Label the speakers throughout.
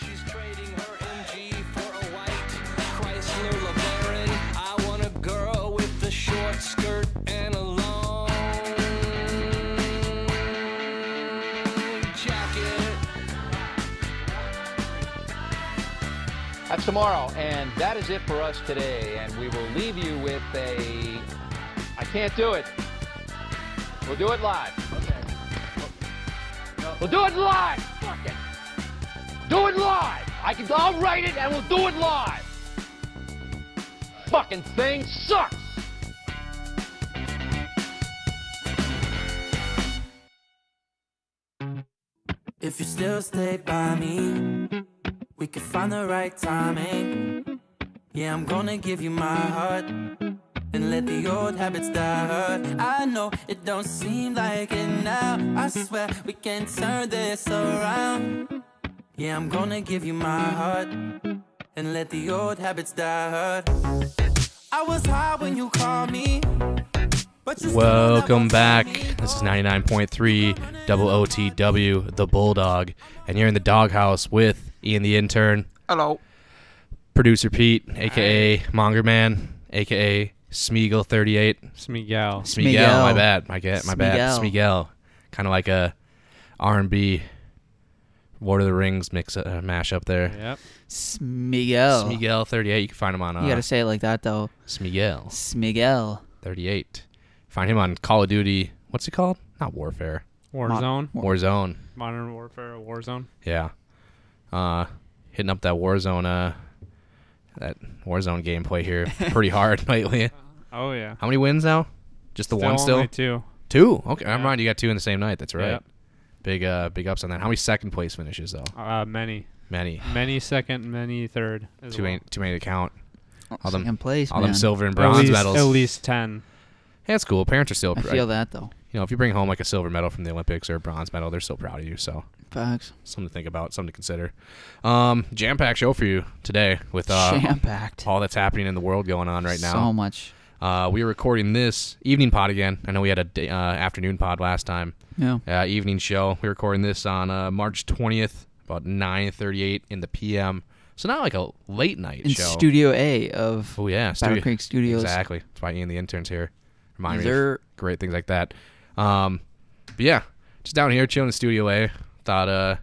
Speaker 1: She's trading her MG for a white Chrysler LeBaron. I want a girl with a short skirt and a long jacket.
Speaker 2: That's tomorrow, and that is it for us today. And we will leave you with a. I can't do it. We'll do it live. Okay. We'll do it live. Fuck it. Do it live. I can. I'll write it, and we'll do it live. Fucking thing sucks.
Speaker 3: If you still stay by me, we could find the right timing. Yeah, I'm gonna give you my heart and let the old habits die hard. I know it don't seem like it now. I swear we can turn this around. Yeah, I'm gonna give you my heart and let the old habits die hard. I was high when you called me. but you still
Speaker 4: Welcome
Speaker 3: never told
Speaker 4: back.
Speaker 3: me.
Speaker 4: This is 99.3 double OTW, The Bulldog. And you're in the doghouse with Ian the Intern,
Speaker 5: Hello.
Speaker 4: producer Pete, aka Monger Man, aka Smeagol38.
Speaker 6: Smigel.
Speaker 4: Smigel, my bad. My, ga- my bad.
Speaker 5: Smeagol.
Speaker 4: Smigel. Kind of like a R&B Lord of the Rings mix uh, mashup there.
Speaker 6: Yep.
Speaker 5: Smigel.
Speaker 4: Smigel38. You can find him on uh,
Speaker 5: Oh. You gotta say it like that though.
Speaker 4: Smigel38.
Speaker 5: Smigel.
Speaker 4: Find him on Call of Duty. What's it called? Not Warfare.
Speaker 6: Warzone.
Speaker 4: Warzone.
Speaker 6: Modern Warfare Warzone.
Speaker 4: Yeah. Uh hitting up that Warzone uh that Warzone gameplay here pretty hard lately.
Speaker 6: Oh yeah.
Speaker 4: How many wins now? Just the one still?
Speaker 6: only two.
Speaker 4: Two. Okay, never mind. You got two in the same night. That's right.
Speaker 6: Yep.
Speaker 4: Big uh big ups on that. How many second place finishes though?
Speaker 6: Uh, many,
Speaker 4: Many.
Speaker 6: many second, many third. As
Speaker 4: Too
Speaker 6: well.
Speaker 4: many too many to count. All them
Speaker 5: Second place,
Speaker 4: all
Speaker 5: man.
Speaker 4: them silver and
Speaker 6: At
Speaker 4: bronze
Speaker 6: least-
Speaker 4: medals.
Speaker 6: At least ten.
Speaker 4: Hey, that's cool. Parents are still
Speaker 5: I
Speaker 4: pr-
Speaker 5: feel that though.
Speaker 4: you know, if you bring home like a silver medal from the Olympics or a bronze medal, they're so proud of you, so
Speaker 5: Facts.
Speaker 4: something to think about, something to consider. Um jam packed show for you today with uh
Speaker 5: Jam packed.
Speaker 4: all that's happening in the world going on right now.
Speaker 5: So much.
Speaker 4: Uh, we are recording this evening pod again. I know we had a day, uh, afternoon pod last time.
Speaker 5: Yeah.
Speaker 4: Uh, evening show. We're recording this on uh, March 20th, about 9:38 in the PM. So not like a late night
Speaker 5: In
Speaker 4: show.
Speaker 5: Studio A of
Speaker 4: Oh yeah,
Speaker 5: Battle Creek Studios.
Speaker 4: Exactly. That's why Ian the interns here. Remind me
Speaker 5: They're-
Speaker 4: of great things like that. Um, but yeah, just down here chilling in Studio A. Thought uh,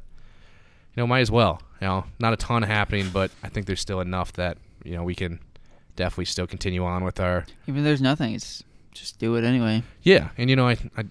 Speaker 4: you know, might as well. You know, not a ton happening, but I think there's still enough that you know we can definitely still continue on with our
Speaker 5: Even if there's nothing, it's just do it anyway.
Speaker 4: Yeah, and you know, I, I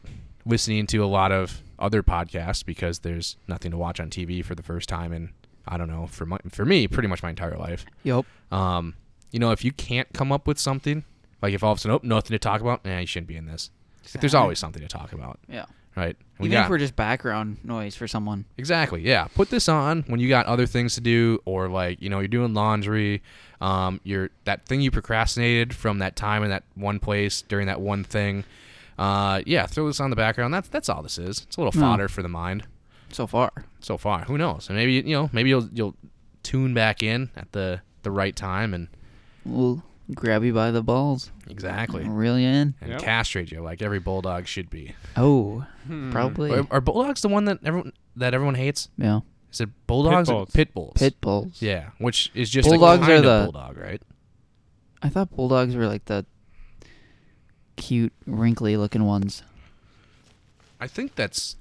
Speaker 4: listening to a lot of other podcasts because there's nothing to watch on TV for the first time in I don't know for my, for me pretty much my entire life.
Speaker 5: Yup.
Speaker 4: Um, you know, if you can't come up with something, like if all of a sudden, oh, nothing to talk about, nah, you shouldn't be in this. Like, there's always something to talk about,
Speaker 5: Yeah.
Speaker 4: right? And we
Speaker 5: Even
Speaker 4: got-
Speaker 5: if we're just background noise for someone.
Speaker 4: Exactly. Yeah. Put this on when you got other things to do, or like you know you're doing laundry, um, you're that thing you procrastinated from that time in that one place during that one thing. Uh, yeah. Throw this on the background. That's that's all this is. It's a little
Speaker 5: No.
Speaker 4: fodder for the mind.
Speaker 5: So far.
Speaker 4: So far, who knows? And maybe you know maybe you'll you'll tune back in at the the right time and
Speaker 5: We'll grab you by the balls.
Speaker 4: exactly
Speaker 5: Really in.
Speaker 4: and
Speaker 6: Yep.
Speaker 4: castrate you like every bulldog should be.
Speaker 5: Oh. Probably.
Speaker 4: Are, are bulldogs the one that everyone that everyone hates?
Speaker 5: yeah.
Speaker 4: Is it bulldogs or
Speaker 6: bulls.
Speaker 4: pit bulls?
Speaker 5: Pit bulls.
Speaker 4: Yeah, which is just
Speaker 5: Bulldogs
Speaker 4: a
Speaker 5: are
Speaker 4: kind
Speaker 5: the-
Speaker 4: of bulldog, right?
Speaker 5: I thought bulldogs were like the cute, wrinkly looking ones.
Speaker 4: I think that's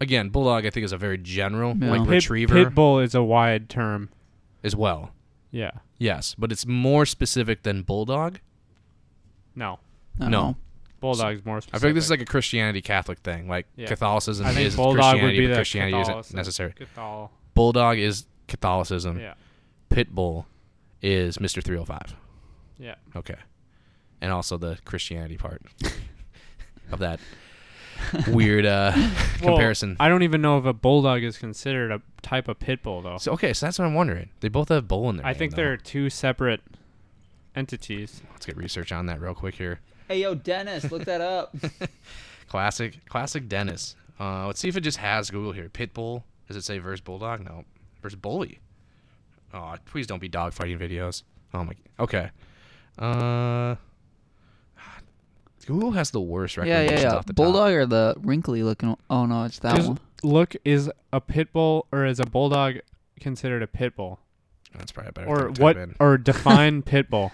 Speaker 4: again bulldog. I think is a very general
Speaker 5: Yeah.
Speaker 4: like
Speaker 5: Pit-
Speaker 4: retriever
Speaker 6: Pit bull is a wide term.
Speaker 4: as well.
Speaker 6: Yeah.
Speaker 4: Yes, but it's more specific than bulldog.
Speaker 6: No.
Speaker 5: I don't
Speaker 4: No.
Speaker 5: know.
Speaker 6: Bulldog's more
Speaker 4: I
Speaker 6: specific.
Speaker 4: feel like this is like a Christianity Catholic thing. Like
Speaker 6: Yeah.
Speaker 4: Catholicism
Speaker 6: I think
Speaker 4: is
Speaker 6: bulldog would
Speaker 4: Christianity,
Speaker 6: be
Speaker 4: but
Speaker 6: the
Speaker 4: Christianity isn't
Speaker 6: Catholicism-
Speaker 4: necessary. Mm.
Speaker 6: Cathol.
Speaker 4: Bulldog is Catholicism.
Speaker 6: Yeah.
Speaker 4: Pit bull is Mister Three Hundred Five.
Speaker 6: Yeah.
Speaker 4: Okay, and also the Christianity part of that weird uh,
Speaker 6: Well,
Speaker 4: comparison.
Speaker 6: I don't even know if a bulldog is considered a type of pit bull though.
Speaker 4: so, okay, so that's what I'm wondering. They both have bull in their
Speaker 6: I
Speaker 4: name,
Speaker 6: think
Speaker 4: though.
Speaker 6: they're two separate entities.
Speaker 4: Let's get research on that real quick here.
Speaker 5: Hey, yo, Dennis, look that up.
Speaker 4: Classic, classic Dennis. Uh, let's see if it just has Google here. Pitbull. Does it say versus bulldog? No. Versus bully. Oh, please don't be dogfighting videos. Oh my. Okay. Uh, Google has the worst
Speaker 5: yeah, yeah,
Speaker 4: recommendations
Speaker 5: yeah.
Speaker 4: off the top.
Speaker 5: Bulldog or the wrinkly looking? one? Oh no, it's that
Speaker 6: Just
Speaker 5: one.
Speaker 6: look is a pit bull or is a bulldog considered a pit bull
Speaker 4: That's probably a better.
Speaker 6: or
Speaker 4: thing to
Speaker 6: what
Speaker 4: type in.
Speaker 6: or define pit bull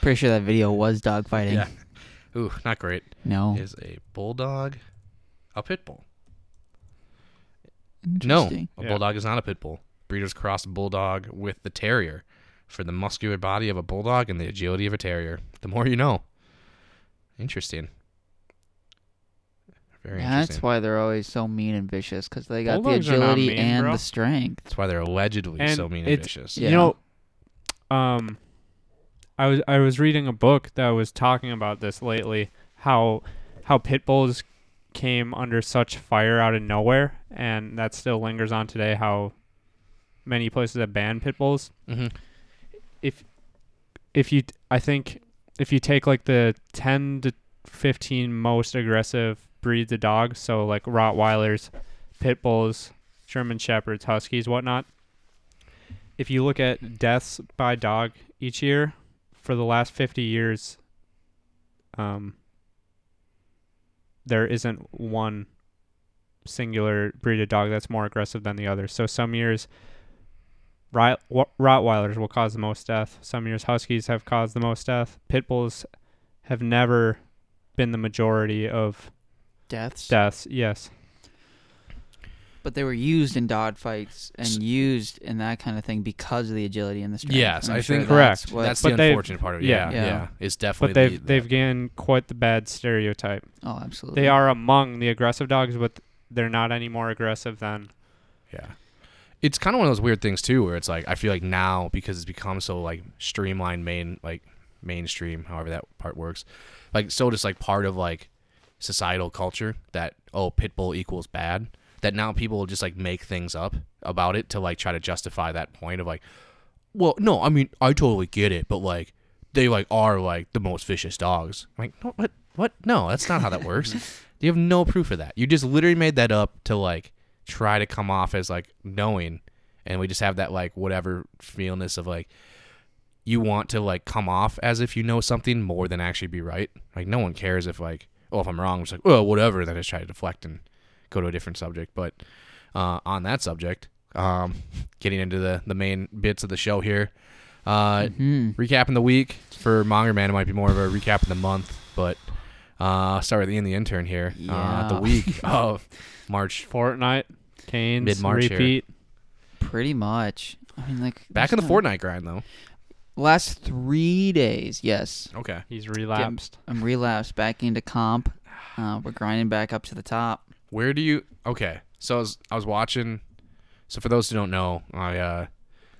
Speaker 5: Pretty sure that video was dog fighting.
Speaker 4: Yeah. Ooh, not great.
Speaker 5: No.
Speaker 4: Is a bulldog a pit bull? No,
Speaker 5: Interesting.
Speaker 4: a
Speaker 6: Yeah.
Speaker 4: bulldog is not a pit bull. Breeders cross bulldog with the terrier for the muscular body of a bulldog and the agility of a terrier. The more you know. Interesting. Very interesting.
Speaker 5: That's why they're always so mean and vicious because they got
Speaker 6: Bulldogs
Speaker 5: the
Speaker 6: are not
Speaker 5: agility
Speaker 6: mean,
Speaker 5: and
Speaker 6: bro.
Speaker 5: the strength.
Speaker 4: That's why they're allegedly
Speaker 6: And
Speaker 4: so mean and
Speaker 6: it's-
Speaker 4: vicious.
Speaker 5: Yeah.
Speaker 6: You know, um, I was I was reading a book that was talking about this lately. How how pit bulls came under such fire out of nowhere, and that still lingers on today. How many places have banned pit bulls.
Speaker 4: hmm
Speaker 6: If if you I think if you take like the ten to fifteen most aggressive breeds of dogs, so like Rottweilers, pit bulls, German shepherds, huskies, whatnot if you look at deaths by dog each year for the last 50 years um there isn't one singular breed of dog that's more aggressive than the other so some years Ri- Wa- Rottweilers will cause the most death. Some years Huskies have caused the most death. Pit bulls have never been the majority of
Speaker 5: Deaths.
Speaker 6: deaths. Yes.
Speaker 5: But they were used in dog fights and
Speaker 4: S-
Speaker 5: used in that kind of thing because of the agility and the strength.
Speaker 4: Yes,
Speaker 5: And I'm
Speaker 4: I
Speaker 5: sure
Speaker 4: think-
Speaker 5: that's
Speaker 6: Correct.
Speaker 5: what-
Speaker 4: That's
Speaker 6: But
Speaker 4: the
Speaker 6: they've-
Speaker 4: unfortunate part of it. Yeah,
Speaker 6: yeah.
Speaker 4: yeah.
Speaker 5: Yeah.
Speaker 4: It's definitely
Speaker 6: But they've
Speaker 4: the,
Speaker 6: they've gained quite the bad stereotype.
Speaker 5: oh, absolutely.
Speaker 6: They are among the aggressive dogs, but they're not any more aggressive than
Speaker 4: Yeah. It's kind of one of those weird things too, where it's like I feel like now because it's become so like streamlined, main like mainstream, however that part works, like so just like part of like societal culture that oh pit bull equals bad. That now people will just like make things up about it to like try to justify that point of like, well, no, I mean I totally get it, but like they like are like the most vicious dogs. I'm like no, what what? No, that's not how that works. you have no proof of that. You just literally made that up to like try to come off as like knowing and we just have that like whatever feelness of like you want to like come off as if you know something more than actually be right like no one cares if like oh if i'm wrong it's like well whatever and then just try to deflect and go to a different subject but uh, on that subject um getting into the the main bits of the show here uh
Speaker 5: Mhm.
Speaker 4: recapping the week for monger man it might be more of a recap of the month but uh start with ian the intern here uh, the
Speaker 5: Yeah.
Speaker 4: week of march
Speaker 6: Fortnite, Canes,
Speaker 4: Mid-March here.
Speaker 6: repeat.
Speaker 5: pretty much. I mean, like
Speaker 4: Back in the
Speaker 5: there's not-
Speaker 4: Fortnite grind though.
Speaker 5: Last three days, yes.
Speaker 4: Okay.
Speaker 6: He's relapsed.
Speaker 5: I'm relapsed back into comp. Uh, we're grinding back up to the top.
Speaker 4: Where do you? Okay. So I was, I was watching. So for those who don't know, I uh,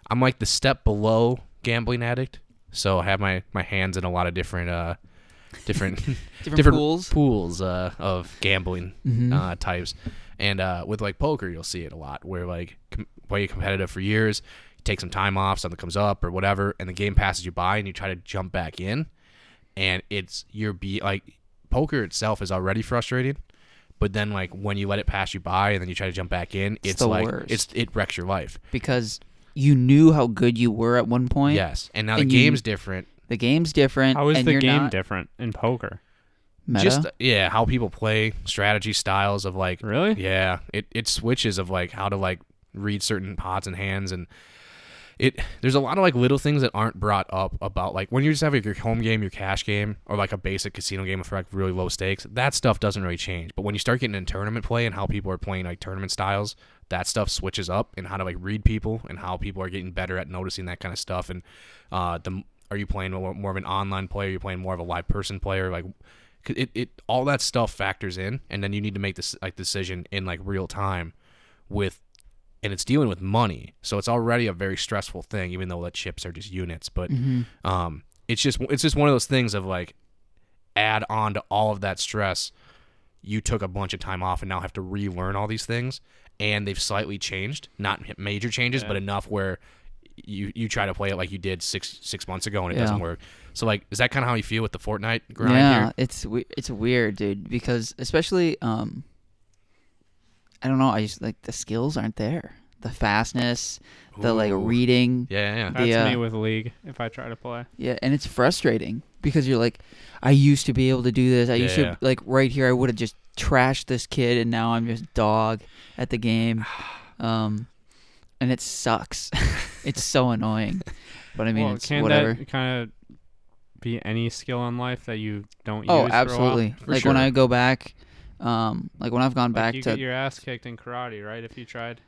Speaker 4: I'm like the step below gambling addict. So I have my my hands in a lot of different uh, different
Speaker 5: Different, pools.
Speaker 4: pools uh, of gambling uh, types, and uh, with like poker, you'll see it a lot where like com- play competitive for years, you take some time off, something comes up or whatever, and the game passes you by, and you try to jump back in, and it's you're be like poker itself is already frustrating. But then, like when you let it pass you by, and then you try to jump back in, it's,
Speaker 5: the
Speaker 4: like
Speaker 5: worst.
Speaker 4: it's it wrecks your life.
Speaker 5: because you knew how good you were at one point.
Speaker 4: Yes, and now the
Speaker 5: And you-
Speaker 4: game's different.
Speaker 5: The game's different.
Speaker 6: How is
Speaker 5: and
Speaker 6: the
Speaker 5: you're
Speaker 6: game
Speaker 5: not
Speaker 6: different in poker?
Speaker 5: Meta.
Speaker 4: Just yeah, how people play, strategy styles of like
Speaker 6: Really?
Speaker 4: Yeah, it it switches of like how to like read certain pots and hands and it there's a lot of like little things that aren't brought up about like when you just have like your home game, your cash game, or like a basic casino game with like really low stakes, that stuff doesn't really change. But when you start getting in tournament play and how people are playing like tournament styles, that stuff switches up and how to like read people and how people are getting better at noticing that kind of stuff and uh the are you playing more more of an online player? You're playing more of a live person player, like 'cause it, it all that stuff factors in, and then you need to make this like decision in like real time with and it's dealing with money so it's already a very stressful thing even though the chips are just units but
Speaker 5: Mm-hmm.
Speaker 4: um, it's just it's just one of those things of like add on to all of that stress you took a bunch of time off and now have to relearn all these things and they've slightly changed not major changes but enough where you you try to play it like you did six six months ago and it
Speaker 5: Yeah.
Speaker 4: doesn't work so like is that kind of how you feel with the fortnite grind
Speaker 5: yeah,
Speaker 4: here
Speaker 5: it's we- it's weird, dude. Because especially, um, I don't know. I just like the skills aren't there. the fastness, the like reading.
Speaker 4: Yeah, yeah.
Speaker 6: That's
Speaker 5: Yeah.
Speaker 6: me with league if I try to play.
Speaker 5: Yeah, and it's frustrating because you're like, I used to be able to do this. I used
Speaker 4: Yeah.
Speaker 5: to like right here. I would have just trashed this kid, and now I'm just dog at the game. Um, and it sucks. it's so annoying. But I mean,
Speaker 6: well,
Speaker 5: it's
Speaker 6: can
Speaker 5: whatever.
Speaker 6: that kind of be any skill in life that you don't
Speaker 5: oh,
Speaker 6: use?
Speaker 5: absolutely.
Speaker 4: For
Speaker 5: Like when
Speaker 4: sure.
Speaker 5: I go back, um, like when I've gone
Speaker 6: For a while? Like
Speaker 5: back
Speaker 6: you
Speaker 5: to
Speaker 6: get your ass kicked in karate, right? If you tried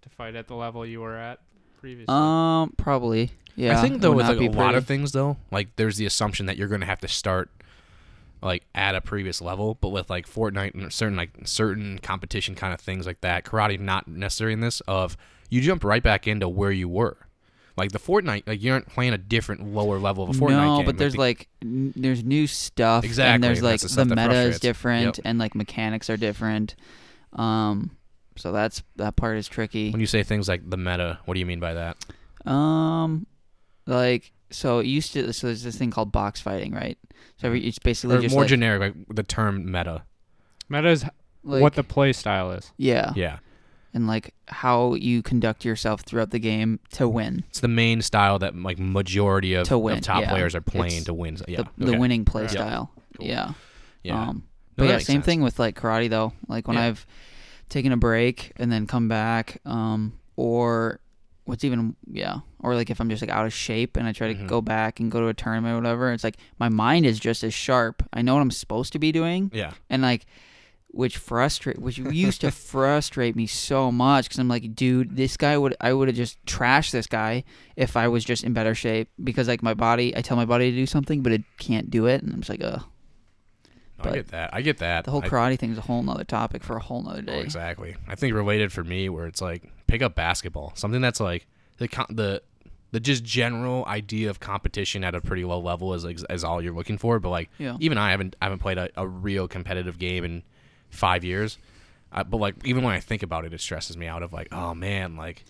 Speaker 6: to fight at the level you were at previously.
Speaker 5: um, probably yeah.
Speaker 4: I think
Speaker 5: it
Speaker 4: though
Speaker 5: would
Speaker 4: with like
Speaker 5: not
Speaker 4: a
Speaker 5: be
Speaker 4: lot
Speaker 5: pretty.
Speaker 4: of things though, like there's the assumption that you're going to have to start like at a previous level, but with like Fortnite and certain like certain competition kind of things like that, karate not necessary in this of you jump right back into where you were. Like the Fortnite, like you aren't playing a different lower level of a Fortnite
Speaker 5: no,
Speaker 4: game.
Speaker 5: but there's
Speaker 4: the-
Speaker 5: like n- there's new stuff.
Speaker 4: Exactly,
Speaker 5: And there's
Speaker 4: and
Speaker 5: like
Speaker 4: that's the
Speaker 5: the,
Speaker 4: stuff that
Speaker 5: meta is
Speaker 4: frustrates.
Speaker 5: different
Speaker 4: Yep.
Speaker 5: and like mechanics are different. Um, so that's that part is tricky.
Speaker 4: when you say things like the meta, what do you mean by that?
Speaker 5: Um, like so it used to so there's this thing called box fighting, right? So every, it's basically
Speaker 4: Or
Speaker 5: just
Speaker 4: more
Speaker 5: like,
Speaker 4: generic, like the term meta.
Speaker 6: Meta is h-
Speaker 5: like-
Speaker 6: what the play style is.
Speaker 5: yeah,
Speaker 4: Yeah.
Speaker 5: and like how you conduct yourself throughout the game to win.
Speaker 4: It's the main style that like majority of,
Speaker 5: To
Speaker 4: of
Speaker 5: win,
Speaker 4: top
Speaker 5: yeah.
Speaker 4: players are playing
Speaker 5: It's
Speaker 4: to win. Yeah.
Speaker 5: the, the
Speaker 4: okay.
Speaker 5: winning play
Speaker 6: Right.
Speaker 5: style.
Speaker 4: Cool.
Speaker 5: Yeah.
Speaker 4: Yeah.
Speaker 5: Um,
Speaker 4: No,
Speaker 5: but
Speaker 4: that
Speaker 5: yeah,
Speaker 4: makes
Speaker 5: same
Speaker 4: sense.
Speaker 5: thing with like karate though. Like when
Speaker 4: Yeah.
Speaker 5: I've taken a break and then come back, um, or what's even yeah, or like if I'm just like out of shape and I try to
Speaker 4: Mhm.
Speaker 5: go back and go to a tournament or whatever, it's like my mind is just as sharp. I know what I'm supposed to be doing,
Speaker 4: yeah.
Speaker 5: and like which frustrate which used to frustrate me so much because i'm like dude this guy would i would have just trashed this guy if i was just in better shape because like my body i tell my body to do something but it can't do it and i'm just like uh
Speaker 4: I
Speaker 5: but
Speaker 4: get that. I get that.
Speaker 5: the whole
Speaker 4: I-
Speaker 5: karate thing is a whole nother topic for a whole nother
Speaker 4: Oh,
Speaker 5: day
Speaker 4: exactly. I think related for me where it's like pick up basketball, something that's like the con- the the just general idea of competition at a pretty low level is ex- is all you're looking for. But like
Speaker 5: Yeah.
Speaker 4: even I haven't I haven't played a, a real competitive game in five years. I, but like even when I think about it, it stresses me out of like oh man like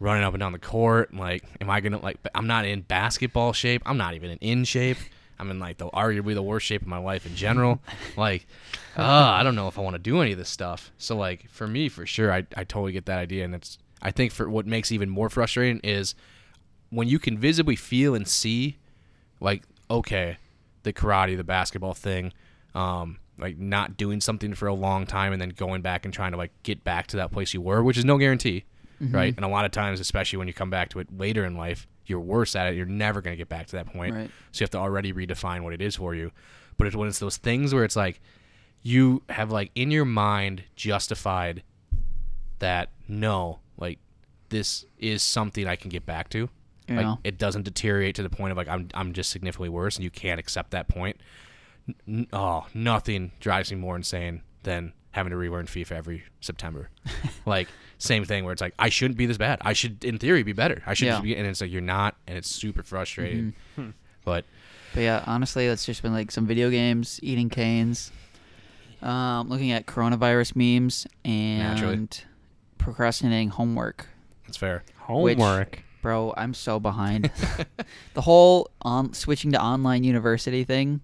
Speaker 4: running up and down the court and like am I gonna like but I'm not in basketball shape. I'm not even in in shape. I'm in like the arguably the worst shape of my life in general. like uh, I don't know if I want to do any of this stuff. So like for me, for sure, I, I totally get that idea, and it's I think for what makes it even more frustrating is when you can visibly feel and see, like okay, the karate, the basketball thing, um, like not doing something for a long time and then going back and trying to like get back to that place you were, which is no guarantee, right? And a lot of times, especially when you come back to it later in life, you're worse at it. You're never gonna get back to that point.
Speaker 5: Right.
Speaker 4: So you have to already redefine what it is for you. But it's when it's those things where it's like you have like in your mind justified that no, like this is something I can get back to.
Speaker 5: Yeah.
Speaker 4: Like it doesn't deteriorate to the point of like I'm I'm just significantly worse and you can't accept that point. N- oh, nothing drives me more insane than having to relearn FIFA every September. like same thing where it's like I shouldn't be this bad. I should in theory be better. I should
Speaker 5: Yeah. Mm-hmm.
Speaker 4: just be and it's like you're not and it's super frustrating. But
Speaker 5: but yeah honestly that's just been like some video games eating canes um looking at coronavirus memes and
Speaker 4: Naturally.
Speaker 5: procrastinating homework
Speaker 4: it's fair.
Speaker 6: Homework.
Speaker 5: Bro, I'm so behind. the whole on switching to online university thing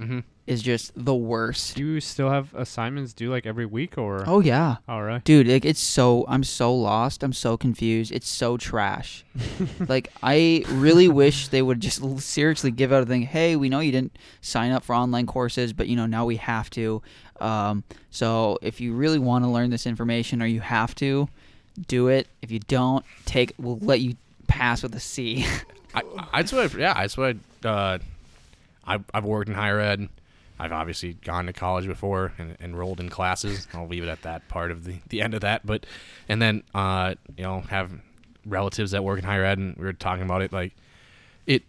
Speaker 4: Mhm.
Speaker 5: is just the worst.
Speaker 6: Do you still have assignments due like every week or?
Speaker 5: Oh yeah.
Speaker 6: All right.
Speaker 5: Dude, like it's so I'm so lost. I'm so confused. It's so trash. like I really wish they would just l- seriously give out a thing. Hey, we know you didn't sign up for online courses, but you know now we have to. Um, so if you really want to learn this information or you have to, do it. If you don't, take we'll let you pass with a C.
Speaker 4: I, I, that's what. I, yeah, that's what. I, uh, I, I've worked in higher ed. I've obviously gone to college before and enrolled in classes. I'll leave it at that part of the, the end of that. But and then uh, you know have relatives that work in higher ed, and we were talking about it. Like it,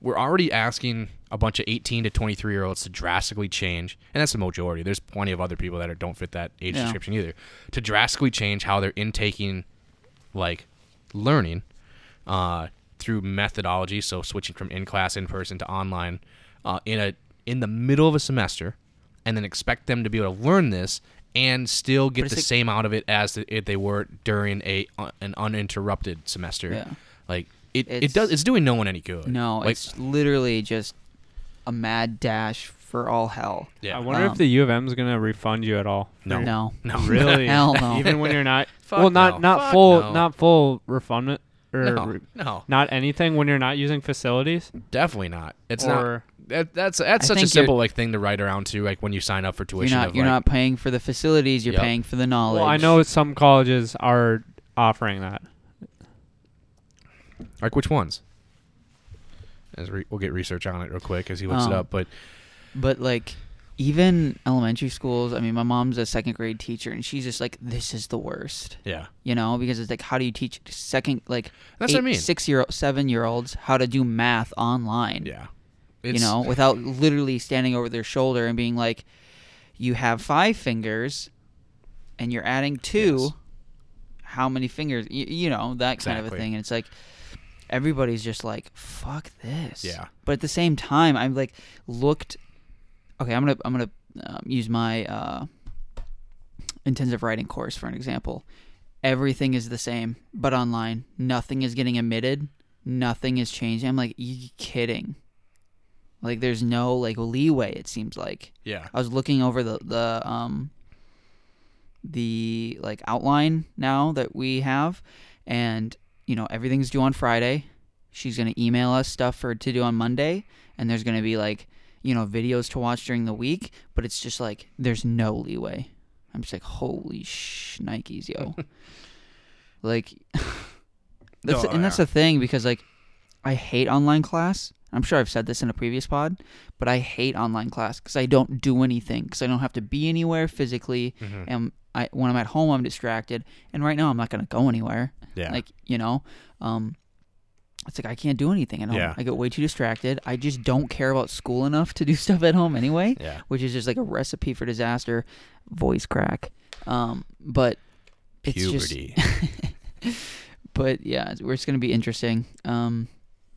Speaker 4: we're already asking a bunch of 18 to 23 year olds to drastically change, and that's the majority. There's plenty of other people that are, don't fit that age
Speaker 5: Yeah.
Speaker 4: description either, to drastically change how they're intaking like learning uh, through methodology, so switching from in class in person to online uh, in a in the middle of a semester, and then expect them to be able to learn this and still get
Speaker 5: it's
Speaker 4: the
Speaker 5: like-
Speaker 4: same out of it as the, if they were during a uh, an uninterrupted semester.
Speaker 5: Yeah.
Speaker 4: Like it, it
Speaker 5: It's-
Speaker 4: does it's doing no one any good.
Speaker 5: No,
Speaker 4: like
Speaker 5: it's literally just a mad dash for all hell.
Speaker 4: Yeah.
Speaker 6: I wonder
Speaker 5: Um,
Speaker 6: if the U of M is gonna refund you at all.
Speaker 4: No.
Speaker 5: No.
Speaker 4: No.
Speaker 6: Really?
Speaker 5: Hell no.
Speaker 6: Even when you're not
Speaker 4: Fuck
Speaker 6: well, not
Speaker 4: no.
Speaker 6: not
Speaker 4: Fuck
Speaker 6: full,
Speaker 4: no.
Speaker 6: not full refundment or
Speaker 4: No,
Speaker 6: re-
Speaker 4: no,
Speaker 6: not anything when you're not using facilities.
Speaker 4: definitely not. It's not.
Speaker 6: or
Speaker 4: That, that's that's
Speaker 5: I
Speaker 4: such a
Speaker 5: think
Speaker 4: simple like thing to write around to like when you sign up for
Speaker 5: You're
Speaker 4: tuition.
Speaker 5: not
Speaker 4: of,
Speaker 5: you're
Speaker 4: like,
Speaker 5: not paying for the facilities, you're
Speaker 4: Yep.
Speaker 5: paying for the knowledge.
Speaker 6: well, I know some colleges are offering that.
Speaker 4: Like which ones? As re- we'll get research on it real quick as he looks it
Speaker 5: Um,
Speaker 4: up. But
Speaker 5: But like even elementary schools, I mean my mom's a second grade teacher and she's just like this is the worst.
Speaker 4: yeah,
Speaker 5: You know, because it's like how do you teach second like
Speaker 4: That's what I mean.
Speaker 5: 6 year old 7 year olds how to do math online.
Speaker 4: yeah,
Speaker 5: you know, without literally standing over their shoulder and being like, "You have five fingers, and you're adding two.
Speaker 4: Yes.
Speaker 5: How many fingers? You, you know that kind of a
Speaker 4: Exactly.
Speaker 5: thing." And it's like everybody's just like, "Fuck this."
Speaker 4: Yeah.
Speaker 5: But at the same time, I'm like looked. Okay, I'm gonna I'm gonna um, use my uh, intensive writing course for an example. Everything is the same, but online. Nothing is getting omitted. Nothing is changing. I'm like, you kidding? Like there's no like leeway. It seems like
Speaker 4: yeah,
Speaker 5: I was looking over the the um the like outline now that we have, and you know everything's due on Friday. She's gonna email us stuff for to do on Monday, and there's gonna be like you know videos to watch during the week. But it's just like there's no leeway. I'm just like holy sh Nikes yo, like that's
Speaker 4: No,
Speaker 5: and that's
Speaker 4: yeah.
Speaker 5: the thing because like I hate online class. I'm sure I've said this in a previous pod, but I hate online class because I don't do anything because I don't have to be anywhere physically.
Speaker 4: Mm-hmm.
Speaker 5: And I, when I'm at home, I'm distracted. And right now, I'm not going to go anywhere.
Speaker 4: yeah,
Speaker 5: Like you know, um, it's like I can't do anything at home.
Speaker 4: Yeah.
Speaker 5: I get way too distracted. I just don't care about school enough to do stuff at home anyway,
Speaker 4: yeah,
Speaker 5: which is just like a recipe for disaster. Voice crack. Um, but it's just
Speaker 4: puberty.
Speaker 5: but yeah, it's, it's going to be interesting. Um,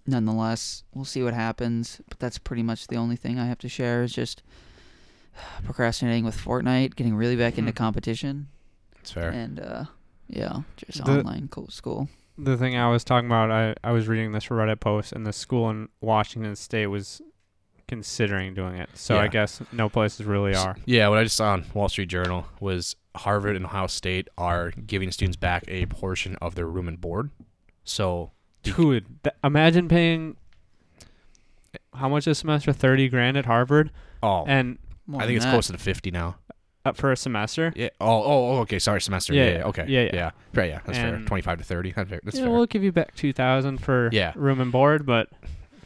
Speaker 5: nonetheless, we'll see what happens. But that's pretty much the only thing I have to share is just procrastinating with Fortnite, getting really back into competition,
Speaker 4: it's Mm-hmm. fair.
Speaker 5: and uh, yeah, just
Speaker 6: The-
Speaker 5: online co- school.
Speaker 6: The thing I was talking about, I, I was reading this Reddit post, and the school in Washington State was considering doing it. So I
Speaker 4: Yeah.
Speaker 6: guess no places really are.
Speaker 4: Yeah, what I just saw on Wall Street Journal was Harvard and Ohio State are giving students back a portion of their room and board. So
Speaker 6: Dude, th- imagine paying how much this semester? Thirty grand at Harvard,
Speaker 4: oh,
Speaker 6: and
Speaker 5: More
Speaker 4: I
Speaker 5: than
Speaker 4: think it's
Speaker 5: that.
Speaker 4: closer to fifty now.
Speaker 6: uh, for a semester.
Speaker 4: Yeah. Oh, oh, oh, okay. Sorry, semester.
Speaker 6: Yeah,
Speaker 4: Yeah.
Speaker 6: yeah,
Speaker 4: okay.
Speaker 6: yeah, yeah.
Speaker 4: Right. Yeah. That's fair.
Speaker 6: And-
Speaker 4: Twenty-five to thirty. That's fair. That's
Speaker 6: yeah,
Speaker 4: fair.
Speaker 6: we'll give you back two thousand for
Speaker 4: Yeah.
Speaker 6: room and board, but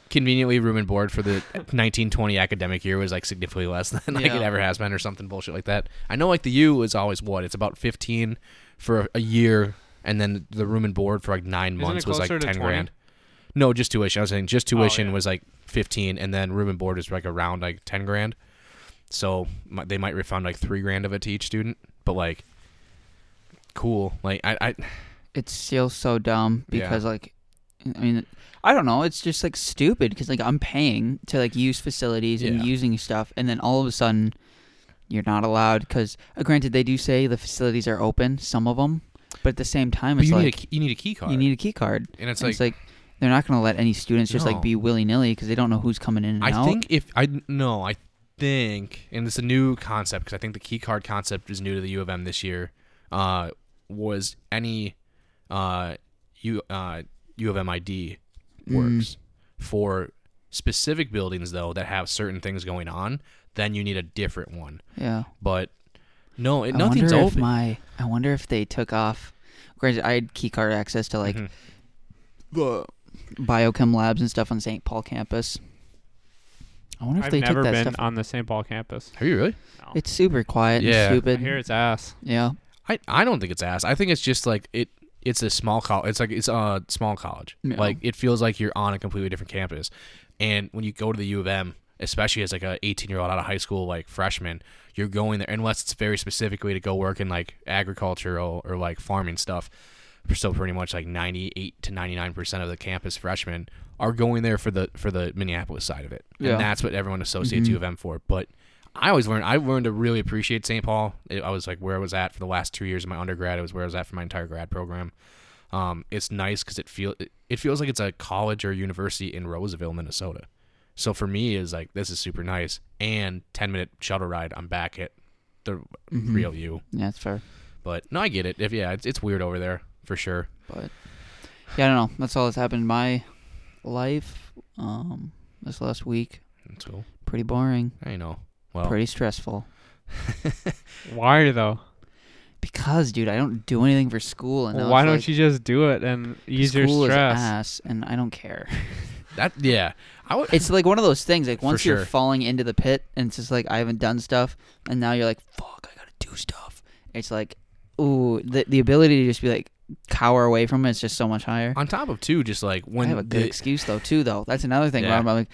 Speaker 4: Conveniently, room and board for the 1920 academic year was like significantly less than like it
Speaker 5: Yeah.
Speaker 4: ever has been, or something bullshit like that. I know like the U is always what it's about 15 for a, a year, and then the room and board for like 9
Speaker 6: Isn't it
Speaker 4: months was like
Speaker 6: closer to
Speaker 4: 10
Speaker 6: 20?
Speaker 4: grand. No, just tuition. I was saying just tuition
Speaker 6: yeah.
Speaker 4: was like 15, and then room and board is like around like 10 grand. So mi- they might refund like three grand of it to each student, but like, cool. Like I, I
Speaker 5: It's still so dumb
Speaker 4: Yeah.
Speaker 5: because like, I mean, I don't know. It's just like stupid because like I'm paying to like use facilities and
Speaker 4: Yeah.
Speaker 5: using stuff, and then all of a sudden. You're not allowed because, uh, granted, they do say the facilities are open, some of them, but at the same time,
Speaker 4: but
Speaker 5: it's
Speaker 4: you
Speaker 5: like
Speaker 4: need a key- you need a key card.
Speaker 5: You need a key card.
Speaker 4: and it's
Speaker 5: And
Speaker 4: like
Speaker 5: it's like they're not going to let any students just
Speaker 4: No.
Speaker 5: like be willy nilly because they don't know who's coming in and
Speaker 4: I
Speaker 5: out.
Speaker 4: think if I no, I think, and it's a new concept because I think the key card concept is new to the U of M this year. Uh, was any uh, U uh, U of M ID
Speaker 5: Hmm.
Speaker 4: works for specific buildings though that have certain things going on? Then you need a different one.
Speaker 5: yeah.
Speaker 4: But no, it,
Speaker 5: I
Speaker 4: nothing's
Speaker 5: wonder if
Speaker 4: open.
Speaker 5: my I wonder if they took off. Granted, I had key card access to like
Speaker 4: Mhm.
Speaker 6: Mm-hmm.
Speaker 5: the biochem labs and stuff on St. Paul campus. I wonder if
Speaker 6: I've
Speaker 5: they
Speaker 6: never
Speaker 5: took that
Speaker 6: been
Speaker 5: stuff.
Speaker 6: on the St. Paul campus.
Speaker 4: Have you really?
Speaker 5: It's super quiet
Speaker 4: Yeah. I
Speaker 5: and
Speaker 6: I
Speaker 5: stupid.
Speaker 6: hear it's ass.
Speaker 5: yeah.
Speaker 4: I, I don't think it's ass. I think it's just like it. It's a small college. It's like it's a small college.
Speaker 5: Yeah.
Speaker 4: Like it feels like you're on a completely different campus. And when you go to the U of M, especially as like a 18 year old out of high school, like freshman, you're going there unless it's very specifically to go work in like agricultural or like farming stuff. So pretty much like 98 to 99 percent of the campus freshmen are going there for the for the Minneapolis side of it.
Speaker 5: Yeah.
Speaker 4: And that's what everyone associates U of M for. But I always learned. I learned to really appreciate St. Paul. It- I was like where I was at for the last two years of my undergrad. It was where I was at for my entire grad program. Um, it's nice because it feel it, it feels like it's a college or university in Roseville, Minnesota. So for me is like this is super nice and 10 minute shuttle ride I'm back at the
Speaker 5: Mm-hmm.
Speaker 4: real you.
Speaker 5: Yeah, that's fair.
Speaker 4: But no I get it. If yeah, it's, it's weird over there for sure.
Speaker 5: But yeah, I don't know. That's all that's happened in my life. Um, this last week,
Speaker 4: That's cool.
Speaker 5: pretty boring,
Speaker 4: I know. Well,
Speaker 6: Oh.
Speaker 5: pretty stressful.
Speaker 6: Why though?
Speaker 5: Because, dude, I don't do anything for school, and now
Speaker 6: Why
Speaker 5: it's
Speaker 6: don't
Speaker 5: like,
Speaker 6: you just do it and ease your
Speaker 5: school
Speaker 6: stress?
Speaker 5: Is ass, and I don't care.
Speaker 4: that yeah. I would
Speaker 5: It's like one of those things. Like once
Speaker 4: sure.
Speaker 5: you're falling into the pit, and it's just like I haven't done stuff, and now you're like, fuck, I gotta do stuff. It's like, ooh, the the ability to just be like cower away from it is just so much higher.
Speaker 4: on top of too just like when
Speaker 5: I have a good
Speaker 4: the-
Speaker 5: excuse though too though. That's another thing
Speaker 4: Yeah.
Speaker 5: where I'm like,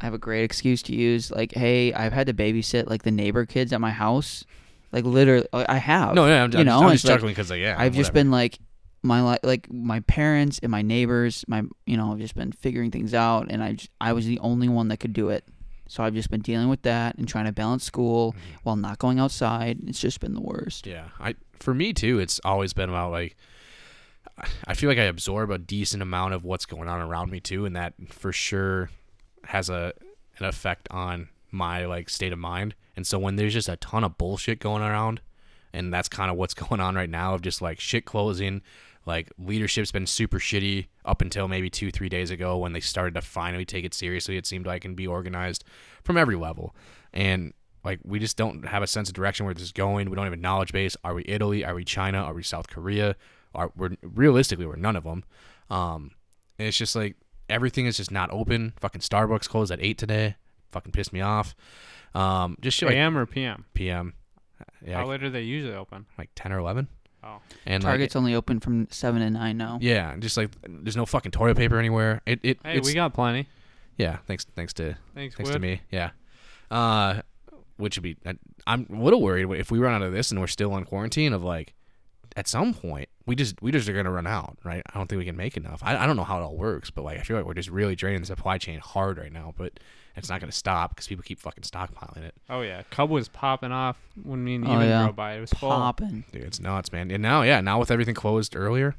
Speaker 5: I have a great excuse to use. Like, hey, I've had to babysit like the neighbor kids at my house. Like literally, I I have.
Speaker 4: No, no, I'm,
Speaker 5: you
Speaker 4: I'm
Speaker 5: know,
Speaker 4: just, I'm
Speaker 5: it's
Speaker 4: just
Speaker 5: like,
Speaker 4: chuckling because like, yeah,
Speaker 5: I've just
Speaker 4: whatever.
Speaker 5: been like my li- like my parents and my neighbors, my you know, I've just been figuring things out and I just, I was the only one that could do it. So I've just been dealing with that and trying to balance school
Speaker 4: Mm-hmm.
Speaker 5: while not going outside. It's just been the worst.
Speaker 4: Yeah, I for me too. It's always been about like I feel like I absorb a decent amount of what's going on around me too, and that for sure has a an effect on my like state of mind. And so when there's just a ton of bullshit going around, and that's kind of what's going on right now of just like shit closing, like leadership's been super shitty up until maybe two three days ago when they started to finally take it seriously. It seemed like and be organized from every level, and like we just don't have a sense of direction where this is going. We don't have a knowledge base. Are we Italy? Are we China? Are we South Korea? Are we're realistically we're none of them. Um, and it's just like everything is just not open. Fucking Starbucks closed at eight today. Fucking pissed me off. Um, just shit like
Speaker 6: AM or PM?
Speaker 4: PM. Yeah,
Speaker 6: How
Speaker 4: like,
Speaker 6: late are they usually open?
Speaker 4: like ten or eleven.
Speaker 6: Oh.
Speaker 4: And like,
Speaker 5: Target's only open from seven to nine now.
Speaker 4: yeah, just like there's no fucking toilet paper anywhere. It it
Speaker 6: Hey, we
Speaker 4: it's-
Speaker 6: got plenty.
Speaker 4: yeah. Thanks thanks to
Speaker 6: Thanks,
Speaker 4: thanks
Speaker 6: Whip.
Speaker 4: to me. Yeah. Uh, which would be I, I'm a little worried if we run out of this and we're still on quarantine of like at some point we just we just are gonna run out, right? I don't think we can make enough. I, I don't know how it all works, but like I feel like we're just really draining the supply chain hard right now, but it's not gonna stop because people keep fucking stockpiling it.
Speaker 6: Oh yeah, Cub was popping off when me and
Speaker 5: Oh,
Speaker 6: Ewan
Speaker 5: yeah.
Speaker 6: drove by. It was full.
Speaker 5: Popping.
Speaker 4: Dude, it's nuts, man. And now, yeah, now with everything closed earlier,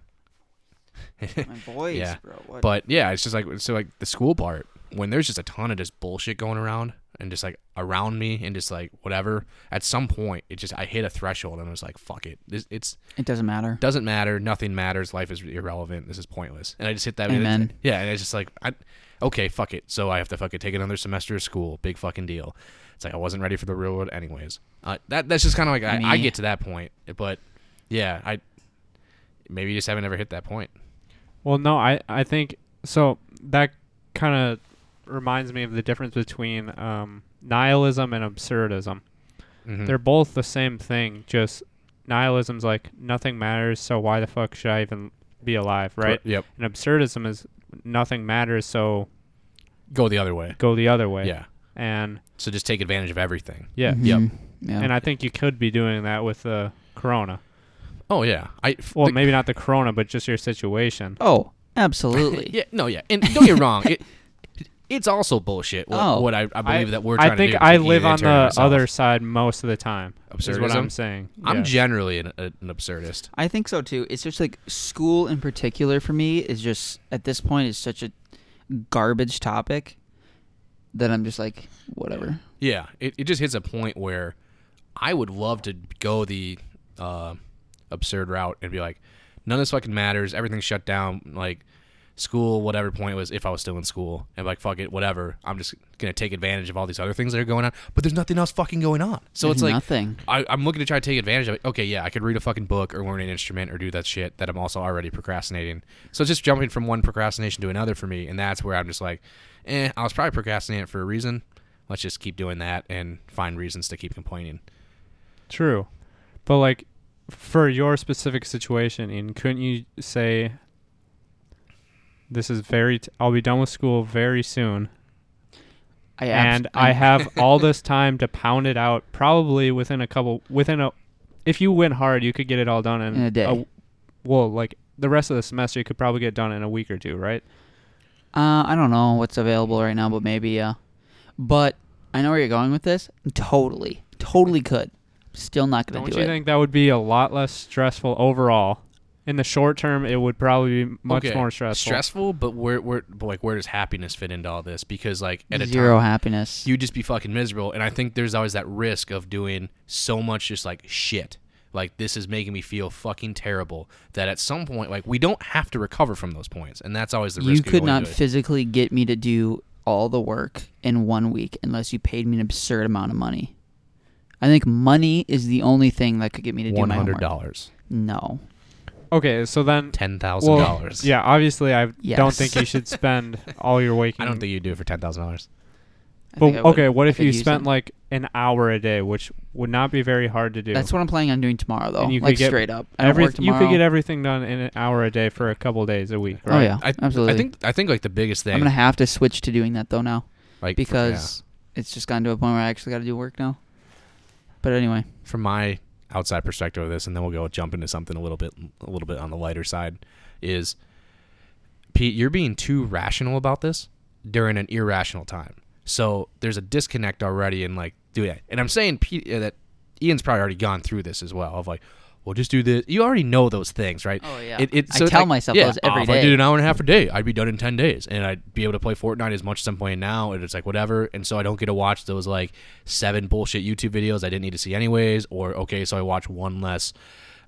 Speaker 5: My voice,
Speaker 4: Yeah,
Speaker 5: bro. What?
Speaker 4: But yeah, it's just like so like the school part when there's just a ton of just bullshit going around and just like around me and just like whatever. At some point, it just I hit a threshold and I was like, fuck it. This it's
Speaker 5: it doesn't matter.
Speaker 4: doesn't matter. Nothing matters. Life is irrelevant. This is pointless. And I just hit that.
Speaker 5: Amen.
Speaker 4: yeah, and it's just like I. Okay, fuck it. So I have to fucking take another semester of school. Big fucking deal. It's like I wasn't ready for the real world, anyways. Uh, that that's just kind of like I, I
Speaker 5: Me.
Speaker 4: get to that point, but yeah, I maybe just haven't ever hit that point.
Speaker 6: Well, no, I I think so. That kind of reminds me of the difference between um, nihilism and absurdism.
Speaker 4: Mhm.
Speaker 6: They're both the same thing. Just nihilism's like nothing matters, so why the fuck should I even be alive, right?
Speaker 4: Yep.
Speaker 6: And absurdism is nothing matters, so
Speaker 4: Go the other way.
Speaker 6: go the other way.
Speaker 4: Yeah.
Speaker 6: And
Speaker 4: So just take advantage of everything.
Speaker 6: yeah,
Speaker 4: yep.
Speaker 5: Mhm. Yeah.
Speaker 6: and I think you could be doing that with the corona.
Speaker 4: Oh yeah. I f-
Speaker 6: Well,
Speaker 4: the-
Speaker 6: maybe not the corona, but just your situation.
Speaker 5: oh, absolutely.
Speaker 4: Yeah. No. Yeah. And don't get me wrong. It, it's also bullshit. What,
Speaker 5: Oh.
Speaker 4: what I, I believe that we're. Trying
Speaker 6: I think
Speaker 4: to do
Speaker 6: I
Speaker 4: between
Speaker 6: live
Speaker 4: the
Speaker 6: on
Speaker 4: intern
Speaker 6: the
Speaker 4: and myself.
Speaker 6: other side most of the time. Is what I'm
Speaker 4: Absurdism?
Speaker 6: saying.
Speaker 4: I'm
Speaker 6: Yeah.
Speaker 4: generally an, an absurdist.
Speaker 5: I think so too. It's just like school in particular for me is just at this point is such a garbage topic that I'm just like whatever.
Speaker 4: Yeah, it, it just hits a point where I would love to go the uh, absurd route and be like, none of this fucking matters. Everything's shut down. Like, school, whatever point it was, if I was still in school, and like, fuck it, whatever. I'm just going to take advantage of all these other things that are going on. But there's nothing else fucking going on. So
Speaker 5: There's
Speaker 4: it's like,
Speaker 5: nothing.
Speaker 4: I, I'm looking to try to take advantage of it. Okay, yeah, I could read a fucking book or learn an instrument or do that shit that I'm also already procrastinating. So it's just jumping from one procrastination to another for me, and that's where I'm just like, eh, I was probably procrastinating for a reason. Let's just keep doing that and find reasons to keep complaining.
Speaker 6: True, but like for your specific situation, Ian, couldn't you say this is very? T- I'll be done with school very soon,
Speaker 5: I
Speaker 6: and I have all this time to pound it out. Probably within a couple, within a, if you went hard, you could get it all done in,
Speaker 5: In a day.
Speaker 6: well, like the rest of the semester, you could probably get done in a week or two, right?
Speaker 5: uh, I don't know what's available right now, but maybe yeah. But I know where you're going with this. Totally, totally could. Still not gonna
Speaker 6: Don't
Speaker 5: do
Speaker 6: you
Speaker 5: it.
Speaker 6: think that would be a lot less stressful overall? in the short term, it would probably be much
Speaker 4: Okay,
Speaker 6: more stressful.
Speaker 4: Stressful, but where where but like where does happiness fit into all this? Because like at a
Speaker 5: Zero
Speaker 4: time,
Speaker 5: happiness.
Speaker 4: you'd just be fucking miserable. And I think there's always that risk of doing so much just like shit. Like this is making me feel fucking terrible. That at some point, like we don't have to recover from those points, and that's always the
Speaker 5: you
Speaker 4: risk. of
Speaker 5: could
Speaker 4: going
Speaker 5: not
Speaker 4: into it.
Speaker 5: physically get me to do all the work in one week unless you paid me an absurd amount of money. I think money is the only thing that could get me to do
Speaker 4: one
Speaker 5: my
Speaker 4: hundred
Speaker 5: homework.
Speaker 4: dollars,
Speaker 5: No.
Speaker 6: Okay, so then
Speaker 4: ten thousand
Speaker 6: well,
Speaker 4: dollars.
Speaker 6: Yeah, obviously I don't
Speaker 5: Yes.
Speaker 6: think you should spend all your waking.
Speaker 4: I don't think you do it for ten thousand dollars.
Speaker 5: I
Speaker 6: But
Speaker 5: think I would-
Speaker 6: okay, what
Speaker 5: I
Speaker 6: if
Speaker 5: could
Speaker 6: you
Speaker 5: use
Speaker 6: spent
Speaker 5: it.
Speaker 6: like an hour a day, which would not be very hard to do.
Speaker 5: That's what I'm planning on doing tomorrow, though.
Speaker 6: And you could
Speaker 5: Like
Speaker 6: get
Speaker 5: straight up, I don't
Speaker 6: Every,
Speaker 5: work
Speaker 6: you
Speaker 5: tomorrow.
Speaker 6: could get everything done in an hour a day for a couple days a week. Right?
Speaker 5: Oh yeah,
Speaker 4: I,
Speaker 5: absolutely.
Speaker 4: I think I think like the biggest thing,
Speaker 5: I'm gonna have to switch to doing that though now
Speaker 4: like for- yeah.
Speaker 5: because it's just gotten to a point where I actually got to do work now. But anyway,
Speaker 4: from my outside perspective of this, and then we'll go jump into something a little bit a little bit on the lighter side, is Pete, you're being too rational about this during an irrational time. So there's a disconnect already in like do that. And I'm saying Pete uh, that Ian's probably already gone through this as well of like, well, just do this. You already know those things, right?
Speaker 5: Oh, yeah.
Speaker 4: It, it,
Speaker 5: I
Speaker 4: so
Speaker 5: tell
Speaker 4: like,
Speaker 5: myself
Speaker 4: yeah,
Speaker 5: those
Speaker 4: "Ah,
Speaker 5: every
Speaker 4: if I
Speaker 5: day."
Speaker 4: did an hour and a half a day, I'd be done in ten days, and I'd be able to play Fortnite as much as I'm playing now. And it's like whatever. And so I don't get to watch those like seven bullshit YouTube videos I didn't need to see anyways. Or okay, so I watch one less.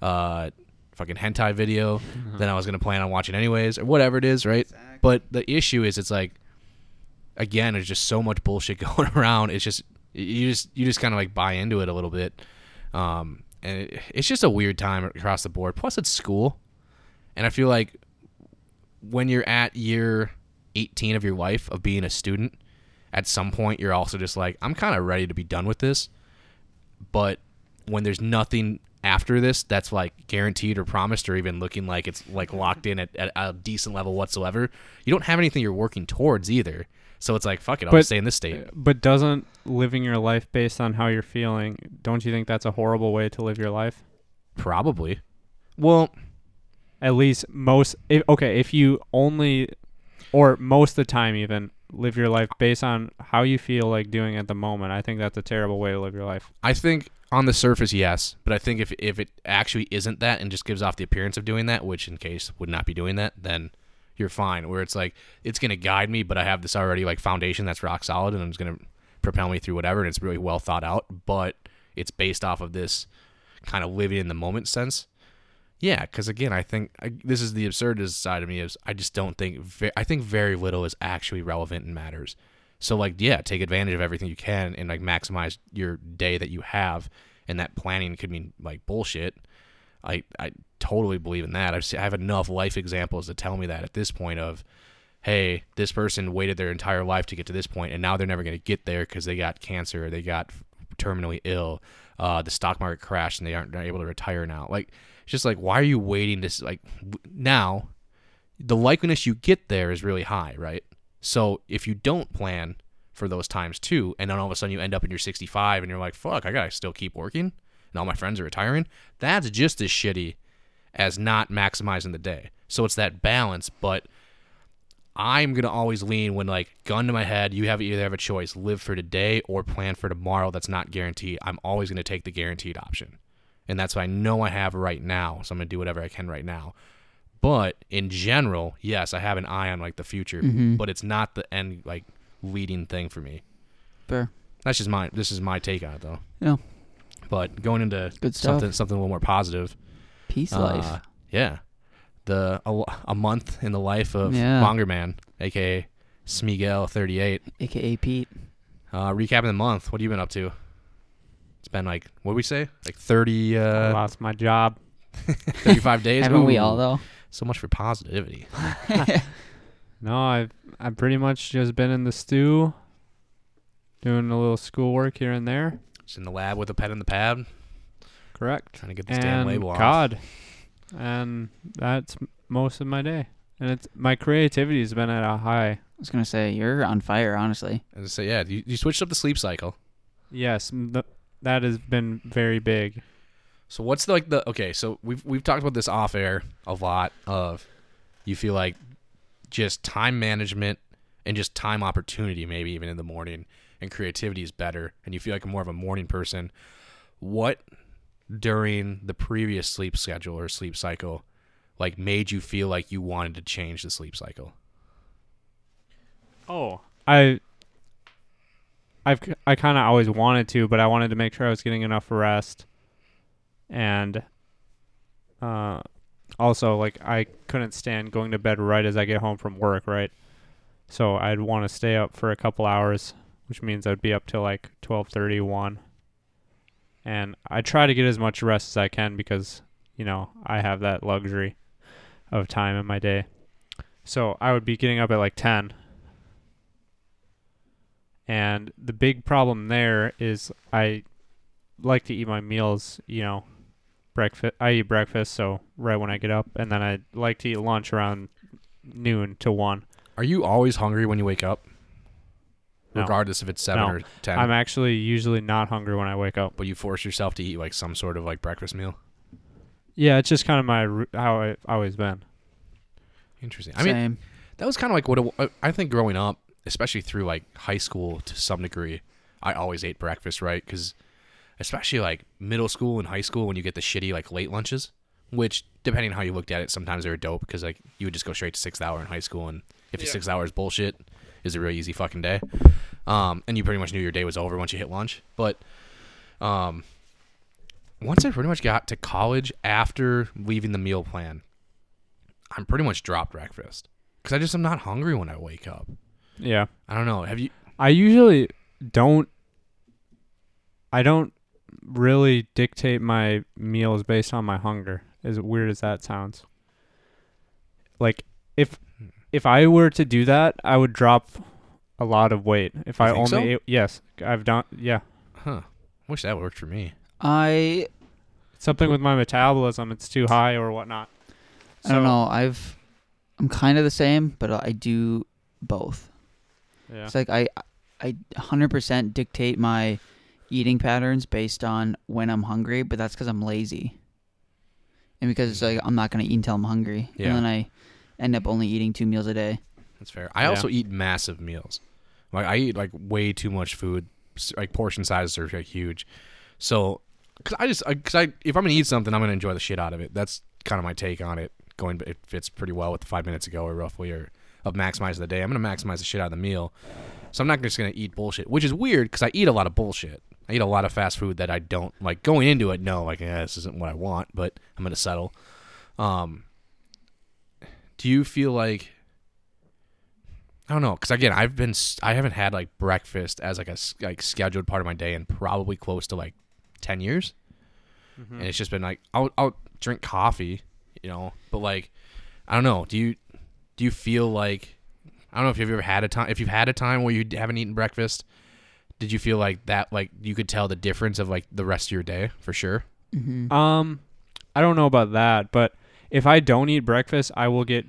Speaker 4: Uh, fucking hentai video than I was gonna plan on watching anyways, or whatever it is, right? But the issue is, it's like, again, there's just so much bullshit going around. It's just you just you just kind of like buy into it a little bit, um, and it, it's just a weird time across the board. Plus, it's school, and I feel like when you're at year 18 of your life of being a student, at some point you're also just like, I'm kind of ready to be done with this. But when there's nothing after this that's like guaranteed or promised or even looking like it's like locked in at, at a decent level whatsoever, you don't have anything you're working towards either. So it's like, fuck it, I'll
Speaker 6: But-
Speaker 4: just stay in this state.
Speaker 6: But doesn't living your life based on how you're feeling, don't you think that's a horrible way to live your life?
Speaker 4: Probably. Well,
Speaker 6: At least most if, okay, if you only or most of the time even live your life based on how you feel like doing at the moment, I think that's a terrible way to live your life.
Speaker 4: I think on the surface, yes, but I think if if it actually isn't that and just gives off the appearance of doing that, which in case would not be doing that, then you're fine. Where it's like it's gonna guide me, but I have this already like foundation that's rock solid, and it's gonna propel me through whatever, and it's really well thought out, but it's based off of this kind of living in the moment sense. Yeah, because again, I think I, this is the absurdist side of me is I just don't think ve- I think very little is actually relevant and matters. So like, yeah, take advantage of everything you can and like maximize your day that you have, and that planning could mean like bullshit. I I totally believe in that. I've se- I have enough life examples to tell me that at this point of, hey, this person waited their entire life to get to this point, and now they're never going to get there because they got cancer, or they got f- terminally ill, uh, the stock market crashed, and they aren't able to retire now. Like, it's just like, why are you waiting to s- like w- now? The likeliness you get there is really high, right? So if you don't plan for those times too, and then all of a sudden you end up in your 65 and you're like, fuck, I gotta still keep working, and all my friends are retiring, that's just as shitty as not maximizing the day. So it's that balance, but I'm gonna always lean when like gun to my head, you have either have a choice, live for today or plan for tomorrow that's not guaranteed. I'm always gonna take the guaranteed option. And that's what I know I have right now. So I'm gonna do whatever I can right now. But in general, yes, I have an eye on like the future, but it's not the end like leading thing for me.
Speaker 5: fair.
Speaker 4: That's just my this is my take on it though.
Speaker 5: Yeah.
Speaker 4: But going into
Speaker 5: Good stuff.
Speaker 4: something something a little more positive.
Speaker 5: Peace
Speaker 4: Uh,
Speaker 5: life.
Speaker 4: yeah. The a, l- a month in the life of
Speaker 5: Yeah.
Speaker 4: Bonger Man, aka Smigel thirty eight.
Speaker 5: AKA Pete.
Speaker 4: Uh recapping the month, what have you been up to? It's been like what would we say? Like thirty
Speaker 6: I
Speaker 4: uh
Speaker 6: lost my job.
Speaker 4: thirty five days.
Speaker 5: Haven't we all
Speaker 4: Ooh,
Speaker 5: though?
Speaker 4: So much for positivity.
Speaker 6: No, I've I've pretty much just been in the stew doing a little schoolwork here and there.
Speaker 4: Just in the lab with a pet in the pad,
Speaker 6: Correct.
Speaker 4: trying to get this damn
Speaker 6: and
Speaker 4: label off.
Speaker 6: God. And that's m- most of my day. And it's my creativity has been at a high.
Speaker 5: I was gonna say you're on fire, honestly.
Speaker 4: And so yeah, you, you switched up the sleep cycle.
Speaker 6: Yes, m- th- that has been very big.
Speaker 4: So what's like the okay? So we've we've talked about this off air a lot. Of you feel like just time management and just time opportunity, maybe even in the morning, and creativity is better. And you feel like more of a morning person. What during the previous sleep schedule or sleep cycle like made you feel like you wanted to change the sleep cycle?
Speaker 6: Oh, I, I've k- I kind of always wanted to, but I wanted to make sure I was getting enough rest, and, uh, also like I couldn't stand going to bed right as I get home from work, right? So I'd want to stay up for a couple hours, which means I'd be up till like twelve thirty one. And I try to get as much rest as I can because you know I have that luxury of time in my day. So I would be getting up at like ten. And the big problem there is I like to eat my meals, you know, breakfast. I eat breakfast, so right when I get up, and then I like to eat lunch around noon to one.
Speaker 4: Are you always hungry when you wake up?
Speaker 6: No.
Speaker 4: Regardless if it's seven
Speaker 6: No.
Speaker 4: or 10
Speaker 6: I'm actually usually not hungry when I wake up.
Speaker 4: but you force yourself to eat like some sort of like breakfast meal.
Speaker 6: Yeah, it's just kind of my ru- how I've always been.
Speaker 4: Interesting. I
Speaker 5: Same.
Speaker 4: mean, that was kind of like what it, I think growing up, especially through like high school to some degree, I always ate breakfast, right? Because especially like middle school and high school when you get the shitty like late lunches, which depending on how you looked at it, sometimes they were dope because like you would just go straight to sixth hour in high school, and if the sixth hour is bullshit, is a real easy fucking day, um, and you pretty much knew your day was over once you hit lunch, but. Um, once I pretty much got to college after leaving the meal plan, I'm pretty much dropped breakfast because I just am not hungry when I wake up.
Speaker 6: Yeah,
Speaker 4: I don't know. Have you?
Speaker 6: I usually don't. I don't really dictate my meals based on my hunger. As weird as that sounds. Like if if I were to do that, I would drop a lot of weight. If I
Speaker 4: think
Speaker 6: only
Speaker 4: so?
Speaker 6: ate, yes, I've done yeah
Speaker 4: Huh? Wish that worked for me.
Speaker 5: I
Speaker 6: something with my metabolism. It's too high or whatnot.
Speaker 5: I don't
Speaker 6: So-
Speaker 5: know. I've I'm kind of the same, but uh, I do both.
Speaker 6: Yeah.
Speaker 5: It's like I I 100% dictate my eating patterns based on when I'm hungry, but that's cuz I'm lazy. And because it's like I'm not going to eat until I'm hungry.
Speaker 4: Yeah.
Speaker 5: And then I end up only eating two meals a day.
Speaker 4: That's fair. I
Speaker 6: Yeah.
Speaker 4: also eat massive meals. Like I eat like way too much food. S- Like portion sizes are like, huge. So, cause I just I, cause I if I'm gonna eat something, I'm gonna enjoy the shit out of it. That's kind of my take on it. Going, it fits pretty well with the five minutes ago or roughly or of maximizing the day. I'm gonna maximize the shit out of the meal. So I'm not just gonna eat bullshit, which is weird because I eat a lot of bullshit. I eat a lot of fast food that I don't like. Going into it, no, like eh, this isn't what I want, but I'm gonna settle. Um, do you feel like I don't know, because again, I've been s- I haven't had like breakfast as like a s- like scheduled part of my day in probably close to like ten years,
Speaker 5: Mm-hmm.
Speaker 4: and it's just been like I'll I'll drink coffee, you know, but like I don't know. Do you do you feel like I don't know if you've ever had a time if you've had a time where you haven't eaten breakfast, did you feel like that like you could tell the difference of like the rest of your day for sure?
Speaker 6: Um, I don't know about that, but if I don't eat breakfast, I will get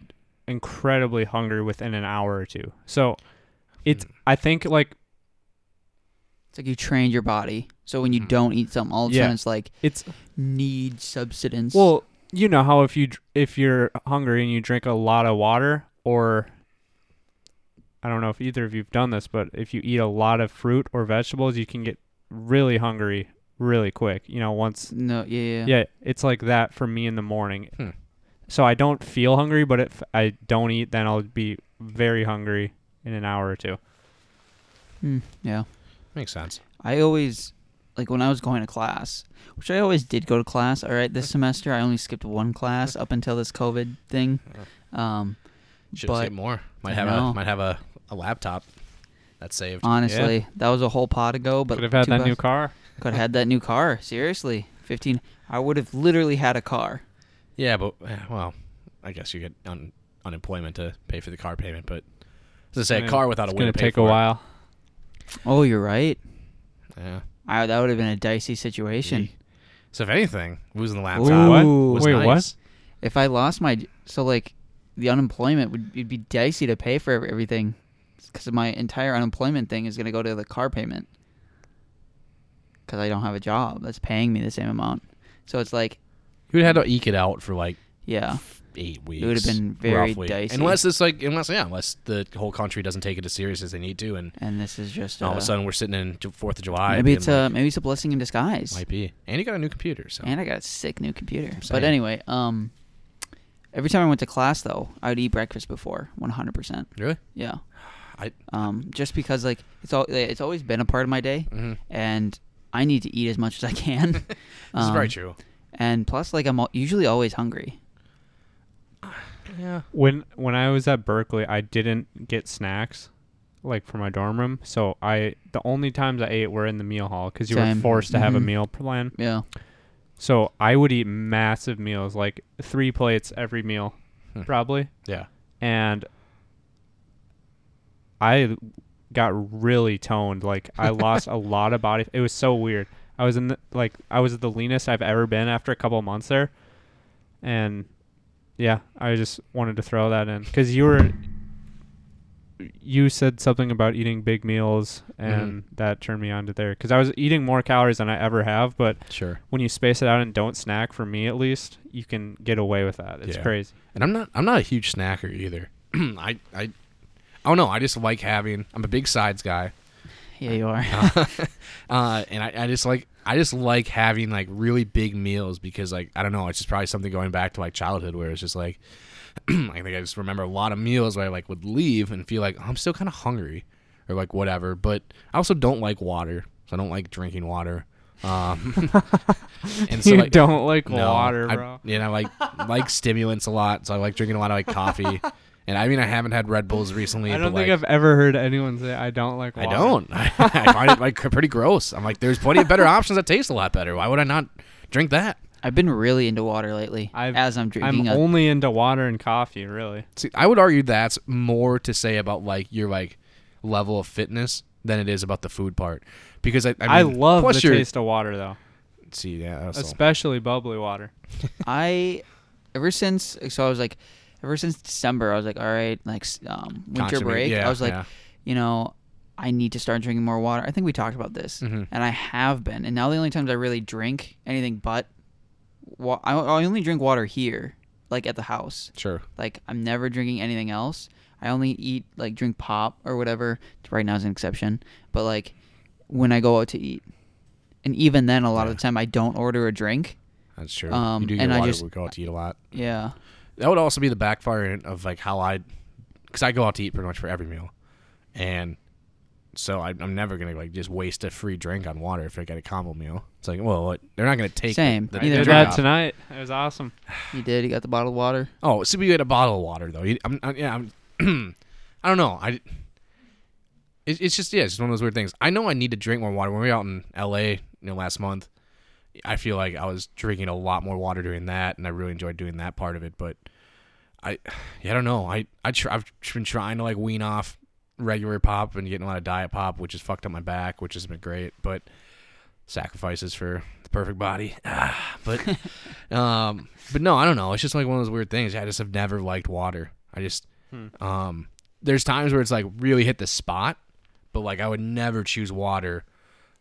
Speaker 6: incredibly hungry within an hour or two. So it's I think like
Speaker 5: It's like you trained your body. So when you don't eat something all the
Speaker 6: Mm. Yeah.
Speaker 5: time, it's like
Speaker 6: it's
Speaker 5: need substance.
Speaker 6: well, you know how if you dr- if you're hungry and you drink a lot of water or I don't know if either of you've done this, but if you eat a lot of fruit or vegetables, you can get really hungry really quick. You know, once
Speaker 5: no, yeah, yeah.
Speaker 6: yeah, it's like that for me in the morning.
Speaker 4: Hmm.
Speaker 6: So I don't feel hungry, but if I don't eat, then I'll be very hungry in an hour or two.
Speaker 5: Hmm, yeah.
Speaker 4: Makes sense.
Speaker 5: I always like when I was going to class, which I always did go to class. All right, this semester I only skipped one class up until this COVID thing. Um,
Speaker 4: Should
Speaker 5: But-
Speaker 4: save more. Might
Speaker 5: I
Speaker 4: have
Speaker 5: know.
Speaker 4: a might have a, a laptop that's saved.
Speaker 5: honestly, that was a whole pot ago. But
Speaker 6: Could have had
Speaker 5: two
Speaker 6: that new
Speaker 5: bucks-
Speaker 6: car.
Speaker 5: Could have had that new car. Seriously, fifteen. I would have literally had a car.
Speaker 4: Yeah, but eh, well, I guess you get un- unemployment to pay for the car payment, but as I say, a car without
Speaker 6: it's
Speaker 4: a way
Speaker 6: gonna
Speaker 4: to pay
Speaker 6: take
Speaker 4: for
Speaker 6: a
Speaker 4: it-
Speaker 6: while.
Speaker 5: Oh, you're right.
Speaker 4: Yeah.
Speaker 5: I, that would have been a dicey situation.
Speaker 4: So if anything, losing the
Speaker 5: Ooh.
Speaker 4: laptop
Speaker 6: What?
Speaker 4: was
Speaker 6: Wait,
Speaker 4: nice.
Speaker 6: what?
Speaker 5: If I lost my so like the unemployment would it'd be dicey to pay for everything because my entire unemployment thing is gonna go to the car payment because I don't have a job that's paying me the same amount. So it's like
Speaker 4: You would have had to eke it out for like
Speaker 5: yeah,
Speaker 4: eight weeks.
Speaker 5: would've been very
Speaker 4: roughly.
Speaker 5: dicey.
Speaker 4: Unless it's like, unless yeah, unless the whole country doesn't take it as serious as they need to, and
Speaker 5: and this is just
Speaker 4: all of
Speaker 5: uh,
Speaker 4: a sudden we're sitting in Ju- Fourth of July.
Speaker 5: maybe it's uh,
Speaker 4: being
Speaker 5: a
Speaker 4: like,
Speaker 5: maybe it's a blessing in disguise.
Speaker 4: might be, and you got a new computer, so
Speaker 5: And I got a sick new computer. But
Speaker 4: saying.
Speaker 5: anyway, um, Every time I went to class, though, I would eat breakfast before, 100%.
Speaker 4: Really?
Speaker 5: Yeah.
Speaker 4: I-
Speaker 5: um, just because like it's all it's always been a part of my day,
Speaker 4: Mhm.
Speaker 5: and I need to eat as much as I can. this
Speaker 4: This is
Speaker 5: um,
Speaker 4: very true.
Speaker 5: And plus, like I'm al- usually always hungry.
Speaker 4: Yeah.
Speaker 6: When when I was at Berkeley, I didn't get snacks, like for my dorm room. So I the only times I ate were in the meal hall because you
Speaker 5: Same.
Speaker 6: were forced to have a
Speaker 4: Mm-hmm.
Speaker 5: Mhm.
Speaker 6: meal plan.
Speaker 5: Yeah.
Speaker 6: So I would eat massive meals, like three plates every meal,
Speaker 4: Hmm.
Speaker 6: probably.
Speaker 4: Yeah.
Speaker 6: And I got really toned. Like I lost a lot of body. It was so weird. I was in the, like I was the leanest I've ever been after a couple of months there, and yeah, I just wanted to throw that in because you were. You said something about eating big meals,
Speaker 4: Mm-hmm.
Speaker 6: and that turned me on to there because I was eating more calories than I ever have, but
Speaker 4: Sure.
Speaker 6: when you space it out and don't snack for me at least you can get away with that it's
Speaker 4: Yeah.
Speaker 6: crazy
Speaker 4: And I'm not I'm not a huge snacker either. I I I don't know. I just like having. I'm a big sides guy.
Speaker 5: Yeah, you are.
Speaker 4: Uh-huh. uh, and I, I just like I just like having like really big meals because like I don't know it's just probably something going back to like childhood where it's just like I think I just remember a lot of meals where I like would leave and feel like "Oh, I'm still kind of hungry or like whatever but I also don't like water so I don't like drinking water um and so
Speaker 6: you
Speaker 4: like
Speaker 6: don't like
Speaker 4: no,
Speaker 6: water
Speaker 4: I-
Speaker 6: bro
Speaker 4: and I like like stimulants a lot so I like drinking a lot of like coffee and I mean I haven't had Red Bulls recently
Speaker 6: i
Speaker 4: but,
Speaker 6: don't think
Speaker 4: like,
Speaker 6: i've ever heard anyone say i don't like
Speaker 4: I
Speaker 6: water
Speaker 4: don't. I find it like pretty gross. I'm like, there's plenty of better options that taste a lot better. Why would I not drink that?
Speaker 5: I've been really into water lately.
Speaker 6: I've-
Speaker 5: as I'm
Speaker 6: i'm
Speaker 5: drinking, a-
Speaker 6: only into water and coffee really
Speaker 4: See, I would argue that's more to say about like your like level of fitness than it is about the food part, because I
Speaker 6: i,
Speaker 4: I, mean,
Speaker 6: love
Speaker 4: plus
Speaker 6: the
Speaker 4: you're-
Speaker 6: taste of water though
Speaker 4: See, yeah, that's all.
Speaker 6: especially bubbly water
Speaker 5: I ever since so I was like, ever since December, I was like, all right, like s- um, winter
Speaker 4: Constantly-
Speaker 5: break.
Speaker 4: yeah,
Speaker 5: I was like,
Speaker 4: yeah.
Speaker 5: you know, I need to start drinking more water. I think we talked about this,
Speaker 4: Mm-hmm.
Speaker 5: and I have been. And now the only times I really drink anything but, wa- I, I only drink water here, like at the house.
Speaker 4: sure.
Speaker 5: Like I'm never drinking anything else. I only eat like drink pop or whatever. Right now is an exception, but like when I go out to eat, and even then, a lot of the time I don't order a drink.
Speaker 4: That's true.
Speaker 5: Um,
Speaker 4: you do get
Speaker 5: and I
Speaker 4: water.
Speaker 5: just-
Speaker 4: we go out to eat a lot.
Speaker 5: Yeah.
Speaker 4: that would also be the backfire of like how I, because I go out to eat pretty much for every meal, and so I, I'm never gonna like just waste a free drink on water if I get a combo meal. It's like, well, what, they're not gonna take
Speaker 5: Same.
Speaker 4: The,
Speaker 5: I
Speaker 4: the
Speaker 5: did
Speaker 6: did
Speaker 4: drink
Speaker 6: that
Speaker 4: off.
Speaker 6: tonight it was awesome
Speaker 5: You did. You got the bottled water.
Speaker 4: Oh, so we had a bottle of water though. You- I'm, I, yeah, I'm, I don't know. I, it, it's just yeah, it's just one of those weird things. I know I need to drink more water. When we were out in L.A. you know last month, I feel like I was drinking a lot more water doing that, and I really enjoyed doing that part of it. But I, yeah, I don't know. I I tr- I've tr- been trying to like wean off regular pop and getting a lot of diet pop, which has fucked up my back, which has been great. But sacrifices for the perfect body. Ah, but um, but no, I don't know. It's just like one of those weird things. I just have never liked water. I just
Speaker 6: Hmm.
Speaker 4: um, there's times where it's like really hit the spot, but like I would never choose water.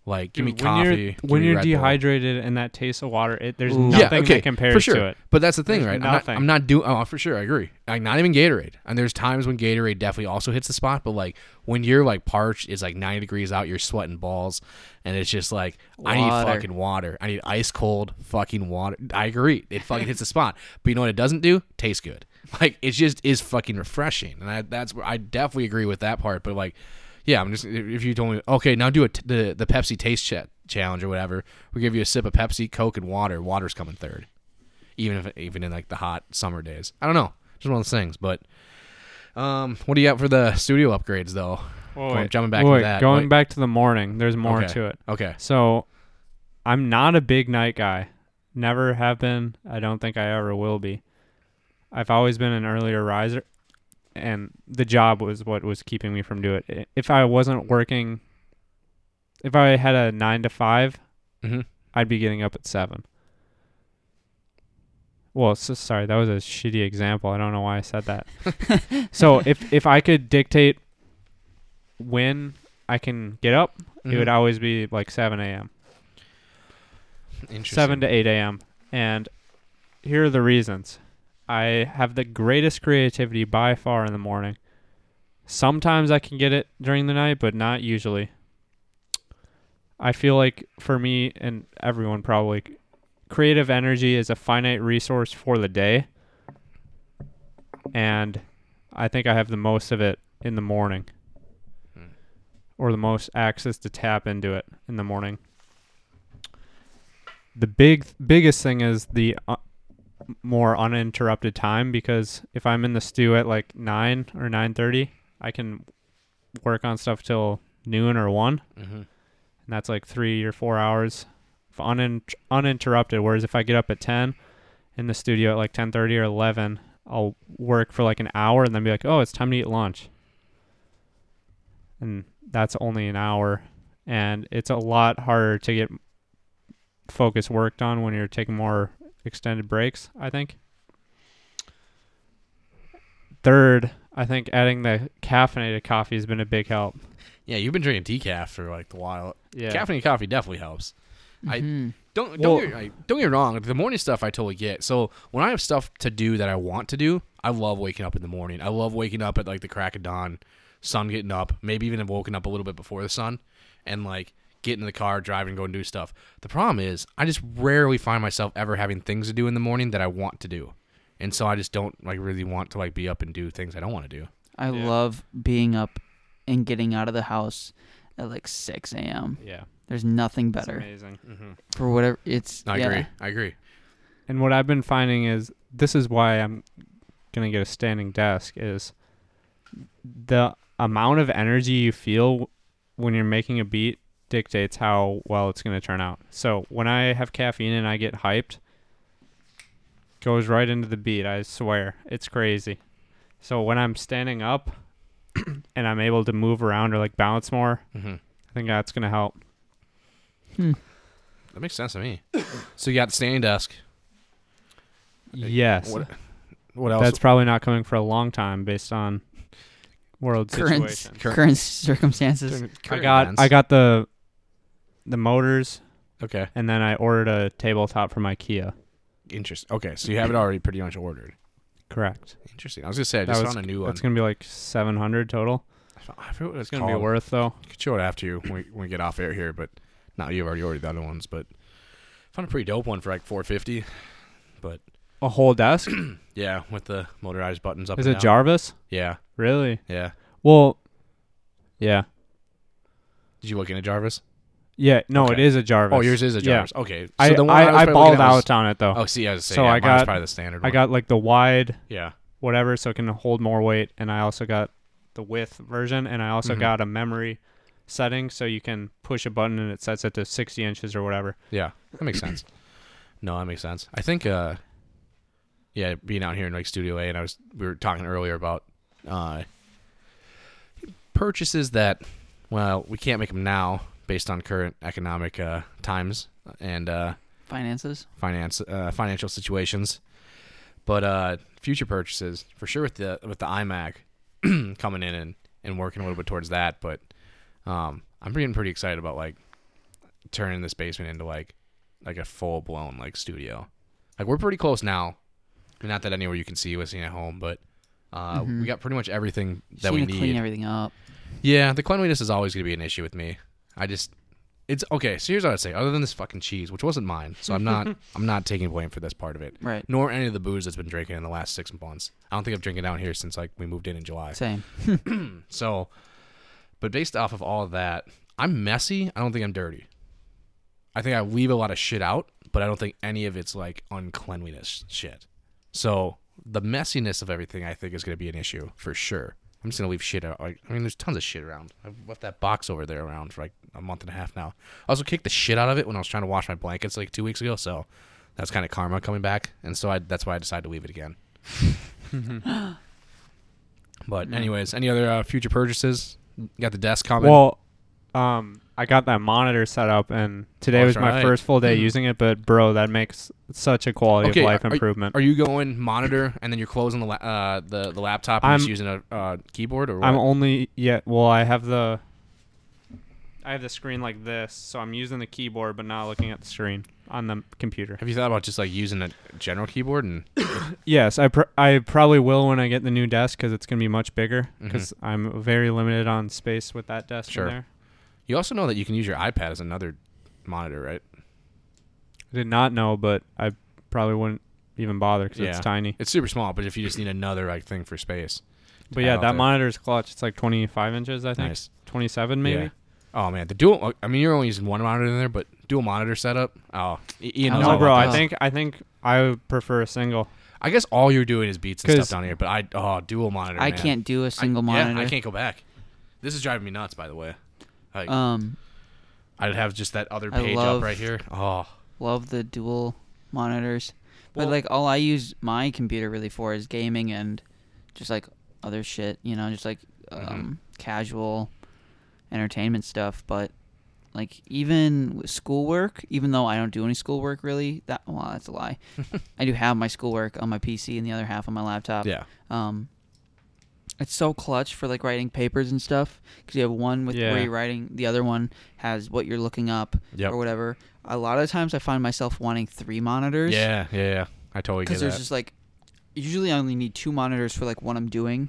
Speaker 4: Like give me
Speaker 6: Dude,
Speaker 4: coffee.
Speaker 6: when you're,
Speaker 4: give
Speaker 6: when
Speaker 4: me
Speaker 6: you're
Speaker 4: Red Bull.
Speaker 6: dehydrated and that taste of water it there's
Speaker 5: Ooh.
Speaker 6: nothing
Speaker 5: Yeah,
Speaker 6: that compares
Speaker 4: for sure.
Speaker 6: to it
Speaker 4: But that's the thing,
Speaker 6: There's
Speaker 4: right? I'm not,
Speaker 6: nothing.
Speaker 4: I'm not doing. Oh, for sure, I agree. Like not even Gatorade. And there's times when Gatorade definitely also hits the spot. But like when you're like parched, it's like 90 degrees out, you're sweating balls, and it's just like I need
Speaker 5: Water.
Speaker 4: fucking water. I need ice cold fucking water. I agree. It fucking hits the spot. But you know what it doesn't do? Tastes good. Like it just is fucking refreshing. And I, that's where I definitely agree with that part. But like. Yeah, I'm just if if you told me, okay, now do a t- the the Pepsi taste ch- challenge or whatever. We give you a sip of Pepsi, Coke, and water. Water's coming third even if even in like the hot summer days. I don't know, just one of those things. But um, what do you got for the studio upgrades though?
Speaker 6: Whoa,
Speaker 4: Going-
Speaker 6: wait.
Speaker 4: jumping back
Speaker 6: Whoa,
Speaker 4: to
Speaker 6: wait,
Speaker 4: that,
Speaker 6: going
Speaker 4: wait.
Speaker 6: back to the morning there's more
Speaker 4: Okay.
Speaker 6: to it
Speaker 4: Okay,
Speaker 6: So I'm not a big night guy. Never have been. I don't think I ever will be. I've always been an earlier riser and the job was what was keeping me from doing it. I- If I wasn't working if I had a 9 to 5,
Speaker 4: Mhm.
Speaker 6: I'd be getting up at 7. Well, so, sorry, that was a shitty example. I don't know why I said that. so, if if I could dictate when I can get up, it would
Speaker 4: Mhm.
Speaker 6: always be like 7 a.m.,
Speaker 4: interesting.
Speaker 6: 7 to 8 a.m. And here are the reasons. I have the greatest creativity by far in the morning. Sometimes I can get it during the night, but not usually. I feel like for me and everyone probably, creative energy is a finite resource for the day. and I think I have the most of it in the morning, or the most access to tap into it in the morning. The big biggest thing is the uh, more uninterrupted time because if I'm in the stew at like nine or nine thirty, I can work on stuff till noon or one,
Speaker 4: Mhm.
Speaker 6: and that's like three or four hours of unin- uninterrupted. Whereas if I get up at ten in the studio at like ten thirty or eleven, I'll work for like an hour and then be like, oh, it's time to eat lunch, and that's only an hour, and it's a lot harder to get focus worked on when you're taking more extended breaks, I think. Third, I think adding the caffeinated coffee has been a big help.
Speaker 4: Yeah, you've been drinking decaf for like the while.
Speaker 6: Yeah. Mm-hmm.
Speaker 4: Caffeinated coffee definitely helps. I don't don't
Speaker 6: Well-
Speaker 4: get, I, don't get me wrong. The morning stuff I totally get. So when I have stuff to do that I want to do, I love waking up in the morning. I love waking up at like the crack of dawn, sun getting up, maybe even have woken up a little bit before the sun, and like get in the car, drive and go and do stuff. The problem is I just rarely find myself ever having things to do in the morning that I want to do, and so I just don't like really want to like be up and do things I don't want to do.
Speaker 5: I
Speaker 6: Yeah.
Speaker 5: love being up and getting out of the house at like 6 a.m.
Speaker 6: Yeah.
Speaker 5: There's nothing
Speaker 6: It's
Speaker 5: better
Speaker 6: amazing.
Speaker 5: for whatever it's.
Speaker 4: I
Speaker 5: yeah.
Speaker 4: agree. I agree.
Speaker 6: And what I've been finding is this is why I'm gonna get a standing desk is the amount of energy you feel when you're making a beat dictates how well it's gonna turn out. So when I have caffeine and I get hyped, goes right into the beat. I swear, it's crazy. So when I'm standing up and I'm able to move around or like bounce more,
Speaker 4: hmm
Speaker 6: I think that's gonna help.
Speaker 4: That makes sense to me. so you got the standing desk.
Speaker 6: Yes,
Speaker 4: What, what else?
Speaker 6: that's probably not coming for a long time based on world
Speaker 5: Current,
Speaker 6: situation.
Speaker 4: Cur-
Speaker 5: current circumstances.
Speaker 6: I got I got the the motors
Speaker 4: okay.
Speaker 6: and then I ordered a tabletop from IKEA.
Speaker 4: Interest. Okay, so you have it already pretty much ordered.
Speaker 6: Correct.
Speaker 4: Interesting. I was gonna say I
Speaker 6: That
Speaker 4: just
Speaker 6: was-
Speaker 4: found a new one.
Speaker 6: That's gonna be like seven hundred total.
Speaker 4: I fo- I forget what it's
Speaker 6: It's gonna
Speaker 4: called.
Speaker 6: be worth though.
Speaker 4: I could show it after you when we, when we get off air here, but not you've already ordered the other ones. But I found a pretty dope one for like four fifty. But
Speaker 6: A whole desk?
Speaker 4: yeah, with the motorized buttons up.
Speaker 6: Is
Speaker 4: and
Speaker 6: it
Speaker 4: down.
Speaker 6: Jarvis?
Speaker 4: Yeah,
Speaker 6: Really?
Speaker 4: yeah.
Speaker 6: Well, yeah,
Speaker 4: Did you look into Jarvis?
Speaker 6: yeah. No, it
Speaker 4: Okay.
Speaker 6: is a Jarvis.
Speaker 4: Oh, yours is a
Speaker 6: Yeah.
Speaker 4: Jarvis. Okay. So
Speaker 6: I
Speaker 4: the one
Speaker 6: I, I,
Speaker 4: was probably
Speaker 6: balled
Speaker 4: looking at was-
Speaker 6: out on it though.
Speaker 4: Oh, see, I was saying,
Speaker 6: So
Speaker 4: yeah,
Speaker 6: I
Speaker 4: mine was
Speaker 6: got-
Speaker 4: probably the standard.
Speaker 6: I
Speaker 4: one.
Speaker 6: got like the wide
Speaker 4: yeah.
Speaker 6: whatever so it can hold more weight and I also got the width version and I also
Speaker 4: Mhm.
Speaker 6: got a memory setting so you can push a button and it sets it to 60 inches or whatever.
Speaker 4: Yeah, that makes sense. No, that makes sense. I think, uh, yeah, being out here in like Studio A, and I was we were talking earlier about uh, purchases that, well, we can't make them now based on current economic uh, times and uh,
Speaker 5: Finances.
Speaker 4: finance uh, financial situations, but uh, future purchases for sure with the with the iMac coming in and, and working a little bit towards that. But um, I'm getting pretty excited about like turning this basement into like like a full blown like studio. Like we're pretty close now. Not that anywhere you can see listening at home, but uh, we got pretty much everything
Speaker 5: Just
Speaker 4: that we
Speaker 5: need to clean
Speaker 4: need.
Speaker 5: everything up.
Speaker 4: Yeah, the cleanliness is always going to be an issue with me. I just it's okay. So here's what I'd say. Other than this fucking cheese, which wasn't mine, so I'm not I'm not taking blame for this part of it,
Speaker 5: Right.
Speaker 4: nor any of the booze that's been drinking in the last six months. I don't think I've drinking down here since like we moved in in July.
Speaker 5: Same.
Speaker 4: So, but based off of all of that, I'm messy. I don't think I'm dirty. I think I leave a lot of shit out, but I don't think any of it's like uncleanliness shit. So the messiness of everything, I think, is going to be an issue for sure. I'm just gonna leave shit out. Like, I mean, there's tons of shit around. I've left that box over there around for like a month and a half now. I also kicked the shit out of it when I was trying to wash my blankets like two weeks ago. So that's kind of karma coming back, and so I, that's why I decided to leave it again. But anyways, any other uh, future purchases? You got the desk coming.
Speaker 6: Well, um I got that monitor set up and today
Speaker 4: Oh,
Speaker 6: was
Speaker 4: that's
Speaker 6: my
Speaker 4: right.
Speaker 6: first full day using it, but bro, that makes such a quality
Speaker 4: Okay,
Speaker 6: of life
Speaker 4: are- are-
Speaker 6: improvement.
Speaker 4: Are you going monitor and then you're closing the la- uh, the the laptop and
Speaker 6: I'm-
Speaker 4: just using a uh, keyboard or what?
Speaker 6: I'm only yeah, well, I have the I have the screen like this, so I'm using the keyboard but not looking at the screen on the computer.
Speaker 4: Have you thought about just like using a general keyboard and
Speaker 6: Yes, I pr- I probably will when I get the new desk because it's gonna be much bigger because I'm very limited on space with that desk
Speaker 4: Mm-hmm. Sure.
Speaker 6: in there.
Speaker 4: you also know that you can use your iPad as another monitor, right?
Speaker 6: I did not know, but I probably wouldn't even bother because
Speaker 4: Yeah.
Speaker 6: it's tiny.
Speaker 4: It's super small, but if you just need another like thing for space,
Speaker 6: But
Speaker 4: I
Speaker 6: yeah,
Speaker 4: don't
Speaker 6: that
Speaker 4: think-
Speaker 6: monitor's clutch. It's like 25 inches, I think.
Speaker 4: Nice.
Speaker 6: 27 maybe.
Speaker 4: Yeah. Oh man, the dual. I mean, you're only using one monitor in there, but dual monitor setup. Oh, y- Ian knows
Speaker 5: I don't
Speaker 6: No,
Speaker 4: all
Speaker 6: bro.
Speaker 4: about
Speaker 6: I
Speaker 4: that.
Speaker 6: think I think I would prefer a single.
Speaker 4: I guess all you're doing is beats and stuff
Speaker 6: 'Cause-
Speaker 4: down here, but I oh dual monitor.
Speaker 5: I
Speaker 4: man.
Speaker 5: can't do a
Speaker 4: I-
Speaker 5: single
Speaker 4: Yeah,
Speaker 5: monitor.
Speaker 4: I can't go back. This is driving me nuts. By the way, like
Speaker 5: Um,
Speaker 4: I'd have just that other
Speaker 5: I
Speaker 4: page
Speaker 5: love-
Speaker 4: up right here. Oh,
Speaker 5: love the dual monitors, but
Speaker 4: Well-
Speaker 5: like all I use my computer really for is gaming and just like other shit, you know, just like um,
Speaker 4: Mm-hmm.
Speaker 5: casual entertainment stuff. But like even with schoolwork, even though I don't do any schoolwork really, that well, that's a lie. I do have my schoolwork on my PC and the other half on my laptop.
Speaker 4: yeah.
Speaker 5: Um, it's so clutch for like writing papers and stuff because you have one with
Speaker 6: Yeah.
Speaker 5: where you're writing, the other one has what you're looking up
Speaker 4: Yep.
Speaker 5: or whatever. A lot of times, I find myself wanting three monitors.
Speaker 4: yeah, yeah, yeah. I totally get
Speaker 5: because
Speaker 4: that.
Speaker 5: there's just like usually I only need two monitors for like what I'm doing,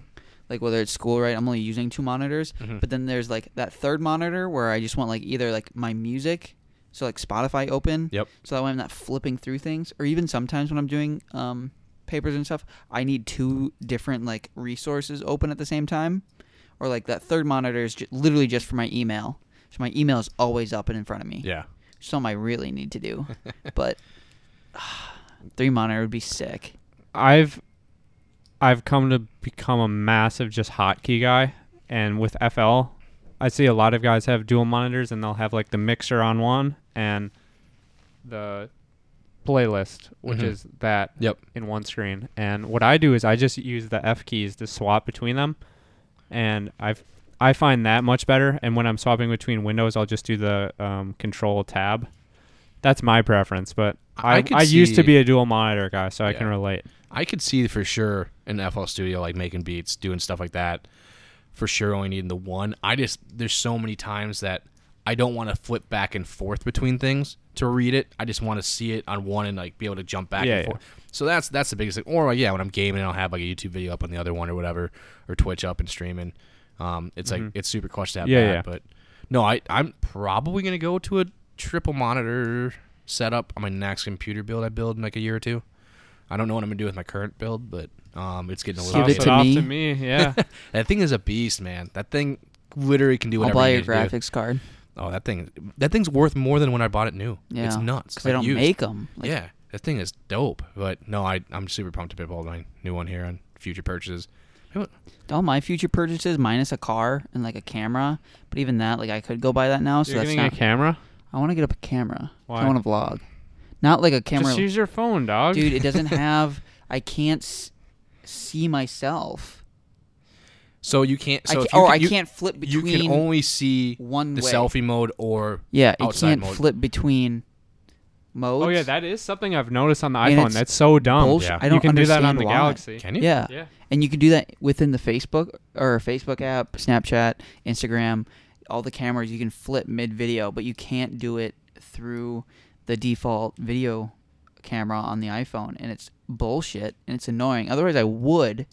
Speaker 5: like whether it's school right, I'm only using two monitors.
Speaker 4: Mm-hmm.
Speaker 5: But then there's like that third monitor where I just want like either like my music, so like Spotify open.
Speaker 4: Yep.
Speaker 5: So that way I'm not flipping through things, or even sometimes when I'm doing um, papers and stuff, I need two different like resources open at the same time, or like that third monitor is ju- literally just for my email. So my email is always up and in front of me.
Speaker 4: yeah.
Speaker 5: Something I really need to do, but. Three monitor would be sick.
Speaker 6: I've I've come to become a massive just hotkey guy, and with FL, I see a lot of guys have dual monitors, and they'll have like the mixer on one and the playlist, which
Speaker 4: Mhm.
Speaker 6: is that
Speaker 4: Yep.
Speaker 6: in one screen. And what I do is I just use the F keys to swap between them, and I've I find that much better. And when I'm swapping between windows, I'll just do the um, control tab. That's my preference, but
Speaker 4: I- I
Speaker 6: I, I,
Speaker 4: could
Speaker 6: used to
Speaker 4: see-
Speaker 6: be a dual monitor guy, so I
Speaker 4: Yeah.
Speaker 6: can relate.
Speaker 4: I could see for sure an FL Studio like making beats, doing stuff like that. For sure, only needing the one. I just there's so many times that I don't want to flip back and forth between things to read it. I just want to see it on one and like be able to jump back
Speaker 6: Yeah,
Speaker 4: and
Speaker 6: yeah.
Speaker 4: forth. So that's that's the biggest thing. Or like, yeah, when I'm gaming, I'll have like a YouTube video up on the other one or whatever, or Twitch up and streaming. Um, it's like it's super clutch to have
Speaker 6: Mm-hmm. Yeah,
Speaker 4: that.
Speaker 6: yeah.
Speaker 4: But no, I I'm probably gonna go to a triple monitor setup on my next computer build I build in like a year or two. I don't know what I'm gonna do with my current build, but um, it's getting a little.
Speaker 5: Give it
Speaker 6: Toss
Speaker 4: bit-
Speaker 5: to
Speaker 6: off
Speaker 5: me.
Speaker 6: to me. Yeah.
Speaker 4: that thing is a beast, man. That thing literally can do
Speaker 5: I'll
Speaker 4: whatever.
Speaker 5: buy
Speaker 4: you
Speaker 5: your
Speaker 4: need to do.
Speaker 5: graphics card.
Speaker 4: Oh, that thing. That thing's worth more than when I bought it new.
Speaker 5: Yeah,
Speaker 4: it's nuts.
Speaker 5: Because they
Speaker 4: like,
Speaker 5: don't
Speaker 4: used.
Speaker 5: make them. Like,
Speaker 4: yeah, that thing is dope. But no, I I'm super pumped to pitbull my new one here on future purchases.
Speaker 5: All my future purchases, minus a car and like a camera, but even that, like I could go buy that now. So
Speaker 6: You're
Speaker 5: that's
Speaker 6: getting
Speaker 5: not.
Speaker 6: a camera?
Speaker 5: I want to get up a camera. 'cause
Speaker 6: Why?
Speaker 5: I want to vlog, not like a camera.
Speaker 6: Just use your phone, dog.
Speaker 5: Dude, it doesn't have. I can't s- see myself.
Speaker 4: So you can't. So
Speaker 5: I
Speaker 4: if
Speaker 5: can't,
Speaker 4: you
Speaker 5: or
Speaker 4: can-
Speaker 5: I
Speaker 4: you-
Speaker 5: can't flip
Speaker 4: You
Speaker 5: between.
Speaker 4: can only see
Speaker 5: one
Speaker 4: the
Speaker 5: way.
Speaker 4: selfie mode or
Speaker 5: yeah, it
Speaker 4: outside
Speaker 5: can't
Speaker 4: mode.
Speaker 5: flip between modes.
Speaker 6: oh yeah, that is something I've noticed on the
Speaker 5: And
Speaker 6: iPhone.
Speaker 5: it's
Speaker 6: That's so dumb.
Speaker 5: bullshit.
Speaker 4: Yeah.
Speaker 5: I don't
Speaker 6: you can do that on
Speaker 5: understand
Speaker 6: the
Speaker 5: why.
Speaker 6: Galaxy.
Speaker 4: Can you?
Speaker 5: Yeah.
Speaker 6: Yeah.
Speaker 5: And you can do that within the Facebook or Facebook app, Snapchat, Instagram, all the cameras you can flip mid video, but you can't do it through the default video camera on the iPhone and it's bullshit and it's annoying. Otherwise I would,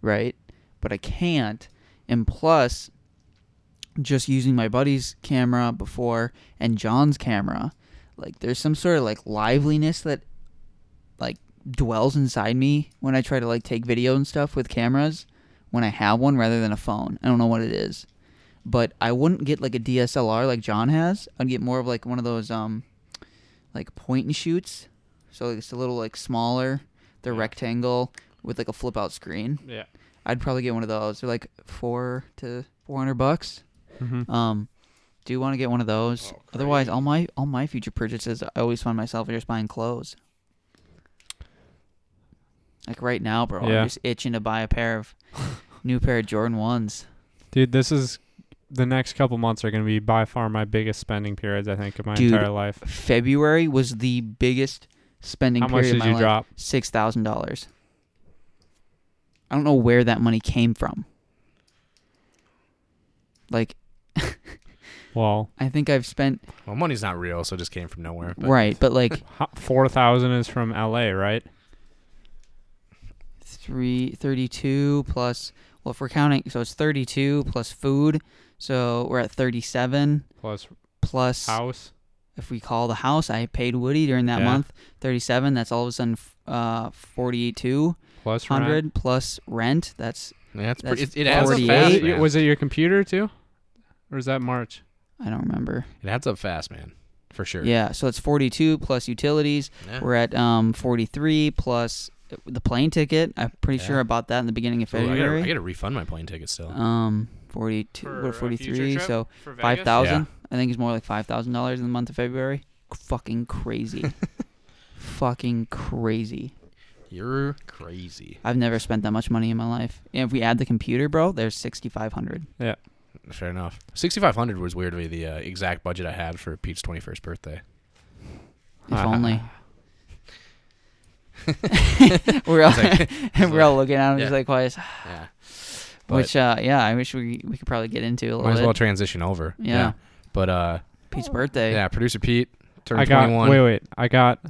Speaker 5: right? But I can't. And plus just using my buddy's camera before and John's camera, like there's some sort of like liveliness that like dwells inside me when I try to like take video and stuff with cameras when I have one rather than a phone. I don't know what it is. But I wouldn't get like a DSLR like John has. I'd get more of like one of those um like point and shoots. So it's a little like smaller, they're rectangle with like a flip out screen.
Speaker 6: Yeah.
Speaker 5: I'd probably get one of those. They're like four to four hundred bucks.
Speaker 6: Mhm.
Speaker 5: Um, do want to get one of those. Otherwise, all my all my future purchases, I always find myself just buying clothes. Like right now, bro,
Speaker 6: Yeah.
Speaker 5: I'm just itching to buy a pair of new pair of Jordan ones.
Speaker 6: Dude, this is the next couple months are going to be by far my biggest spending periods. I think of my
Speaker 5: Dude,
Speaker 6: entire life.
Speaker 5: February was the biggest spending.
Speaker 6: How much
Speaker 5: period of
Speaker 6: did
Speaker 5: my
Speaker 6: you
Speaker 5: life.
Speaker 6: drop?
Speaker 5: Six thousand dollars. I don't know where that money came from. Like
Speaker 6: Well,
Speaker 5: I think I've spent
Speaker 4: Well, money's not real, so it just came from nowhere. But
Speaker 5: right, but like
Speaker 6: ho- four thousand is from LA, right?
Speaker 5: three thirty-two plus. Well, if we're counting, so it's thirty-two plus food, so we're at thirty-seven
Speaker 6: Plus
Speaker 5: plus.
Speaker 6: house.
Speaker 5: If we call the house, I paid Woody during that
Speaker 6: Yeah.
Speaker 5: month thirty-seven. That's all of a sudden f- uh, 4200
Speaker 6: Plus rent.
Speaker 5: plus rent. That's
Speaker 4: Yeah, it's
Speaker 5: That's
Speaker 4: pretty, it, it adds up
Speaker 5: 48.
Speaker 4: fast.
Speaker 6: Y-
Speaker 4: man.
Speaker 6: Was it your computer too, or is that March?
Speaker 5: I don't remember.
Speaker 4: It adds up fast, man, for sure.
Speaker 5: Yeah, so it's 42 plus utilities.
Speaker 4: Yeah.
Speaker 5: We're at um 43 plus uh, the plane ticket. I'm pretty
Speaker 4: Yeah.
Speaker 5: sure I bought that in the beginning of
Speaker 4: Ooh, I, gotta,
Speaker 5: February.
Speaker 4: I gotta refund my plane ticket still.
Speaker 5: um 42 or 43, so 5000 I think it's more like $5,000 in the month of February. Fucking crazy. Fucking crazy.
Speaker 4: You're crazy.
Speaker 5: I've never spent that much money in my life. And if we add the computer, bro, there's 6500.
Speaker 4: Fair enough. 6500 was weirdly the uh, exact budget I had for Pete's 21st birthday.
Speaker 5: If only. we're all,
Speaker 4: like-
Speaker 5: we're all looking at him just
Speaker 4: yeah.
Speaker 5: like, why is
Speaker 4: Yeah. But
Speaker 5: Which, uh, yeah, I wish we we could probably get into a little
Speaker 4: might as
Speaker 5: bit.
Speaker 4: well transition over.
Speaker 5: Yeah.
Speaker 4: But uh,
Speaker 5: Pete's birthday.
Speaker 4: yeah, producer Pete turned
Speaker 6: I got
Speaker 4: 21.
Speaker 6: wait wait I got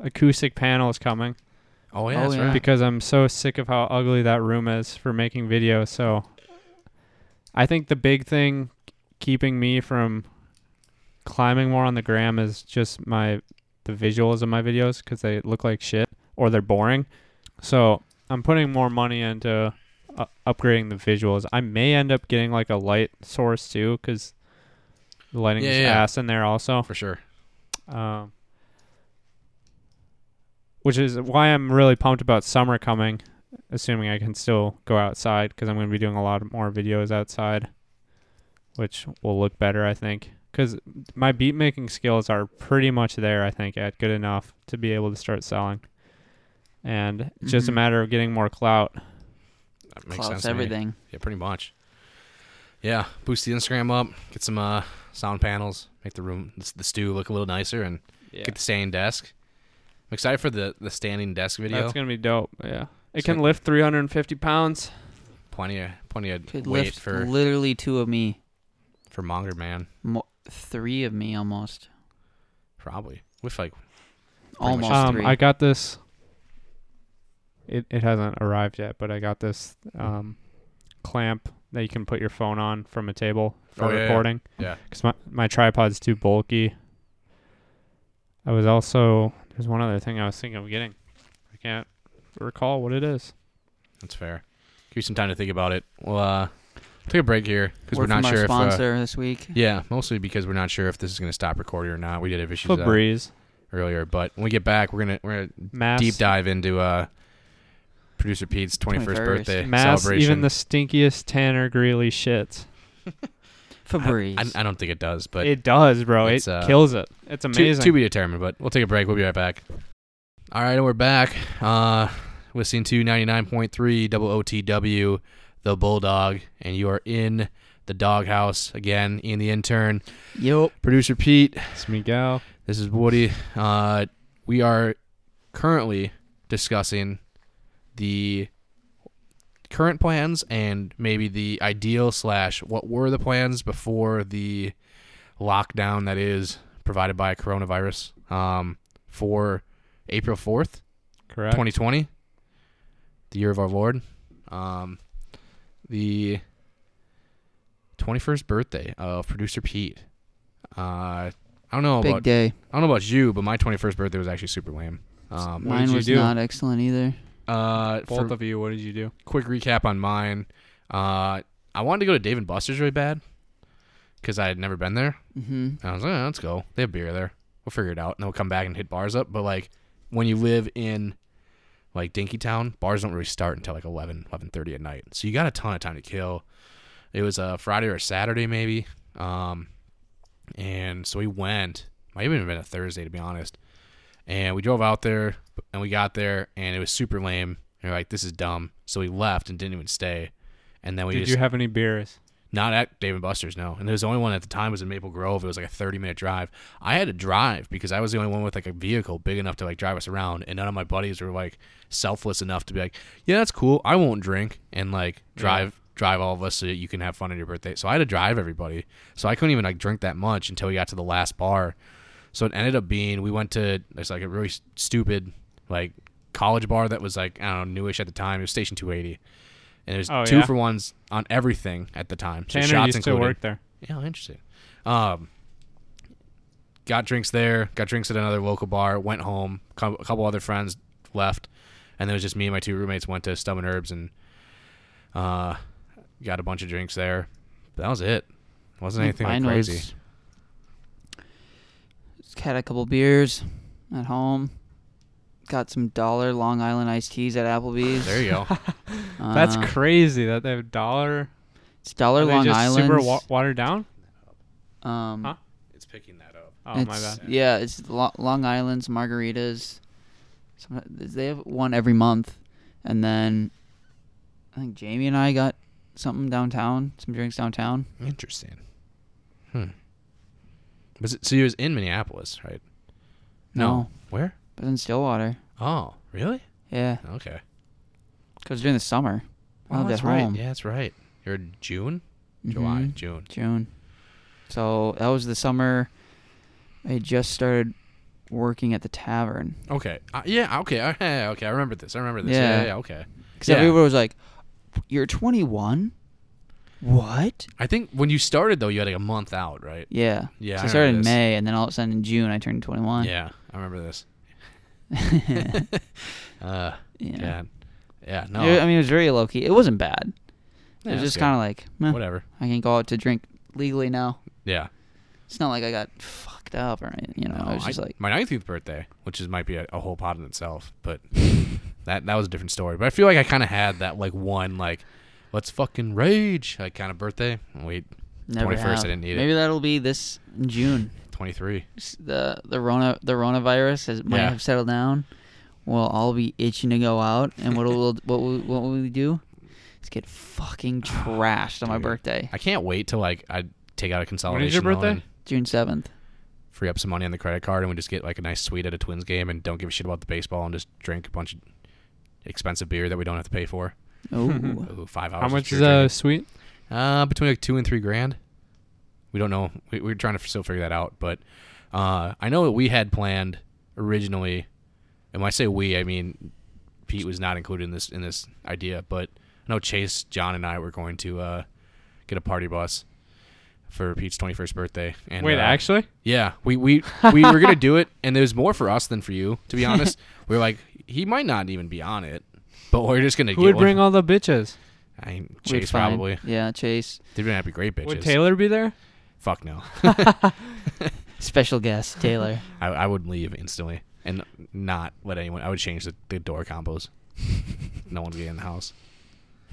Speaker 6: acoustic panels coming
Speaker 4: Oh yeah,
Speaker 5: Oh,
Speaker 4: that's
Speaker 5: yeah.
Speaker 4: right.
Speaker 6: because I'm so sick of how ugly that room is for making videos. So I think the big thing keeping me from climbing more on the gram is just my the visuals of my videos because they look like shit or they're boring. So I'm putting more money into uh, upgrading the visuals. I may end up getting like a light source too because the lighting
Speaker 4: Yeah,
Speaker 6: is
Speaker 4: yeah.
Speaker 6: ass in there also.
Speaker 4: For sure.
Speaker 6: Um, which is why I'm really pumped about summer coming, assuming I can still go outside because I'm going to be doing a lot more videos outside, which will look better, I think. Because my beat making skills are pretty much there, I think, at good enough to be able to start selling. And it's just
Speaker 4: Mm-hmm.
Speaker 6: a
Speaker 5: Mhm.
Speaker 6: matter of getting more clout.
Speaker 4: That makes
Speaker 5: Clouds
Speaker 4: sense. to me.
Speaker 5: everything.
Speaker 4: Yeah, pretty much. Yeah, boost the Instagram up, get some uh, sound panels, make the room, the, the stew look a little nicer, and
Speaker 6: Yeah.
Speaker 4: get the standing desk. I'm excited for the the standing desk video.
Speaker 6: That's going to be dope. Yeah. It
Speaker 4: It's
Speaker 6: can
Speaker 4: gonna-
Speaker 6: lift 350 pounds.
Speaker 4: plenty of plenty of
Speaker 5: Could
Speaker 4: weight
Speaker 5: lift
Speaker 4: for
Speaker 5: literally two of me,
Speaker 4: for Monger Man,
Speaker 5: mo- three of me almost,
Speaker 4: probably with like Pretty much
Speaker 5: almost
Speaker 6: um,
Speaker 5: three.
Speaker 6: I got this. It it hasn't arrived yet, but I got this um, clamp that you can put your phone on from a table for
Speaker 4: Oh, yeah, yeah.
Speaker 6: recording.
Speaker 4: Yeah.
Speaker 6: Because my my tripod's too bulky. I was also there's one other thing I was thinking of getting. I can't recall what it is.
Speaker 4: that's fair. Give you some time to think about it. We'll uh, take a break here because we're
Speaker 5: Word
Speaker 4: not
Speaker 5: from
Speaker 4: sure
Speaker 5: our
Speaker 4: if uh,
Speaker 5: sponsor this week.
Speaker 4: yeah, mostly because we're not sure if this is gonna stop recording or not. We did have issues uh,
Speaker 6: Febreze
Speaker 4: earlier, but when we get back, we're gonna we're gonna
Speaker 6: mass
Speaker 4: deep dive into uh producer Pete's 21st,
Speaker 5: 21st.
Speaker 4: birthday
Speaker 6: mass
Speaker 4: celebration.
Speaker 6: even the stinkiest Tanner Greeley shit.
Speaker 5: Febreze.
Speaker 4: I, I don't think it does, but
Speaker 6: it does, bro. It
Speaker 4: it's, uh,
Speaker 6: kills it. It's
Speaker 4: to,
Speaker 6: amazing.
Speaker 4: to be determined. But we'll take a break. We'll be right back. All right, and we're back. Uh, listening to 99.3 OOTW, the Bulldog, and you are in the doghouse again. Ian the intern,
Speaker 5: yep.
Speaker 4: producer Pete.
Speaker 6: It's Miguel.
Speaker 4: This is Woody. Uh, we are currently discussing the current plans and maybe the ideal slash what were the plans before the lockdown that is provided by coronavirus um, for April 4th,
Speaker 6: Correct.
Speaker 4: 2020, the year of our Lord. Um, the 21st birthday of producer Pete. Uh, I don't know
Speaker 5: Big
Speaker 4: about
Speaker 5: day.
Speaker 4: I don't know about you, but my 21st birthday was actually super lame. Um,
Speaker 6: What did
Speaker 5: Mine
Speaker 6: you
Speaker 5: was
Speaker 6: do?
Speaker 5: not excellent either.
Speaker 4: uh,
Speaker 6: Both
Speaker 4: for
Speaker 6: of you, what did you do?
Speaker 4: quick recap on mine, uh, I wanted to go to Dave and Buster's really bad because I had never been there.
Speaker 5: Mm-hmm.
Speaker 4: And I was like, "Eh, let's go. They have beer there. We'll figure it out, and we'll come back and hit bars up. But like when you live in like Dinky Town, bars don't really start until like 11, 11.30 at night. So you got a ton of time to kill. It was a Friday or a Saturday maybe, um, and so we went. Might even have been a Thursday to be honest. And we drove out there, and we got there, and it was super lame. And we're like, this is dumb. So we left and didn't even stay. And then we
Speaker 6: Did
Speaker 4: just
Speaker 6: you have any beers?
Speaker 4: not at Dave and Buster's, no. And there was the only one at the time was in Maple Grove. It was like a 30 minute drive. I had to drive because I was the only one with like a vehicle big enough to like drive us around. And none of my buddies were like selfless enough to be like, yeah, that's cool. I won't drink and like drive drive all of us so that you can have fun on your birthday. So I had to drive everybody. So I couldn't even like drink that much until we got to the last bar. So it ended up being we went to there's like a really s- stupid like college bar that was like I don't know newish at the time. It was Station 280, and there's
Speaker 6: Oh,
Speaker 4: two
Speaker 6: yeah?
Speaker 4: for ones on everything at the time. So
Speaker 6: Tanner
Speaker 4: shots
Speaker 6: used
Speaker 4: included.
Speaker 6: to work there.
Speaker 4: Yeah, interesting. Um, got drinks there. Got drinks at another local bar. Went home. cou- A couple other friends left, and then it was just me and my two roommates went to Stub and Herbs and uh, got a bunch of drinks there. But that was it. Wasn't anything like
Speaker 5: Mine was-
Speaker 4: crazy.
Speaker 5: just had a couple beers at home. Got some dollar Long Island iced teas at Applebee's.
Speaker 4: There you go.
Speaker 6: That's
Speaker 5: Uh,
Speaker 6: crazy that they have dollar.
Speaker 5: It's dollar
Speaker 6: are they
Speaker 5: Long
Speaker 6: just
Speaker 5: Island.
Speaker 6: super wa- watered down.
Speaker 5: um,
Speaker 6: Huh?
Speaker 4: it's picking that up.
Speaker 6: Oh my
Speaker 5: it's-
Speaker 6: bad.
Speaker 5: Yeah, it's Lo- Long Island's margaritas. Some, they have one every month, and then I think Jamie and I got something downtown, some drinks downtown.
Speaker 4: Interesting. Hmm. Was it, so you was in Minneapolis, right?
Speaker 5: No,
Speaker 4: Where?
Speaker 5: but in Stillwater.
Speaker 4: Oh, really?
Speaker 5: Yeah,
Speaker 4: Okay.
Speaker 5: because during the summer, I
Speaker 4: Oh,
Speaker 5: lived at
Speaker 4: that's right.
Speaker 5: home.
Speaker 4: Yeah, that's right. You're in June, July,
Speaker 5: Mhm.
Speaker 4: June.
Speaker 5: June. So that was the summer. I had just started working at the tavern
Speaker 4: Okay. Uh, yeah. Okay. uh, yeah, okay. I remember this. I remember this.
Speaker 5: Yeah.
Speaker 4: Yeah. yeah, yeah, okay.
Speaker 5: because
Speaker 4: Yeah.
Speaker 5: everybody was like, "You're 21." What?
Speaker 4: I think when you started though, you had like a month out, right?
Speaker 5: Yeah.
Speaker 4: Yeah,
Speaker 5: So
Speaker 4: I
Speaker 5: I, started
Speaker 4: remember
Speaker 5: in
Speaker 4: this.
Speaker 5: May, and then all of a sudden in June I turned 21.
Speaker 4: Yeah, I remember this.
Speaker 5: yeah.
Speaker 4: Uh, yeah. Yeah. no.
Speaker 5: It- I mean, it was very low key. It wasn't bad.
Speaker 4: Yeah,
Speaker 5: it was
Speaker 4: that's
Speaker 5: just
Speaker 4: good.
Speaker 5: kind of like, meh,
Speaker 4: whatever.
Speaker 5: I can go out to drink legally now.
Speaker 4: Yeah.
Speaker 5: It's not like I got fucked up or anything. You know,
Speaker 4: No,
Speaker 5: I was just like,
Speaker 4: Oh, my 19th birthday, which is might be a, a whole pod in itself, but that that was a different story. But I feel like I kind of had that like one like let's fucking rage like kind of birthday. Wait,
Speaker 5: never
Speaker 4: 21st, I
Speaker 5: have.
Speaker 4: didn't need it.
Speaker 5: Maybe that'll be this in June.
Speaker 4: 23.
Speaker 5: S- The the Rona the Rona virus has might
Speaker 4: Yeah.
Speaker 5: have settled down. We'll all be itching to go out, and what will what will, what will we do? Is get fucking trashed on my
Speaker 4: Dude.
Speaker 5: birthday,
Speaker 4: I can't wait till like I take out a consolidation.
Speaker 6: When is your
Speaker 4: loan
Speaker 6: birthday?
Speaker 4: and
Speaker 5: June seventh.
Speaker 4: Free up some money on the credit card, and we just get like a nice suite at a Twins game, and don't give a shit about the baseball, and just drink a bunch of expensive beer that we don't have to pay for.
Speaker 5: Oh,
Speaker 4: Ooh, five hours.
Speaker 6: How
Speaker 4: of
Speaker 6: much
Speaker 4: pure
Speaker 6: is uh, a
Speaker 4: drinking.
Speaker 6: sweet?
Speaker 4: Uh, between like two and three grand. We don't know. We, we're trying to still figure that out. But uh, I know that we had planned originally, and when I say we, I mean Pete was not included in this in this idea. But I know Chase, John, and I were going to uh, get a party bus for Pete's twenty first birthday. And
Speaker 6: Wait,
Speaker 4: uh,
Speaker 6: actually,
Speaker 4: yeah, we we we were gonna do it, and there was more for us than for you, to be honest. we were like, he might not even be on it, but we're just gonna
Speaker 6: who
Speaker 4: get
Speaker 6: would
Speaker 4: one.
Speaker 6: bring all the bitches?
Speaker 4: I,
Speaker 5: We'd
Speaker 4: Chase
Speaker 5: find-
Speaker 4: probably.
Speaker 5: Yeah, Chase,
Speaker 4: They're gonna have to be great bitches.
Speaker 6: Would Taylor be there?
Speaker 4: Fuck no.
Speaker 5: special guest Taylor.
Speaker 4: I, I would leave instantly and not let anyone. I would change the, the door combos. no one would get in the house.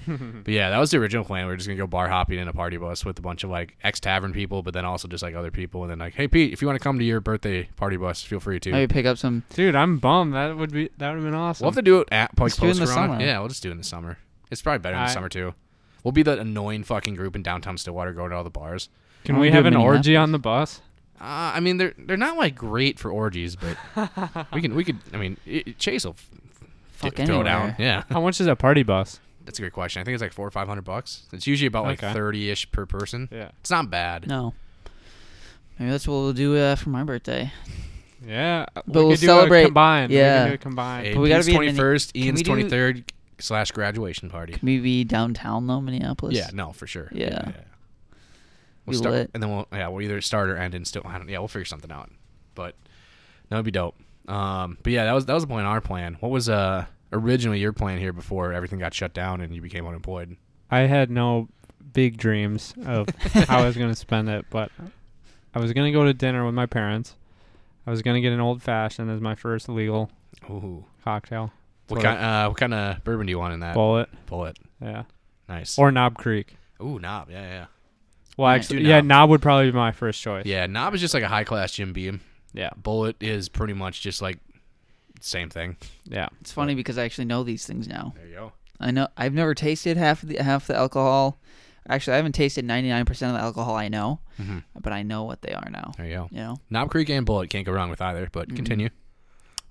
Speaker 4: but yeah, that was the original plan. We were just gonna go bar hopping in a party bus with a bunch of like ex tavern people, but then also just like other people, and then like, hey Pete, if you want to come to your birthday party bus, feel free to.
Speaker 5: Maybe pick up some
Speaker 6: Dude, I'm bummed. That would be that would have been awesome.
Speaker 4: We'll have to do it at like,
Speaker 5: Let's do it in the
Speaker 4: post-corona.
Speaker 5: summer.
Speaker 4: Yeah, we'll just do it in the summer. It's probably better in the
Speaker 6: I-
Speaker 4: summer too. We'll be that annoying fucking group in downtown Stillwater going to all the bars.
Speaker 6: Can
Speaker 5: Wanna
Speaker 6: we
Speaker 5: do
Speaker 6: have
Speaker 5: a
Speaker 6: an
Speaker 5: mini
Speaker 6: orgy on the bus?
Speaker 4: Uh, I mean, they're they're not like great for orgies, but we can we could. I mean, i i- Chase will f-
Speaker 5: fuck
Speaker 4: d- throw down.
Speaker 5: anywhere.
Speaker 4: Yeah,
Speaker 6: How much is a party bus?
Speaker 4: that's a great question. I think it's like four or five hundred bucks. It's usually about like
Speaker 6: Okay.
Speaker 4: thirty ish per person.
Speaker 6: Yeah.
Speaker 4: It's not bad.
Speaker 5: No. Maybe that's what we'll do uh, for my birthday.
Speaker 6: Yeah.
Speaker 5: we'll
Speaker 6: could do
Speaker 5: celebrate-
Speaker 6: A combined. We
Speaker 5: yeah.
Speaker 6: can do it combined.
Speaker 5: But we gotta be in
Speaker 4: twenty
Speaker 5: Minne-
Speaker 4: first.
Speaker 5: we
Speaker 4: Ian's
Speaker 5: do-
Speaker 4: twenty third slash graduation party.
Speaker 5: Can we be downtown though, Minneapolis?
Speaker 4: Yeah, no, for sure.
Speaker 5: Yeah.
Speaker 4: We'll
Speaker 5: Be
Speaker 4: start,
Speaker 5: lit.
Speaker 4: and then we'll yeah we'll either start or end and still I don't yeah we'll figure something out, but that would be dope. Um, but yeah, that was that was the point. Our plan. What was uh originally your plan here before everything got shut down and you became unemployed?
Speaker 6: I had no big dreams of how I was going to spend it, but I was going to go to dinner with my parents. I was going to get an old fashioned as my first legal
Speaker 4: Ooh.
Speaker 6: cocktail.
Speaker 4: What
Speaker 6: Bullet.
Speaker 4: kind uh what kind of bourbon do you want in that?
Speaker 6: Bullet.
Speaker 4: Bullet.
Speaker 6: Yeah.
Speaker 4: Nice.
Speaker 6: Or Knob Creek.
Speaker 4: Ooh, knob. Yeah, yeah.
Speaker 6: Well,
Speaker 5: Nice.
Speaker 6: actually,
Speaker 4: Do
Speaker 6: yeah,
Speaker 4: Knob.
Speaker 6: Knob would probably be my first choice.
Speaker 4: Yeah, knob is just like a high class Jim Beam.
Speaker 6: Yeah.
Speaker 4: Bullet is pretty much just like same thing.
Speaker 6: Yeah.
Speaker 5: It's funny because I actually know these things now.
Speaker 4: There you go.
Speaker 5: I know I've never tasted half of the half the alcohol. Actually, I haven't tasted 99% of the alcohol I know,
Speaker 4: Mhm.
Speaker 5: but I know what they are now.
Speaker 4: There you go.
Speaker 5: You know?
Speaker 4: Knob Creek and Bullet can't go wrong with either, but
Speaker 6: Mm-hmm.
Speaker 5: Mm-mm.
Speaker 4: continue.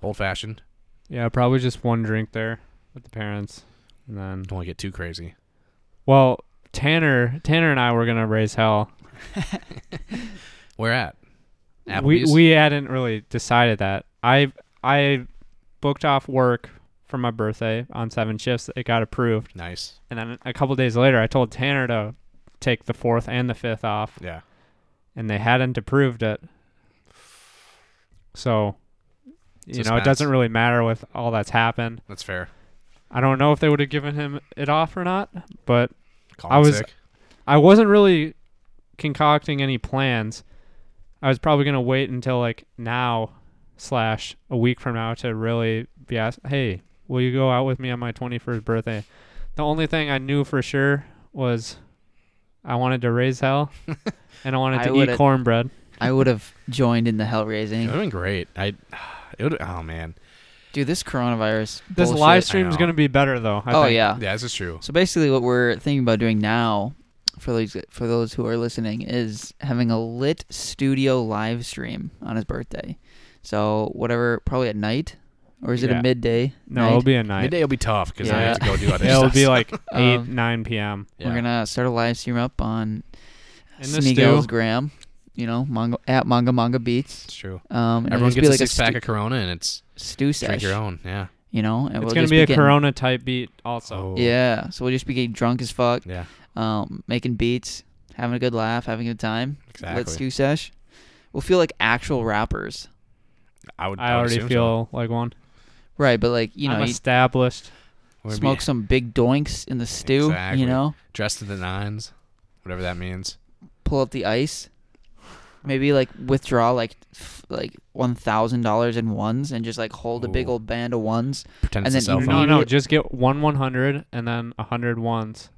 Speaker 4: Old fashioned.
Speaker 6: Yeah, probably just one drink there with the parents. And then
Speaker 4: Don't want to get too crazy.
Speaker 6: well, Tanner Tanner and I were going to raise hell.
Speaker 4: Where at?
Speaker 6: we
Speaker 4: Applebee's?
Speaker 6: we hadn't really decided that. I I booked off work for my birthday on seven shifts. It got approved,
Speaker 4: nice.
Speaker 6: and then a couple days later, I told Tanner to take the fourth and the fifth off,
Speaker 4: Yeah.
Speaker 6: and they hadn't approved it. So, you know, it doesn't
Speaker 4: Suspense.
Speaker 6: really matter with all that's happened.
Speaker 4: That's fair.
Speaker 6: I don't know if they would have given him it off or not, but
Speaker 4: Call
Speaker 6: I
Speaker 4: him
Speaker 6: was-
Speaker 4: sick.
Speaker 6: I wasn't really concocting any plans. I was probably gonna wait until like now slash a week from now to really be asked, Hey, will you go out with me on my twenty first birthday? The only thing I knew for sure was I wanted to raise hell and I wanted
Speaker 5: I
Speaker 6: to eat
Speaker 5: would've-
Speaker 6: cornbread.
Speaker 5: I would have joined in the hell
Speaker 4: It would
Speaker 5: raising.
Speaker 4: have been great. I. It would. Oh man.
Speaker 5: Dude, this coronavirus.
Speaker 6: This
Speaker 5: bullshit.
Speaker 6: live stream is
Speaker 4: know.
Speaker 6: gonna be better though. I
Speaker 5: Oh
Speaker 6: think.
Speaker 5: yeah.
Speaker 4: Yeah, this is true.
Speaker 5: So basically, what we're thinking about doing now, for those for those who are listening, is having a lit studio live stream on his birthday. So whatever, probably at night, or is it
Speaker 6: Yeah.
Speaker 5: a midday?
Speaker 6: No,
Speaker 5: night?
Speaker 6: it'll be a night.
Speaker 4: Midday will be tough because I
Speaker 5: Yeah.
Speaker 4: have to go do other
Speaker 6: It'll
Speaker 4: stuff.
Speaker 6: be like eight,
Speaker 5: Um,
Speaker 6: nine p.m.
Speaker 5: We're gonna start a live stream up on
Speaker 6: In the stew.
Speaker 5: Sneagles Graham, you know, manga, at Manga Manga Beats.
Speaker 4: It's true.
Speaker 5: Um, and it'll
Speaker 4: Everyone
Speaker 5: just
Speaker 4: gets
Speaker 5: be
Speaker 4: a
Speaker 5: like
Speaker 4: six pack
Speaker 5: stu-
Speaker 4: of Corona and it's
Speaker 5: stew
Speaker 4: drink
Speaker 5: sesh,
Speaker 4: your own. Yeah.
Speaker 5: you know. And
Speaker 6: It's
Speaker 5: we'll
Speaker 6: gonna
Speaker 5: just
Speaker 6: be a
Speaker 5: getting-
Speaker 6: Corona type beat also.
Speaker 4: Oh.
Speaker 5: Yeah, so we'll just be getting drunk as fuck,
Speaker 4: Yeah.
Speaker 5: um, making beats, having a good laugh, having a good time.
Speaker 4: Exactly.
Speaker 5: Let's do sesh. We'll feel like actual rappers,
Speaker 4: I would.
Speaker 6: I
Speaker 4: would
Speaker 6: already
Speaker 4: assume
Speaker 6: feel like one.
Speaker 5: right? But like you know,
Speaker 6: I'm
Speaker 5: you
Speaker 6: established.
Speaker 4: So. We'd be
Speaker 5: smoke some big doinks in the stew,
Speaker 4: Exactly.
Speaker 5: you know,
Speaker 4: dressed to the nines, whatever that means.
Speaker 5: pull up the ice, maybe like withdraw like f- like one thousand dollars in ones and just like hold a big
Speaker 4: Ooh.
Speaker 5: old band of ones.
Speaker 4: Pretend
Speaker 5: And
Speaker 4: it's a cell
Speaker 5: then you
Speaker 4: phone.
Speaker 6: No, no,
Speaker 5: Immediate-
Speaker 6: just get one 100 and then a hundred ones,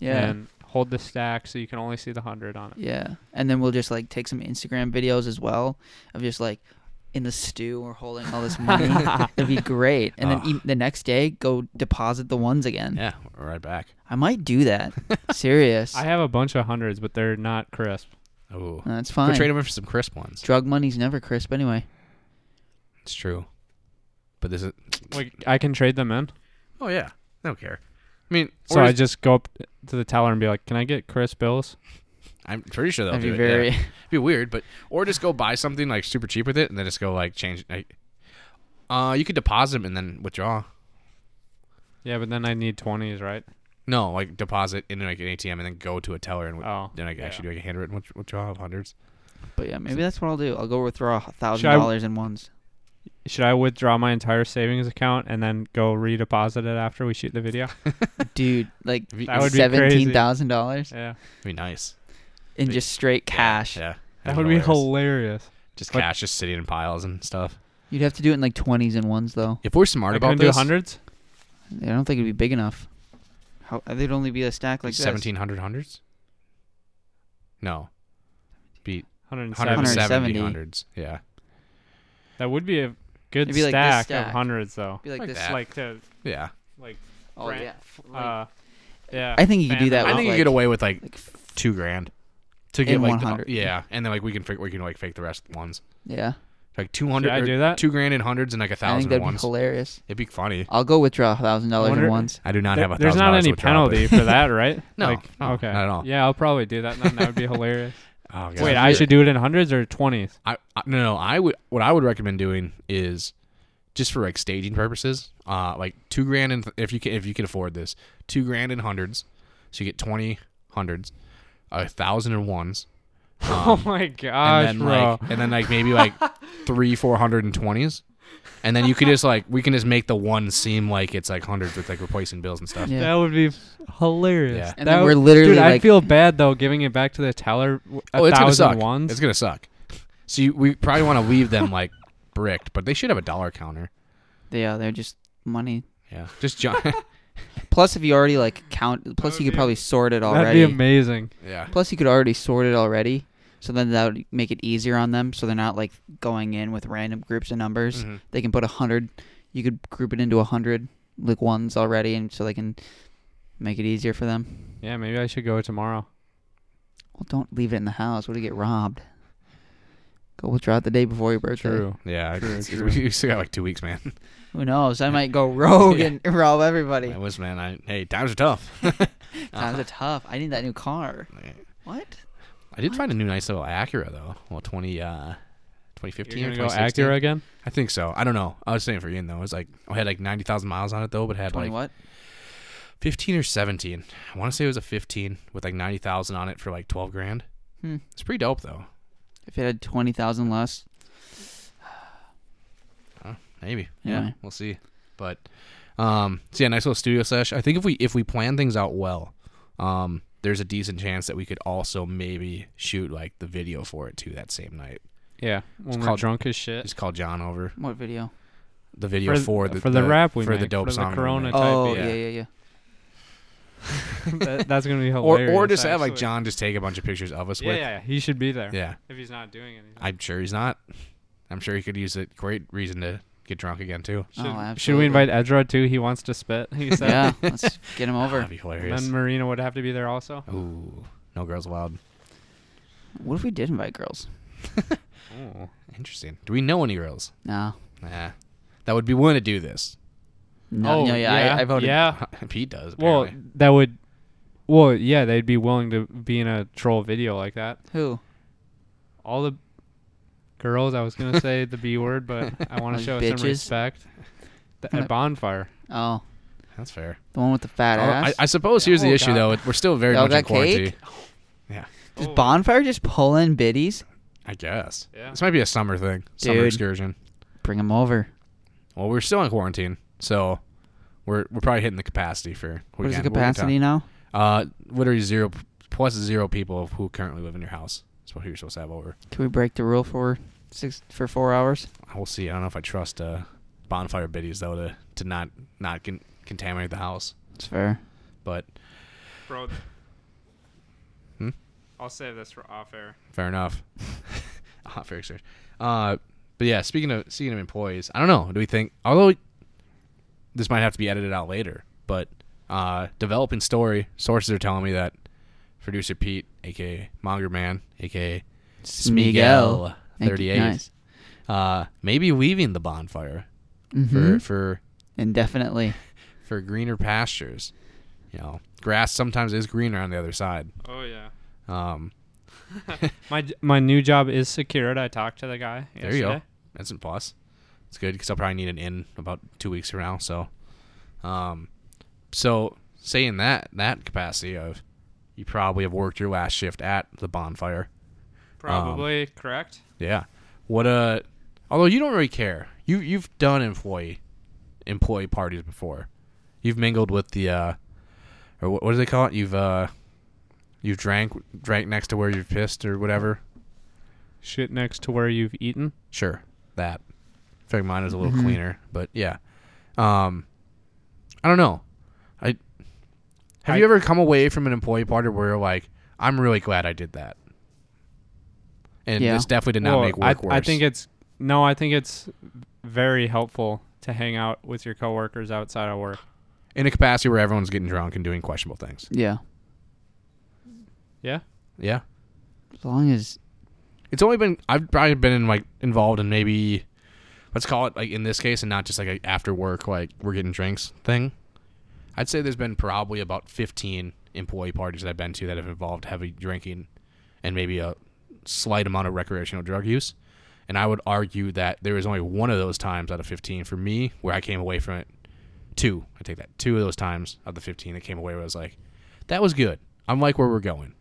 Speaker 5: Yeah.
Speaker 6: and hold the stack so you can only see the 100 on it.
Speaker 5: Yeah. And then we'll just like take some Instagram videos as well of just like in the stew or holding all this money. It'd be great. And then e- the next day, go deposit the ones again.
Speaker 4: Yeah, we're right back.
Speaker 5: I might do that. Serious.
Speaker 6: I have a bunch of hundreds, but they're not crisp.
Speaker 4: Ooh.
Speaker 5: That's
Speaker 4: We're
Speaker 5: fine.
Speaker 4: trading for some crisp ones.
Speaker 5: Drug money's never crisp anyway.
Speaker 4: It's true. But this is.
Speaker 6: Like I can trade them in,
Speaker 4: Oh yeah, I don't care. I mean,
Speaker 6: so
Speaker 4: or
Speaker 6: I
Speaker 4: if-
Speaker 6: just go up to the teller and be like, "Can I get crisp bills?"
Speaker 4: I'm pretty sure they'll
Speaker 5: That'd
Speaker 4: do
Speaker 5: be
Speaker 4: it.
Speaker 5: very.
Speaker 4: yeah. It'd be weird, but or just go buy something like super cheap with it, and then just go like change. Like, uh, you could deposit 'em and then withdraw.
Speaker 6: Yeah, but then I need 20s, right?
Speaker 4: No, like deposit into like an ATM and then go to a teller and wi-
Speaker 6: Oh,
Speaker 4: then I can
Speaker 6: yeah.
Speaker 4: actually do like a handwritten with- withdrawal of hundreds.
Speaker 5: But yeah, maybe that's what I'll do. I'll go withdraw a
Speaker 6: Should I-
Speaker 5: $1,000 in ones.
Speaker 6: Should I withdraw my entire savings account and then go redeposit it after we shoot the video?
Speaker 5: Dude, like
Speaker 4: It'd be,
Speaker 6: That would be crazy.
Speaker 5: $17,000
Speaker 6: yeah,
Speaker 4: it'd be nice.
Speaker 5: in just straight cash.
Speaker 4: Yeah,
Speaker 6: that
Speaker 4: That'd
Speaker 6: would be hilarious.
Speaker 4: Just
Speaker 6: But-
Speaker 4: cash just sitting in piles and stuff.
Speaker 5: You'd have to do it in like 20s and ones, though.
Speaker 4: If we're smart
Speaker 6: I
Speaker 4: about
Speaker 6: can do
Speaker 4: this,
Speaker 6: hundreds.
Speaker 5: I don't think it'd be big enough. How They'd only be a stack like this.
Speaker 4: seventeen hundred hundreds. No, be
Speaker 6: 170.
Speaker 4: 170
Speaker 5: 170.
Speaker 4: hundreds. Yeah,
Speaker 6: That would be a good
Speaker 5: It'd be like this
Speaker 6: stack, of
Speaker 5: stack.
Speaker 6: hundreds, though.
Speaker 5: Be like
Speaker 4: Like
Speaker 5: this.
Speaker 4: that.
Speaker 6: Like to
Speaker 4: yeah.
Speaker 6: like
Speaker 5: Oh
Speaker 6: Brand-
Speaker 5: yeah.
Speaker 6: uh, yeah.
Speaker 5: I think you could do
Speaker 6: fan
Speaker 5: that
Speaker 6: them
Speaker 4: I
Speaker 5: with-
Speaker 6: out.
Speaker 4: think you
Speaker 5: like-
Speaker 4: get away with like
Speaker 5: like f-
Speaker 4: two grand to get
Speaker 5: In
Speaker 4: like
Speaker 5: 100.
Speaker 4: The, yeah, and then like we can fake we can like fake the rest ones
Speaker 5: yeah.
Speaker 4: like two hundred.
Speaker 6: I do that?
Speaker 4: Two grand in hundreds and like a
Speaker 5: I think
Speaker 4: thousand in
Speaker 5: that'd be
Speaker 4: ones.
Speaker 5: hilarious.
Speaker 4: It'd be funny.
Speaker 5: I'll go withdraw a thousand dollars
Speaker 6: Wonder-
Speaker 5: in ones.
Speaker 4: I do not
Speaker 6: There-
Speaker 4: have a.
Speaker 6: There's
Speaker 4: thousand
Speaker 6: not
Speaker 4: dollars
Speaker 6: any
Speaker 4: to withdraw,
Speaker 6: penalty for that, right?
Speaker 4: No,
Speaker 6: Like,
Speaker 4: no,
Speaker 6: okay.
Speaker 4: not at all.
Speaker 6: Yeah, I'll probably do that. and Then that would be hilarious.
Speaker 4: but- Oh, God.
Speaker 6: Wait, I should do it in hundreds or twenties.
Speaker 4: I, I no, no. I would. What I would recommend doing is just for like staging purposes. Uh, like two grand in if you can if you can afford this, two grand in hundreds. So you get twenty hundreds, a thousand in ones, um,
Speaker 6: oh my gosh,
Speaker 4: and then
Speaker 6: bro!
Speaker 4: like and then like maybe like three four hundred and twenties, and then you could just like we can just make the one seem like it's like hundreds with like replacing bills and stuff.
Speaker 5: Yeah.
Speaker 6: That would be f- hilarious.
Speaker 4: Yeah.
Speaker 5: And
Speaker 6: That
Speaker 5: then we're
Speaker 6: would-
Speaker 5: literally
Speaker 6: Dude, I
Speaker 5: like-
Speaker 6: feel bad though giving it back to the teller. w- A
Speaker 4: Oh, it's gonna
Speaker 6: thousand
Speaker 4: suck.
Speaker 6: ones.
Speaker 4: It's gonna suck. So you, we probably want to leave them like bricked, but they should have a dollar counter.
Speaker 5: Yeah, they're just money.
Speaker 4: Yeah, just John.
Speaker 5: Plus, if you already like count, plus you
Speaker 6: would
Speaker 5: could
Speaker 6: be-
Speaker 5: probably sort it
Speaker 6: That'd
Speaker 5: already.
Speaker 6: be amazing.
Speaker 4: yeah,
Speaker 5: plus, you could already sort it already. So then that would make it easier on them. So they're not like going in with random groups of numbers.
Speaker 4: Mhm.
Speaker 5: They can put a hundred. You could group it into a hundred like ones already, and so they can make it easier for them.
Speaker 6: Yeah, maybe I should go tomorrow.
Speaker 5: Well, don't leave it in the house. What do you get robbed? Go withdraw it the day before your birthday.
Speaker 6: True.
Speaker 4: yeah.
Speaker 6: True,
Speaker 4: it's-
Speaker 6: true.
Speaker 4: We still got like two weeks, man.
Speaker 5: Who knows? I might go rogue
Speaker 4: Yeah.
Speaker 5: and rob everybody.
Speaker 4: That was man. I hey, times are tough.
Speaker 5: Times are tough. I need that new car. Uh-huh. What?
Speaker 4: I did find a new nice little Acura though. Well, twenty uh, twenty fifteen
Speaker 6: You're
Speaker 4: or
Speaker 6: gonna go
Speaker 4: 2016.
Speaker 6: Acura again?
Speaker 4: I think so. I don't know. I was saying for Ian though, it was like I had like ninety thousand miles on it though, but had
Speaker 5: Twenty
Speaker 4: like
Speaker 5: what?
Speaker 4: 15 or 17. I want to say it was a 15 with like 90,000 on it for like 12 grand.
Speaker 5: Hmm.
Speaker 4: It's pretty dope though.
Speaker 5: If it had twenty thousand less,
Speaker 4: Maybe. Yeah.
Speaker 5: Anyway.
Speaker 4: We'll see. But um so yeah, nice little studio sesh. I think if we if we plan things out well, um, there's a decent chance that we could also maybe shoot like the video for it too that same night.
Speaker 6: Yeah, when we're
Speaker 4: called-
Speaker 6: drunk as shit.
Speaker 4: Just call John over.
Speaker 5: What video?
Speaker 4: The video
Speaker 6: For-
Speaker 4: for, the
Speaker 6: for the rap we
Speaker 4: for the
Speaker 6: make,
Speaker 4: dope
Speaker 6: for the
Speaker 4: song. we
Speaker 6: Corona
Speaker 4: make.
Speaker 6: Type,
Speaker 5: Oh
Speaker 6: yeah.
Speaker 5: yeah, yeah, yeah.
Speaker 6: That- that's gonna be
Speaker 4: Or
Speaker 6: hilarious.
Speaker 4: or just have like
Speaker 6: actually.
Speaker 4: John just take a bunch of pictures of us
Speaker 6: Yeah,
Speaker 4: with.
Speaker 6: yeah, yeah, he should be there.
Speaker 4: yeah.
Speaker 6: if he's not doing anything.
Speaker 4: I'm sure he's not. I'm sure he could use a great reason to get drunk again too.
Speaker 5: Oh, absolutely.
Speaker 6: Should we invite Edra too? He wants to spit. He said.
Speaker 5: Yeah, let's get him over.
Speaker 4: That'd be
Speaker 6: And
Speaker 4: hilarious.
Speaker 6: then Marina would have to be there also.
Speaker 4: Ooh, no girls allowed.
Speaker 5: What if we did invite girls?
Speaker 6: Oh.
Speaker 4: Interesting. Do we know any girls?
Speaker 5: No.
Speaker 4: Nah, that would be willing to do this.
Speaker 5: No, no, Oh, yeah, I, I voted.
Speaker 6: Oh, Yeah.
Speaker 4: Pete does. Apparently.
Speaker 6: Well,
Speaker 4: Well,
Speaker 6: that would. Well, yeah, they'd be willing to be in a troll video like that.
Speaker 5: Who?
Speaker 6: All the girls, I was gonna say the B word, but I want to
Speaker 5: Like
Speaker 6: show
Speaker 5: bitches?
Speaker 6: some respect. The,
Speaker 5: Kinda-
Speaker 6: at bonfire.
Speaker 5: Oh,
Speaker 4: that's fair.
Speaker 5: the one with the fat
Speaker 4: Although, I,
Speaker 5: ass.
Speaker 4: I suppose here's the
Speaker 6: Oh,
Speaker 4: issue
Speaker 6: God.
Speaker 4: though. it- We're still very
Speaker 5: Y'all
Speaker 4: much in
Speaker 5: got cake?
Speaker 4: quarantine.
Speaker 5: Does
Speaker 6: Oh.
Speaker 5: bonfire just pull in biddies?
Speaker 4: I guess
Speaker 6: Yeah.
Speaker 4: this might be a summer thing, summer
Speaker 5: Dude.
Speaker 4: excursion.
Speaker 5: Bring them over.
Speaker 4: Well, we're still in quarantine, so we're we're probably hitting the capacity for.
Speaker 5: What
Speaker 4: weekend.
Speaker 5: is the
Speaker 4: We'll be talking-
Speaker 5: capacity now?
Speaker 4: Uh, literally zero plus zero people who currently live in your house. That's what you're supposed to have over.
Speaker 5: Can we break the rule for six for four hours?
Speaker 4: We'll see. I don't know if I trust uh, bonfire biddies though to to not not con- contaminate the house.
Speaker 5: It's fair.
Speaker 4: But
Speaker 6: Bro.
Speaker 4: Hmm?
Speaker 6: I'll save this for off air.
Speaker 4: fair enough. Hot fixers. Uh, but yeah, speaking of speaking of employees, I don't know. Do we think? Although this might have to be edited out later, but uh, developing story sources are telling me that producer Pete, aka Monger Man, aka Smigel,
Speaker 5: Thank you.
Speaker 4: thirty eight,
Speaker 5: Nice.
Speaker 4: uh, maybe leaving the bonfire for
Speaker 5: Mhm.
Speaker 4: for
Speaker 5: Indefinitely.
Speaker 4: for greener pastures. You know, grass sometimes is greener on the other side.
Speaker 6: Oh yeah.
Speaker 4: Um,
Speaker 6: My j- my new job is secured. I talked to the guy.
Speaker 4: there you go.
Speaker 6: yesterday.
Speaker 4: That's a plus. It's good because I'll probably need an in about two weeks from now. So, um, so saying that that capacity of you probably have worked your last shift at the bonfire.
Speaker 6: Probably
Speaker 4: Um,
Speaker 6: correct.
Speaker 4: Yeah. What uh although you don't really care. You you've done employee employee parties before. You've mingled with the uh or what, what do they call it? You've uh you've drank drank next to where you've pissed or whatever.
Speaker 6: Shit next to where you've eaten.
Speaker 4: Sure. That. I feel like mine is a little
Speaker 6: Mm-hmm.
Speaker 4: cleaner, but yeah. Um I don't know. I Have
Speaker 6: I-
Speaker 4: you ever come away from an employee party where you're like, I'm really glad I did that? And
Speaker 5: Yeah.
Speaker 4: this definitely did not
Speaker 6: Well,
Speaker 4: make
Speaker 6: I,
Speaker 4: work worse.
Speaker 6: I think it's no. I think it's very helpful to hang out with your coworkers outside of work.
Speaker 4: in a capacity where everyone's getting drunk and doing questionable things.
Speaker 5: Yeah.
Speaker 6: Yeah.
Speaker 4: Yeah.
Speaker 5: As long as
Speaker 4: It's only been I've probably been in like involved in maybe let's call it like in this case and not just like a after work like we're getting drinks thing. I'd say there's been probably about 15 employee parties that I've been to that have involved heavy drinking and maybe a slight amount of recreational drug use. And I would argue that there was only one of those times out of 15 for me where I came away from it. Two, I take that. Two of those times out of the 15 that came away where I was like, that was good. I'm like where we're going.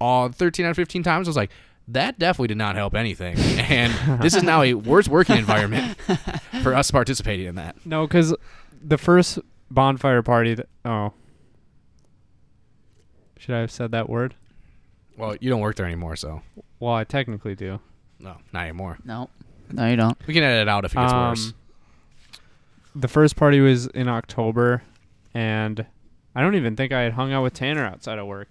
Speaker 4: All 13 out of 15 times, I was like, that definitely did not help anything. And this is now a worse working environment for us participating in that.
Speaker 6: No, because the first bonfire party. That, oh. Should I have said that word?
Speaker 4: Well, you don't work there anymore, so
Speaker 6: Well, I technically do.
Speaker 4: no, not anymore.
Speaker 5: no, no, you don't.
Speaker 4: We can edit it out if it gets worse.
Speaker 6: Um, The first party was in October, and I don't even think I had hung out with Tanner outside of work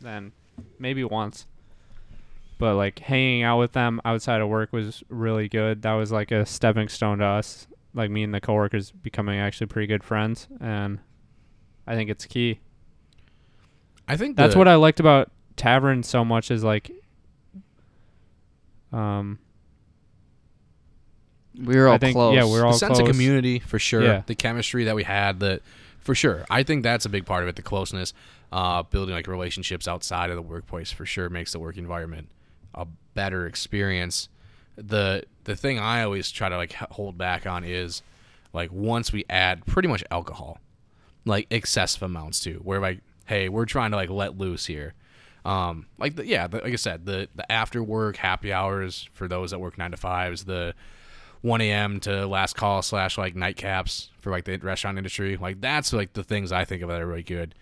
Speaker 6: then. Maybe once. But like hanging out with them outside of work was really good. That was like a stepping stone to us, like me and the coworkers becoming actually pretty good friends, and I think it's key.
Speaker 4: I think
Speaker 6: That's
Speaker 4: the-
Speaker 6: what I liked about Tavern so much is like um
Speaker 5: We were all
Speaker 6: I think
Speaker 5: close.
Speaker 6: yeah, we're all
Speaker 4: the sense of
Speaker 6: close.
Speaker 4: community for sure.
Speaker 6: Yeah.
Speaker 4: The chemistry that we had, the for sure. I think that's a big part of it. The closeness, uh, building like relationships outside of the workplace for sure makes the work environment a better experience. The the thing I always try to like h- hold back on is like once we add pretty much alcohol, like excessive amounts to where like hey we're trying to like let loose here um like the, yeah the, like i said the the after work happy hours for those that work nine to fives the 1 a.m. to last call slash like nightcaps for like the restaurant industry. Like that's like the things I think of that are really good.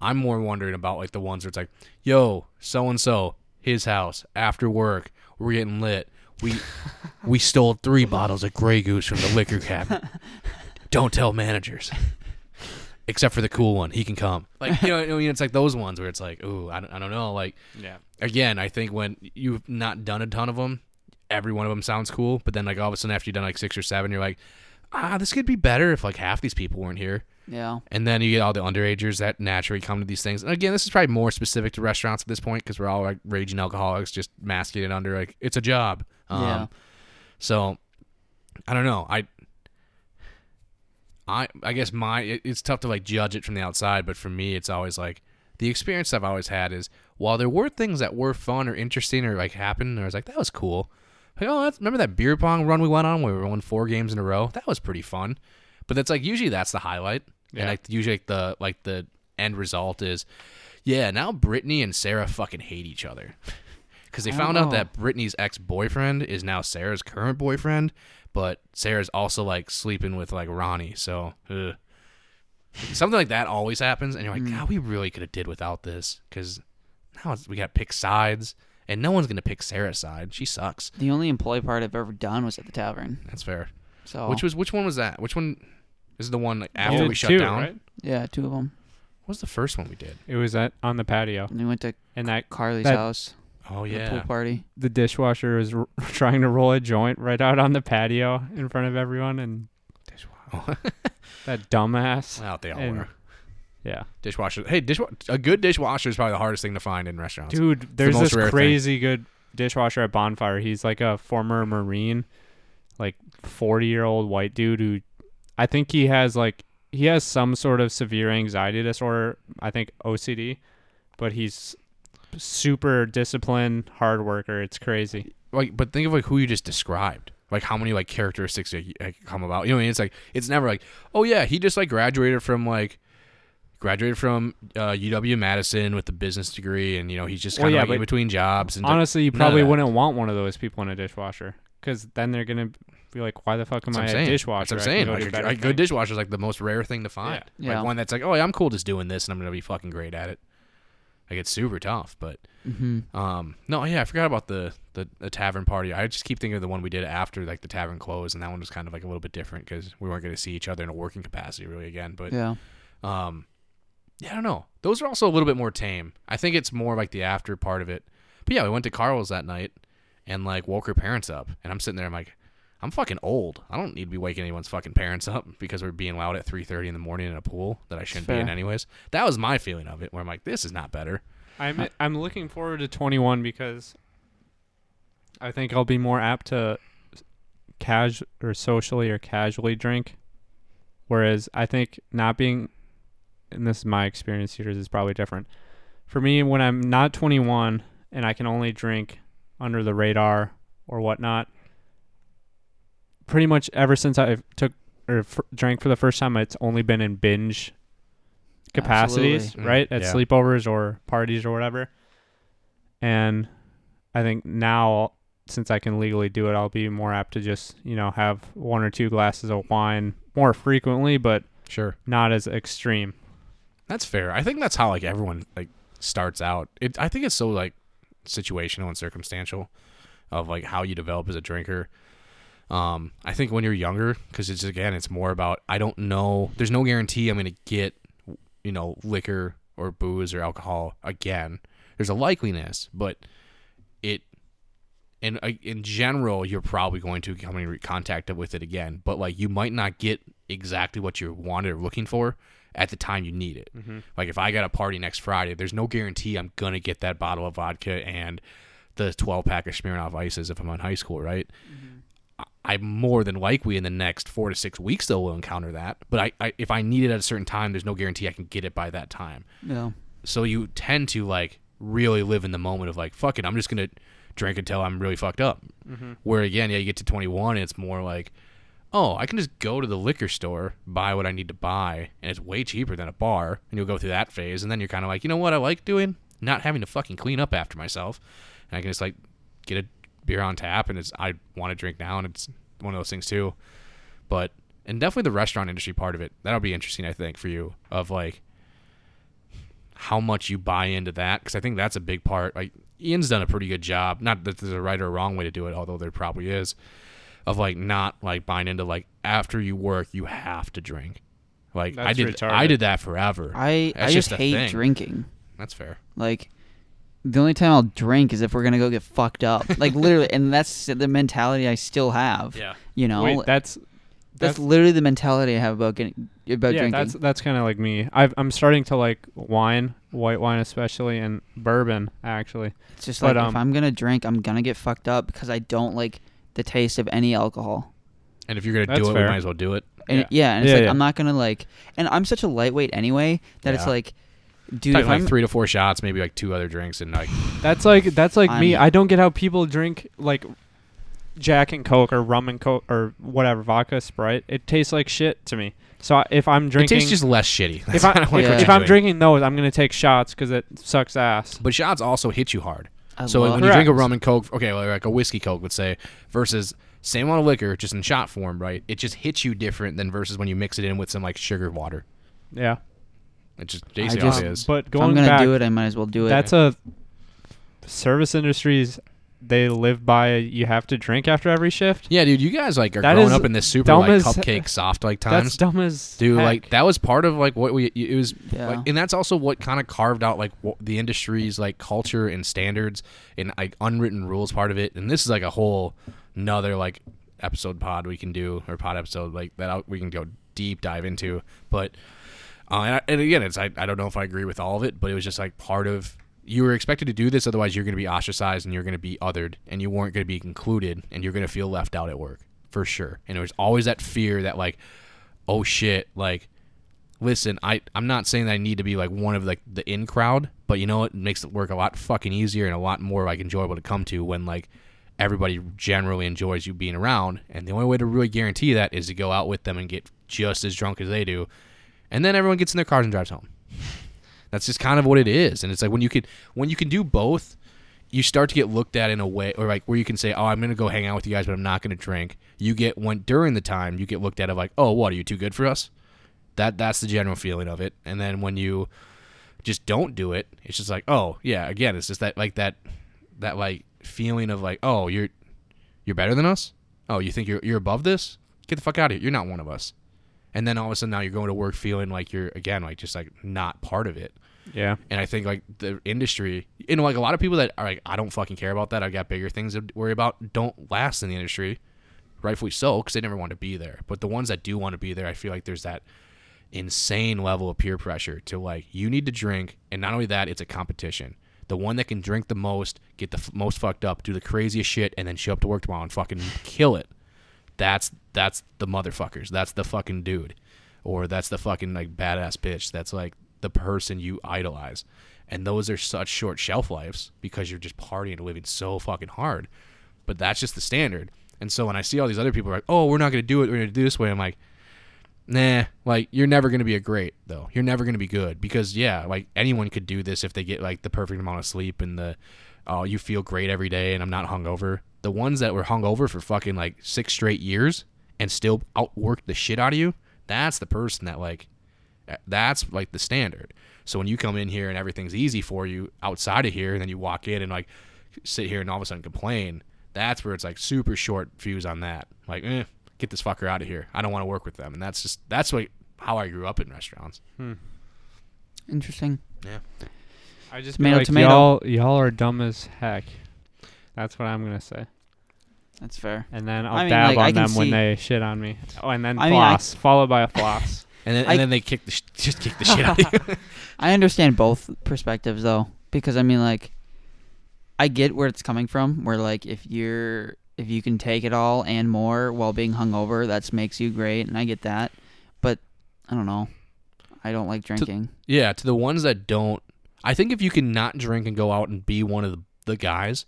Speaker 4: I'm more wondering about like the ones where it's like, yo, so and so, his house after work, we're getting lit. We we stole three bottles of Grey Goose from the liquor cabinet. Don't tell managers. Except for the cool one, he can come. Like you know, I mean, it's like those ones where it's like, ooh, I don't, I don't know. Like
Speaker 6: Yeah.
Speaker 4: again, I think when you've not done a ton of them, every one of them sounds cool. But then, like all of a sudden, after you've done like six or seven, you're like, ah, this could be better if like half these people weren't here.
Speaker 5: Yeah.
Speaker 4: And then you get all the underagers that naturally come to these things. And again, this is probably more specific to restaurants at this point because we're all like raging alcoholics, just masking it under like it's a job. Um,
Speaker 5: Yeah.
Speaker 4: So I don't know. I I I guess my it, it's tough to like judge it from the outside, but for me, it's always like the experience I've always had is while there were things that were fun or interesting or like happened, I was like that was cool. Like oh, that's, remember that beer pong run we went on where we won four games in a row? That was pretty fun. But that's like usually that's the highlight,
Speaker 6: Yeah.
Speaker 4: and like usually like, the like the end result is, yeah, now Brittany and Sarah fucking hate each other because they
Speaker 5: I
Speaker 4: found
Speaker 5: don't
Speaker 4: out
Speaker 5: know.
Speaker 4: that Brittany's ex boyfriend is now Sarah's current boyfriend, but Sarah's also like sleeping with like Ronnie. So ugh. something like that always happens, and you're like,
Speaker 5: Mm.
Speaker 4: God, we really could have did without this because now it's, we got to pick sides, and no one's gonna pick Sarah's side. She sucks.
Speaker 5: The only employee part I've ever done was at the tavern.
Speaker 4: That's fair.
Speaker 5: So
Speaker 4: Which was which one was that? Which one is the one like, after
Speaker 6: did
Speaker 4: we shut
Speaker 6: two,
Speaker 4: down?
Speaker 6: right?
Speaker 5: yeah, two of them.
Speaker 4: What was the first one we did?
Speaker 6: It was at on the patio,
Speaker 5: And we went to
Speaker 6: and that
Speaker 5: Carly's
Speaker 6: Oh. That-
Speaker 5: house.
Speaker 4: Oh
Speaker 5: for The pool
Speaker 4: yeah,
Speaker 5: party.
Speaker 6: the dishwasher was r- trying to roll a joint right out on the patio in front of everyone, and that dumbass.
Speaker 4: well, they all
Speaker 6: And-
Speaker 4: were
Speaker 6: Yeah,
Speaker 4: dishwasher. Hey, dishwa- a good dishwasher is probably the hardest thing to find in restaurants.
Speaker 6: dude. There's
Speaker 4: most
Speaker 6: this
Speaker 4: rare thing.
Speaker 6: crazy good dishwasher at Bonfire. He's like a former Marine, like 40 year old white dude who, I think he has like he has some sort of severe anxiety disorder. I think OCD, but he's super disciplined, hard worker. It's crazy.
Speaker 4: like but think of like who you just described like how many like characteristics like, like come about you know what I mean? it's like it's never like oh yeah he just like graduated from like graduated from uh, uw madison with a business degree and you know he's just
Speaker 6: Well,
Speaker 4: kind of
Speaker 6: yeah,
Speaker 4: like in
Speaker 6: but
Speaker 4: between jobs and
Speaker 6: Honestly, you
Speaker 4: none of
Speaker 6: probably
Speaker 4: that.
Speaker 6: wouldn't want one of those people in a dishwasher because then they're gonna be like, "Why the fuck am
Speaker 4: that's what
Speaker 6: I
Speaker 4: I'm
Speaker 6: a
Speaker 4: saying.
Speaker 6: dishwasher?"
Speaker 4: That's
Speaker 6: I can
Speaker 4: what I'm saying.
Speaker 6: go do
Speaker 4: Like,
Speaker 6: better
Speaker 4: like, good
Speaker 6: things."
Speaker 4: dishwasher is like the most rare thing to find.
Speaker 5: Yeah.
Speaker 4: Like one that's like, oh, yeah, I'm cool just doing this, and I'm gonna be fucking great at it. Like it's super tough, but
Speaker 5: Mm-hmm.
Speaker 4: um, no, yeah, I forgot about the, the the tavern party. I just keep thinking of the one we did after like the tavern closed, and that one was kind of like a little bit different because we weren't gonna see each other in a working capacity really again. But
Speaker 5: Yeah.
Speaker 4: um, yeah, I don't know. Those are also a little bit more tame. I think it's more like the after part of it. But yeah, we went to Carl's that night and like woke her parents up, and I'm sitting there, I'm like, I'm fucking old. I don't need to be waking anyone's fucking parents up because we're being loud at 3:30 in the morning in a pool that I shouldn't be in
Speaker 5: fair.
Speaker 4: anyways. That was my feeling of it, where I'm like, this is not better.
Speaker 6: I'm I'm looking forward to 21 because I think I'll be more apt to cash or socially or casually drink, whereas I think not being, and this is my experience here is probably different. For me, when I'm not 21 and I can only drink under the radar or whatnot, pretty much ever since I took or f- drank for the first time, it's only been in binge capacities,
Speaker 5: Absolutely.
Speaker 4: Mm,
Speaker 6: right? At
Speaker 4: yeah.
Speaker 6: sleepovers or parties or whatever. And I think now, since I can legally do it, I'll be more apt to just, you know, have one or two glasses of wine more frequently, but
Speaker 4: Sure.
Speaker 6: not as extreme.
Speaker 4: That's fair. I think that's how like everyone like starts out. It I think it's so like situational and circumstantial of like how you develop as a drinker. Um, I think when you're younger, because it's again, it's more about I don't know. There's no guarantee I'm gonna get you know liquor or booze or alcohol again. There's a likeliness, but it and uh, in general, you're probably going to come in contact with it again. But like, you might not get exactly what you wanted or looking for at the time you need it. Like, if I got a party next Friday, there's no guarantee I'm gonna get that bottle of vodka and the 12 pack of Smirnoff Ices if I'm in high school, right? I I'm more than likely in the next four to six weeks though will encounter that. But I, I if I need it at a certain time, there's no guarantee I can get it by that time
Speaker 5: Yeah.
Speaker 4: so you tend to like really live in the moment of like fuck it i'm just gonna drink until i'm really fucked up where again yeah you get to 21 and it's more like oh i can just go to the liquor store buy what i need to buy and it's way cheaper than a bar and you'll go through that phase and then you're kind of like you know what i like doing not having to fucking clean up after myself and i can just like get a beer on tap and it's i want to drink now and it's one of those things too. But and definitely the restaurant industry part of it. That'll be interesting, I think, for you of like how much you buy into that because I think that's a big part. Like Ian's done a pretty good job. Not that there's a right or wrong way to do it, although there probably is. Of like not like buying into like after you work you have to drink. Like I
Speaker 6: That's
Speaker 4: did, I
Speaker 6: retarded.
Speaker 4: did that forever.
Speaker 5: I
Speaker 4: That's
Speaker 5: I just,
Speaker 4: a
Speaker 5: hate
Speaker 4: thing.
Speaker 5: drinking.
Speaker 4: That's fair.
Speaker 5: Like the only time I'll drink is if we're gonna go get fucked up. Like literally, and that's the mentality I still have.
Speaker 4: Yeah.
Speaker 5: You know,
Speaker 6: Wait, that's
Speaker 5: that's, literally the mentality I have about getting about
Speaker 6: yeah,
Speaker 5: drinking.
Speaker 6: that's that's kind of like me. I've, I'm starting to like wine, white wine especially, and bourbon actually.
Speaker 5: it's just like
Speaker 6: but,
Speaker 5: if
Speaker 6: um,
Speaker 5: I'm gonna drink, I'm gonna get fucked up because I don't like the taste of any alcohol.
Speaker 4: And if you're gonna
Speaker 6: That's
Speaker 4: do it, we
Speaker 6: fair.
Speaker 4: might as well do it.
Speaker 5: And yeah,
Speaker 6: Yeah.
Speaker 5: and it's
Speaker 6: Yeah,
Speaker 5: like
Speaker 6: yeah.
Speaker 5: I'm not gonna like, and I'm such a lightweight anyway that it's
Speaker 4: Yeah.
Speaker 5: like, dude,
Speaker 4: Type
Speaker 5: if
Speaker 4: like
Speaker 5: I'm
Speaker 4: three to four shots, maybe like two other drinks, and like
Speaker 6: That's like that's like me.
Speaker 5: I'm-
Speaker 6: I don't get how people drink like Jack and Coke or rum and Coke or whatever vodka, Sprite. It tastes like shit to me. So I, if I'm
Speaker 4: it
Speaker 6: drinking,
Speaker 4: tastes just less shitty. That's
Speaker 6: if, I,
Speaker 4: kinda what
Speaker 5: yeah.
Speaker 4: you're
Speaker 6: if I'm
Speaker 4: doing.
Speaker 6: drinking those, I'm gonna take shots because it sucks ass.
Speaker 4: but shots also hit you hard.
Speaker 5: I
Speaker 4: so
Speaker 5: love-
Speaker 4: when you drink a
Speaker 6: Correct.
Speaker 4: rum and coke, okay, well, like a whiskey coke, let's say, versus same amount of liquor, just in shot form, right? It just hits you different than versus when you mix it in with some like sugar water.
Speaker 6: Yeah.
Speaker 4: It just basically
Speaker 5: just-
Speaker 4: all it is.
Speaker 6: But
Speaker 5: if I'm
Speaker 6: going
Speaker 5: gonna
Speaker 6: back,
Speaker 5: do it, I might as well do it.
Speaker 6: that's a service industries. They live by you have to drink after every shift.
Speaker 4: yeah, dude, you guys like are
Speaker 6: That
Speaker 4: growing
Speaker 6: is
Speaker 4: up in this super
Speaker 6: dumb
Speaker 4: like
Speaker 6: as-
Speaker 4: cupcake soft like
Speaker 6: That's
Speaker 4: times.
Speaker 6: dumb as
Speaker 4: Dude,
Speaker 6: heck.
Speaker 4: like that was part of like what we it was,
Speaker 5: Yeah.
Speaker 4: like, and that's also what kind of carved out like wh- the industry's like culture and standards and like unwritten rules part of it. And this is like a whole another like episode pod we can do or pod episode like that out we can go deep dive into. But uh, and, I, and again, it's I, I don't know if I agree with all of it, but it was just like part of you were expected to do this, otherwise you're going to be ostracized and you're going to be othered, and you weren't going to be included, and you're going to feel left out at work for sure. And there was always that fear that like, oh shit, like. Listen, I I'm not saying that I need to be like one of like the in crowd, but you know what? it makes the work a lot fucking easier and a lot more like enjoyable to come to when like everybody generally enjoys you being around, and the only way to really guarantee that is to go out with them and get just as drunk as they do, and then everyone gets in their cars and drives home. That's just kind of what it is, and it's like when you could when you can do both, you start to get looked at in a way, or like where you can say, "Oh, I'm gonna go hang out with you guys, but I'm not gonna drink." You get when during the time you get looked at of like, "Oh, what are you too good for us?" That that's the general feeling of it, and then when you just don't do it, it's just like, "Oh, yeah." Again, it's just that like that that like feeling of like, "Oh, you're you're better than us. Oh, you think you're you're above this? Get the fuck out of here. You're not one of us." and then all of a sudden now you're going to work feeling like you're again like just like not part of it
Speaker 6: yeah.
Speaker 4: and i think like the industry you know like a lot of people that are like i don't fucking care about that i got bigger things to worry about don't last in the industry rightfully so because they never want to be there but the ones that do want to be there i feel like there's that insane level of peer pressure to like you need to drink and not only that it's a competition the one that can drink the most get the f- most fucked up do the craziest shit and then show up to work tomorrow and fucking kill it that's that's the motherfuckers. That's the fucking dude, or that's the fucking like badass bitch. That's like the person you idolize, and those are such short shelf lives because you're just partying and living so fucking hard. But that's just the standard. And so when I see all these other people are like, oh, we're not gonna do it. We're gonna do this way. I'm like, nah. Like you're never gonna be a great though. You're never gonna be good because yeah, like anyone could do this if they get like the perfect amount of sleep and the oh, you feel great every day and I'm not hungover. The ones that were hungover for fucking like six straight years and still outworked the shit out of you, that's the person that like, that's like the standard. So when you come in here and everything's easy for you outside of here, and then you walk in and like sit here and all of a sudden complain, that's where it's like super short fuse on that. Like, eh, get this fucker out of here. I don't want to work with them. And that's just, that's like how I grew up in restaurants.
Speaker 5: interesting.
Speaker 6: I just
Speaker 5: Tomato,
Speaker 6: tomato, like,
Speaker 5: tomato.
Speaker 6: y'all, y'all are dumb as heck. That's what I'm gonna say,
Speaker 5: That's fair.
Speaker 6: and then I'll
Speaker 5: I mean,
Speaker 6: dab
Speaker 5: like, I
Speaker 6: on
Speaker 5: can
Speaker 6: them when
Speaker 5: see-
Speaker 6: they shit on me. Oh, and then
Speaker 5: I mean, I-
Speaker 6: floss, followed by a floss.
Speaker 4: And then, and
Speaker 5: I-
Speaker 4: then they kick the, sh- just kick the shit out of you.
Speaker 5: I understand both perspectives though, because I mean, like, I get where it's coming from. Where like, if you're if you can take it all and more while being hungover, that makes you great, and I get that. But I don't know. I don't like drinking.
Speaker 4: Yeah, to the ones that don't. I think if you can not drink and go out and be one of the, the guys,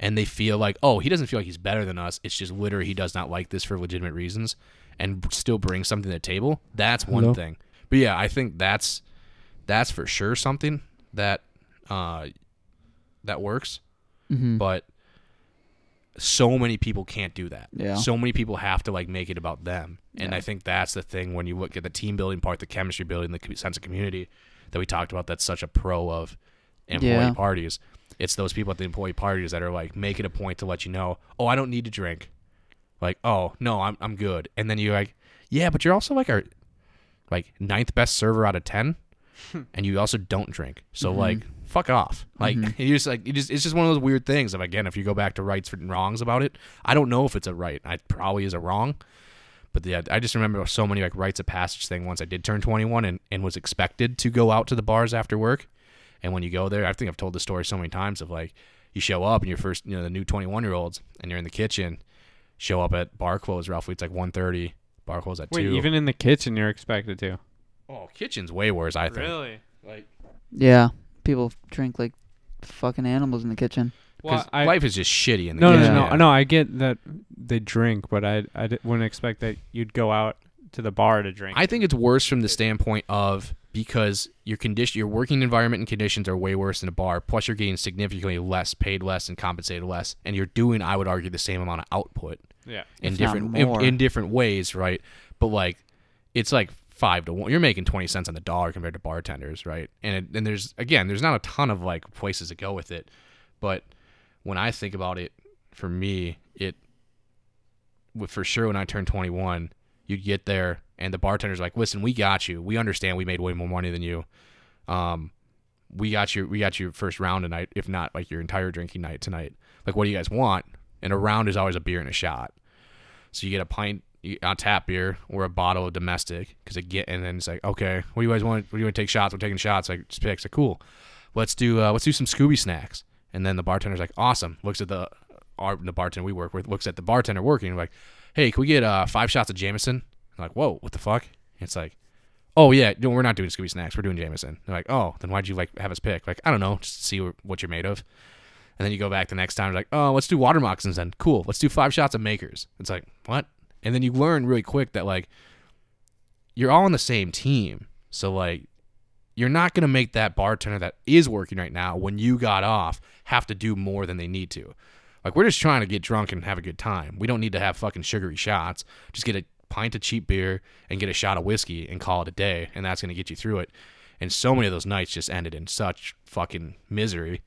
Speaker 4: and they feel like, oh, he doesn't feel like he's better than us. It's just literally he does not like this for legitimate reasons, and b- still bring something to the table. That's one
Speaker 6: Hello?
Speaker 4: thing. But yeah, I think that's that's for sure something that uh, that works.
Speaker 5: hmm
Speaker 4: But so many people can't do that.
Speaker 5: Yeah.
Speaker 4: So many people have to like make it about them. And
Speaker 5: Yeah.
Speaker 4: I think that's the thing when you look at the team building part, the chemistry building, the co- sense of community that we talked about that's such a pro of employee
Speaker 5: Yeah.
Speaker 4: parties. It's those people at the employee parties that are like make it a point to let you know, "Oh, I don't need to drink." Like, "Oh, no, I'm I'm good." And then you're like, "Yeah, but you're also like our like ninth best server out of 10." and you also don't drink. So like fuck off. Like you just like you just it's just one of those weird things. Of again, if you go back to rights and wrongs about it, I don't know if it's a right. I probably is a wrong. But yeah, I just remember so many like rites of passage thing once I did turn 21 and, and was expected to go out to the bars after work. And when you go there, I think I've told the story so many times of like you show up and you're first, you know, the new 21 year olds and you're in the kitchen, show up at bar close roughly. It's like 1.30, bar close at
Speaker 6: Wait,
Speaker 4: 2.
Speaker 6: even in the kitchen, you're expected to.
Speaker 4: oh, kitchen's way worse, I think.
Speaker 6: Really?
Speaker 5: Yeah, people drink like fucking animals in the kitchen.
Speaker 6: Well,
Speaker 4: 'Cause
Speaker 6: I,
Speaker 4: life is just shitty in the
Speaker 6: no, no,
Speaker 4: kitchen.
Speaker 6: no,
Speaker 4: Yeah.
Speaker 6: no, no. I get that they drink, but I, I di- wouldn't expect that you'd go out to the bar to drink.
Speaker 4: I think it's worse from the standpoint of because your condition, your working environment and conditions are way worse than a bar. Plus, you're getting significantly less, paid less, and compensated less, and you're doing, I would argue, the same amount of output
Speaker 6: yeah.
Speaker 4: in
Speaker 5: If not
Speaker 4: different in,
Speaker 5: more.
Speaker 4: in different ways, right? But like, it's like five to one. You're making twenty cents on the dollar compared to bartenders, right? And it, and there's again, there's not a ton of like places to go with it, but when I think about it, for me, it w- for sure when I turned 21, you'd get there and the bartender's like, "Listen, we got you. We understand. We made way more money than you. Um, we got you. We got you first round tonight, if not like your entire drinking night tonight. Like, what do you guys want?" And a round is always a beer and a shot. So you get a pint you- on tap beer or a bottle of domestic because it get and then it's like, okay, what do you guys want? What do you want to take shots? We're taking shots. Like just picks. Like cool. Let's do uh, let's do some Scooby snacks. And then the bartender's like, awesome. Looks at the our, the bartender we work with. Looks at the bartender working. Like, hey, can we get uh, five shots of Jameson? I'm like, whoa, what the fuck? It's like, oh yeah, no, we're not doing Scooby snacks. We're doing Jameson. They're like, oh, then why'd you like have us pick? Like, I don't know, just to see wh- what you're made of. And then you go back the next time, you're like, oh, let's do water moccasins then. Cool. Let's do five shots of makers. It's like, what? And then you learn really quick that, like, you're all on the same team. So, like, you're not going to make that bartender that is working right now when you got off have to do more than they need to. Like, we're just trying to get drunk and have a good time. We don't need to have fucking sugary shots. Just get a pint of cheap beer and get a shot of whiskey and call it a day. And that's going to get you through it. And so many of those nights just ended in such fucking misery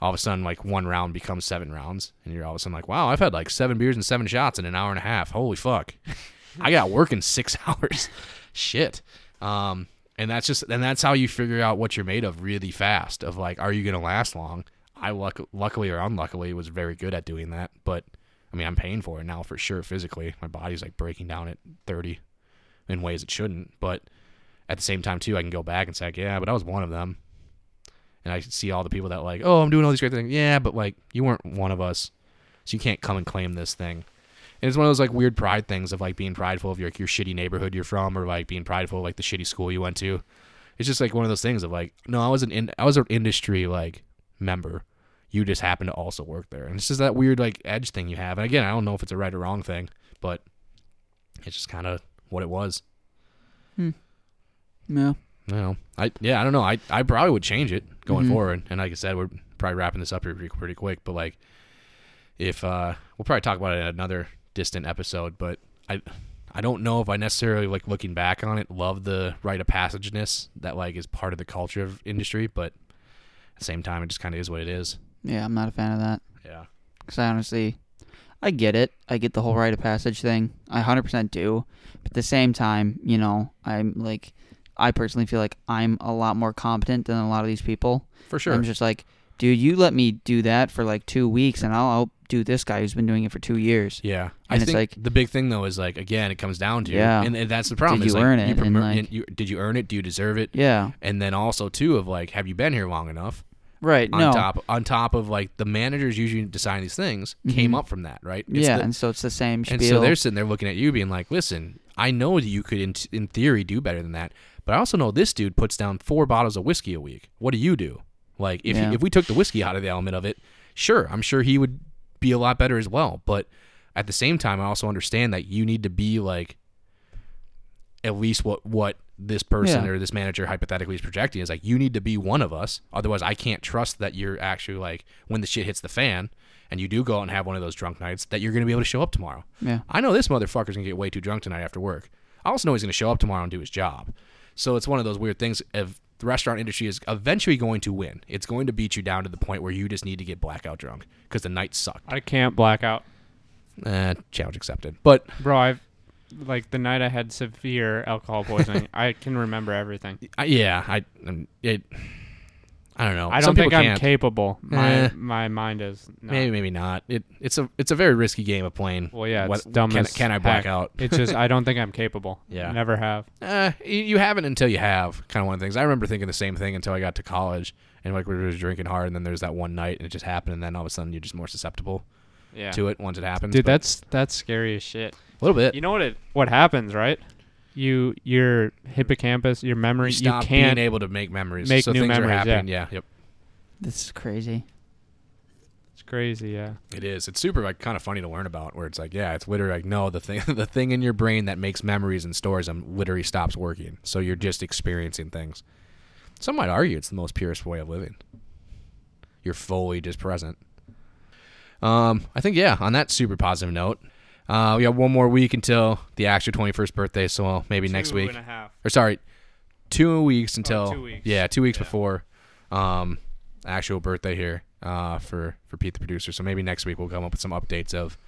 Speaker 4: all of a sudden like one round becomes seven rounds and you're all of a sudden like wow i've had like seven beers and seven shots in an hour and a half holy fuck i got work in six hours shit um and that's just and that's how you figure out what you're made of really fast of like are you gonna last long i luck- luckily or unluckily was very good at doing that but i mean i'm paying for it now for sure physically my body's like breaking down at 30 in ways it shouldn't but at the same time too i can go back and say like, yeah but i was one of them and I see all the people that like, oh, I'm doing all these great things. Yeah, but like you weren't one of us, so you can't come and claim this thing. And it's one of those like weird pride things of like being prideful of your your shitty neighborhood you're from, or like being prideful of, like the shitty school you went to. It's just like one of those things of like, no, I was an in, I was an industry like member. You just happen to also work there, and it's just that weird like edge thing you have. And again, I don't know if it's a right or wrong thing, but it's just kind of what it was.
Speaker 5: Yeah.
Speaker 4: No, I yeah, I don't know. I, I probably would change it going
Speaker 5: Mm-hmm.
Speaker 4: forward. And like I said, we're probably wrapping this up here pretty, pretty quick. But like, if uh, we'll probably talk about it in another distant episode. But I I don't know if I necessarily like looking back on it love the rite of passageness that like is part of the culture of industry. But at the same time, it just kind of is what it is.
Speaker 5: Yeah, I'm not a fan of that.
Speaker 4: Yeah.
Speaker 5: Because I honestly, I get it. I get the whole rite of passage thing. I 100% do. But at the same time, you know, I'm like, I personally feel like I'm a lot more competent than a lot of these people.
Speaker 4: For sure.
Speaker 5: I'm just like, dude, you let me do that for like two weeks and I'll outdo this guy who's been doing it for two years.
Speaker 4: Yeah, I
Speaker 5: And it's
Speaker 4: think
Speaker 5: like-
Speaker 4: the big thing though is like again, it comes down to
Speaker 5: Yeah.
Speaker 4: and, and that's the problem.
Speaker 5: Did
Speaker 4: is,
Speaker 5: you
Speaker 4: like,
Speaker 5: earn it?
Speaker 4: You,
Speaker 5: And,
Speaker 4: promo-
Speaker 5: like-
Speaker 4: and you, did you earn it? Do you deserve it?
Speaker 5: Yeah.
Speaker 4: And then also too of like, have you been here long enough?
Speaker 5: Right.
Speaker 4: on
Speaker 5: no.
Speaker 4: top on top of like the managers usually design these things came up from that, right? It's
Speaker 5: Mm-hmm. yeah.
Speaker 4: the-
Speaker 5: and so it's the same
Speaker 4: and
Speaker 5: spiel.
Speaker 4: so they're sitting there looking at you, being like, "Listen, I know that you could, in, in theory, do better than that, but I also know this dude puts down four bottles of whiskey a week. What do you do? Like, if
Speaker 5: Yeah.
Speaker 4: if we took the whiskey out of the element of it, sure, I'm sure he would be a lot better as well. But at the same time, I also understand that you need to be like at least what what this person
Speaker 5: Yeah.
Speaker 4: or this manager hypothetically is projecting is like you need to be one of us otherwise i can't trust that you're actually like when the shit hits the fan and you do go out and have one of those drunk nights, that you're going to be able to show up tomorrow.
Speaker 5: Yeah.
Speaker 4: I know this motherfucker's going to get way too drunk tonight after work. I also know he's going to show up tomorrow and do his job. So it's one of those weird things. If the restaurant industry is eventually going to win, it's going to beat you down to the point where you just need to get blackout drunk because the night sucked.
Speaker 6: I can't black out.
Speaker 4: Eh, challenge accepted. But
Speaker 6: Bro, I've like the night I had severe alcohol poisoning, I can remember everything.
Speaker 4: I, yeah, I um, it. I don't know.
Speaker 6: I
Speaker 4: Some
Speaker 6: don't think
Speaker 4: people
Speaker 6: I'm
Speaker 4: can't.
Speaker 6: capable. My
Speaker 4: Eh.
Speaker 6: my mind is no.
Speaker 4: Maybe, maybe not. It, it's a it's a very risky game of playing.
Speaker 6: Well, yeah,
Speaker 4: What-
Speaker 6: it's dumb
Speaker 4: Can,
Speaker 6: as
Speaker 4: can I black
Speaker 6: heck.
Speaker 4: out?
Speaker 6: it's just I don't think I'm capable.
Speaker 4: Yeah.
Speaker 6: never have.
Speaker 4: Uh, you, you haven't until you have. Kind of one of the things. I remember thinking the same thing until I got to college, and like we were just drinking hard, and then there's that one night, and it just happened, and then all of a sudden you're just more susceptible
Speaker 6: Yeah,
Speaker 4: to it once it happens.
Speaker 6: dude,
Speaker 4: but Uh,
Speaker 6: that's that's scary as shit.
Speaker 4: a little bit.
Speaker 6: You know what it what happens, right? You your hippocampus, your memory,
Speaker 4: you
Speaker 6: you,
Speaker 4: stop
Speaker 6: can't.
Speaker 4: being able to make memories.
Speaker 6: make
Speaker 4: so
Speaker 6: new
Speaker 4: things are
Speaker 6: memories, yeah.
Speaker 4: happening. Yeah. Yep.
Speaker 5: This is crazy.
Speaker 6: it's crazy, yeah.
Speaker 4: It is. It's super like kind of funny to learn about. Where it's like, yeah, it's literally like no, the thing, the thing in your brain that makes memories and stores them literally stops working. So you're just experiencing things. Some might argue it's the most purest way of living. You're fully just present. Um, I think yeah. On that super positive note, uh, we got one more week until the actual 21st birthday. So uh, maybe next week, or sorry, two weeks until
Speaker 6: Oh, two weeks.
Speaker 4: yeah, two weeks before um actual birthday here uh for for Pete the producer. So maybe next week we'll come up with some updates of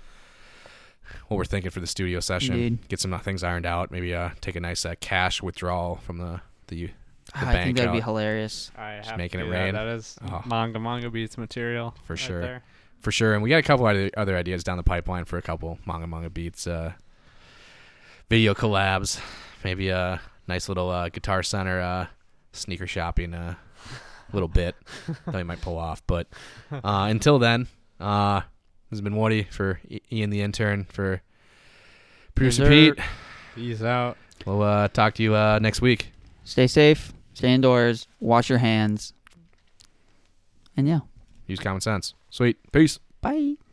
Speaker 4: what we're thinking for the studio session.
Speaker 5: Indeed.
Speaker 4: Get some things ironed out. Maybe uh take a nice uh, cash withdrawal from the the, the
Speaker 5: Ah, I
Speaker 4: bank
Speaker 5: think that'd be
Speaker 4: out.
Speaker 5: hilarious.
Speaker 6: I
Speaker 4: Just
Speaker 6: have
Speaker 4: making
Speaker 6: to
Speaker 4: it
Speaker 6: do that.
Speaker 4: rain.
Speaker 6: That is
Speaker 4: Oh.
Speaker 6: manga manga beats material
Speaker 4: For
Speaker 6: right
Speaker 4: sure.
Speaker 6: there.
Speaker 4: for sure. And we got a couple other other ideas down the pipeline for a couple manga manga beats, uh, video collabs, maybe a nice little uh, guitar center uh, sneaker shopping uh, little bit that we might pull off. But uh, until then, uh, this has been Woody for I- Ian the intern for producer
Speaker 5: Dessert.
Speaker 4: Pete.
Speaker 6: Peace out.
Speaker 4: We'll uh, talk to you uh, next week.
Speaker 5: Stay safe. Stay indoors. Wash your hands. And yeah.
Speaker 4: Use common sense. Sweet. Peace.
Speaker 5: Bye.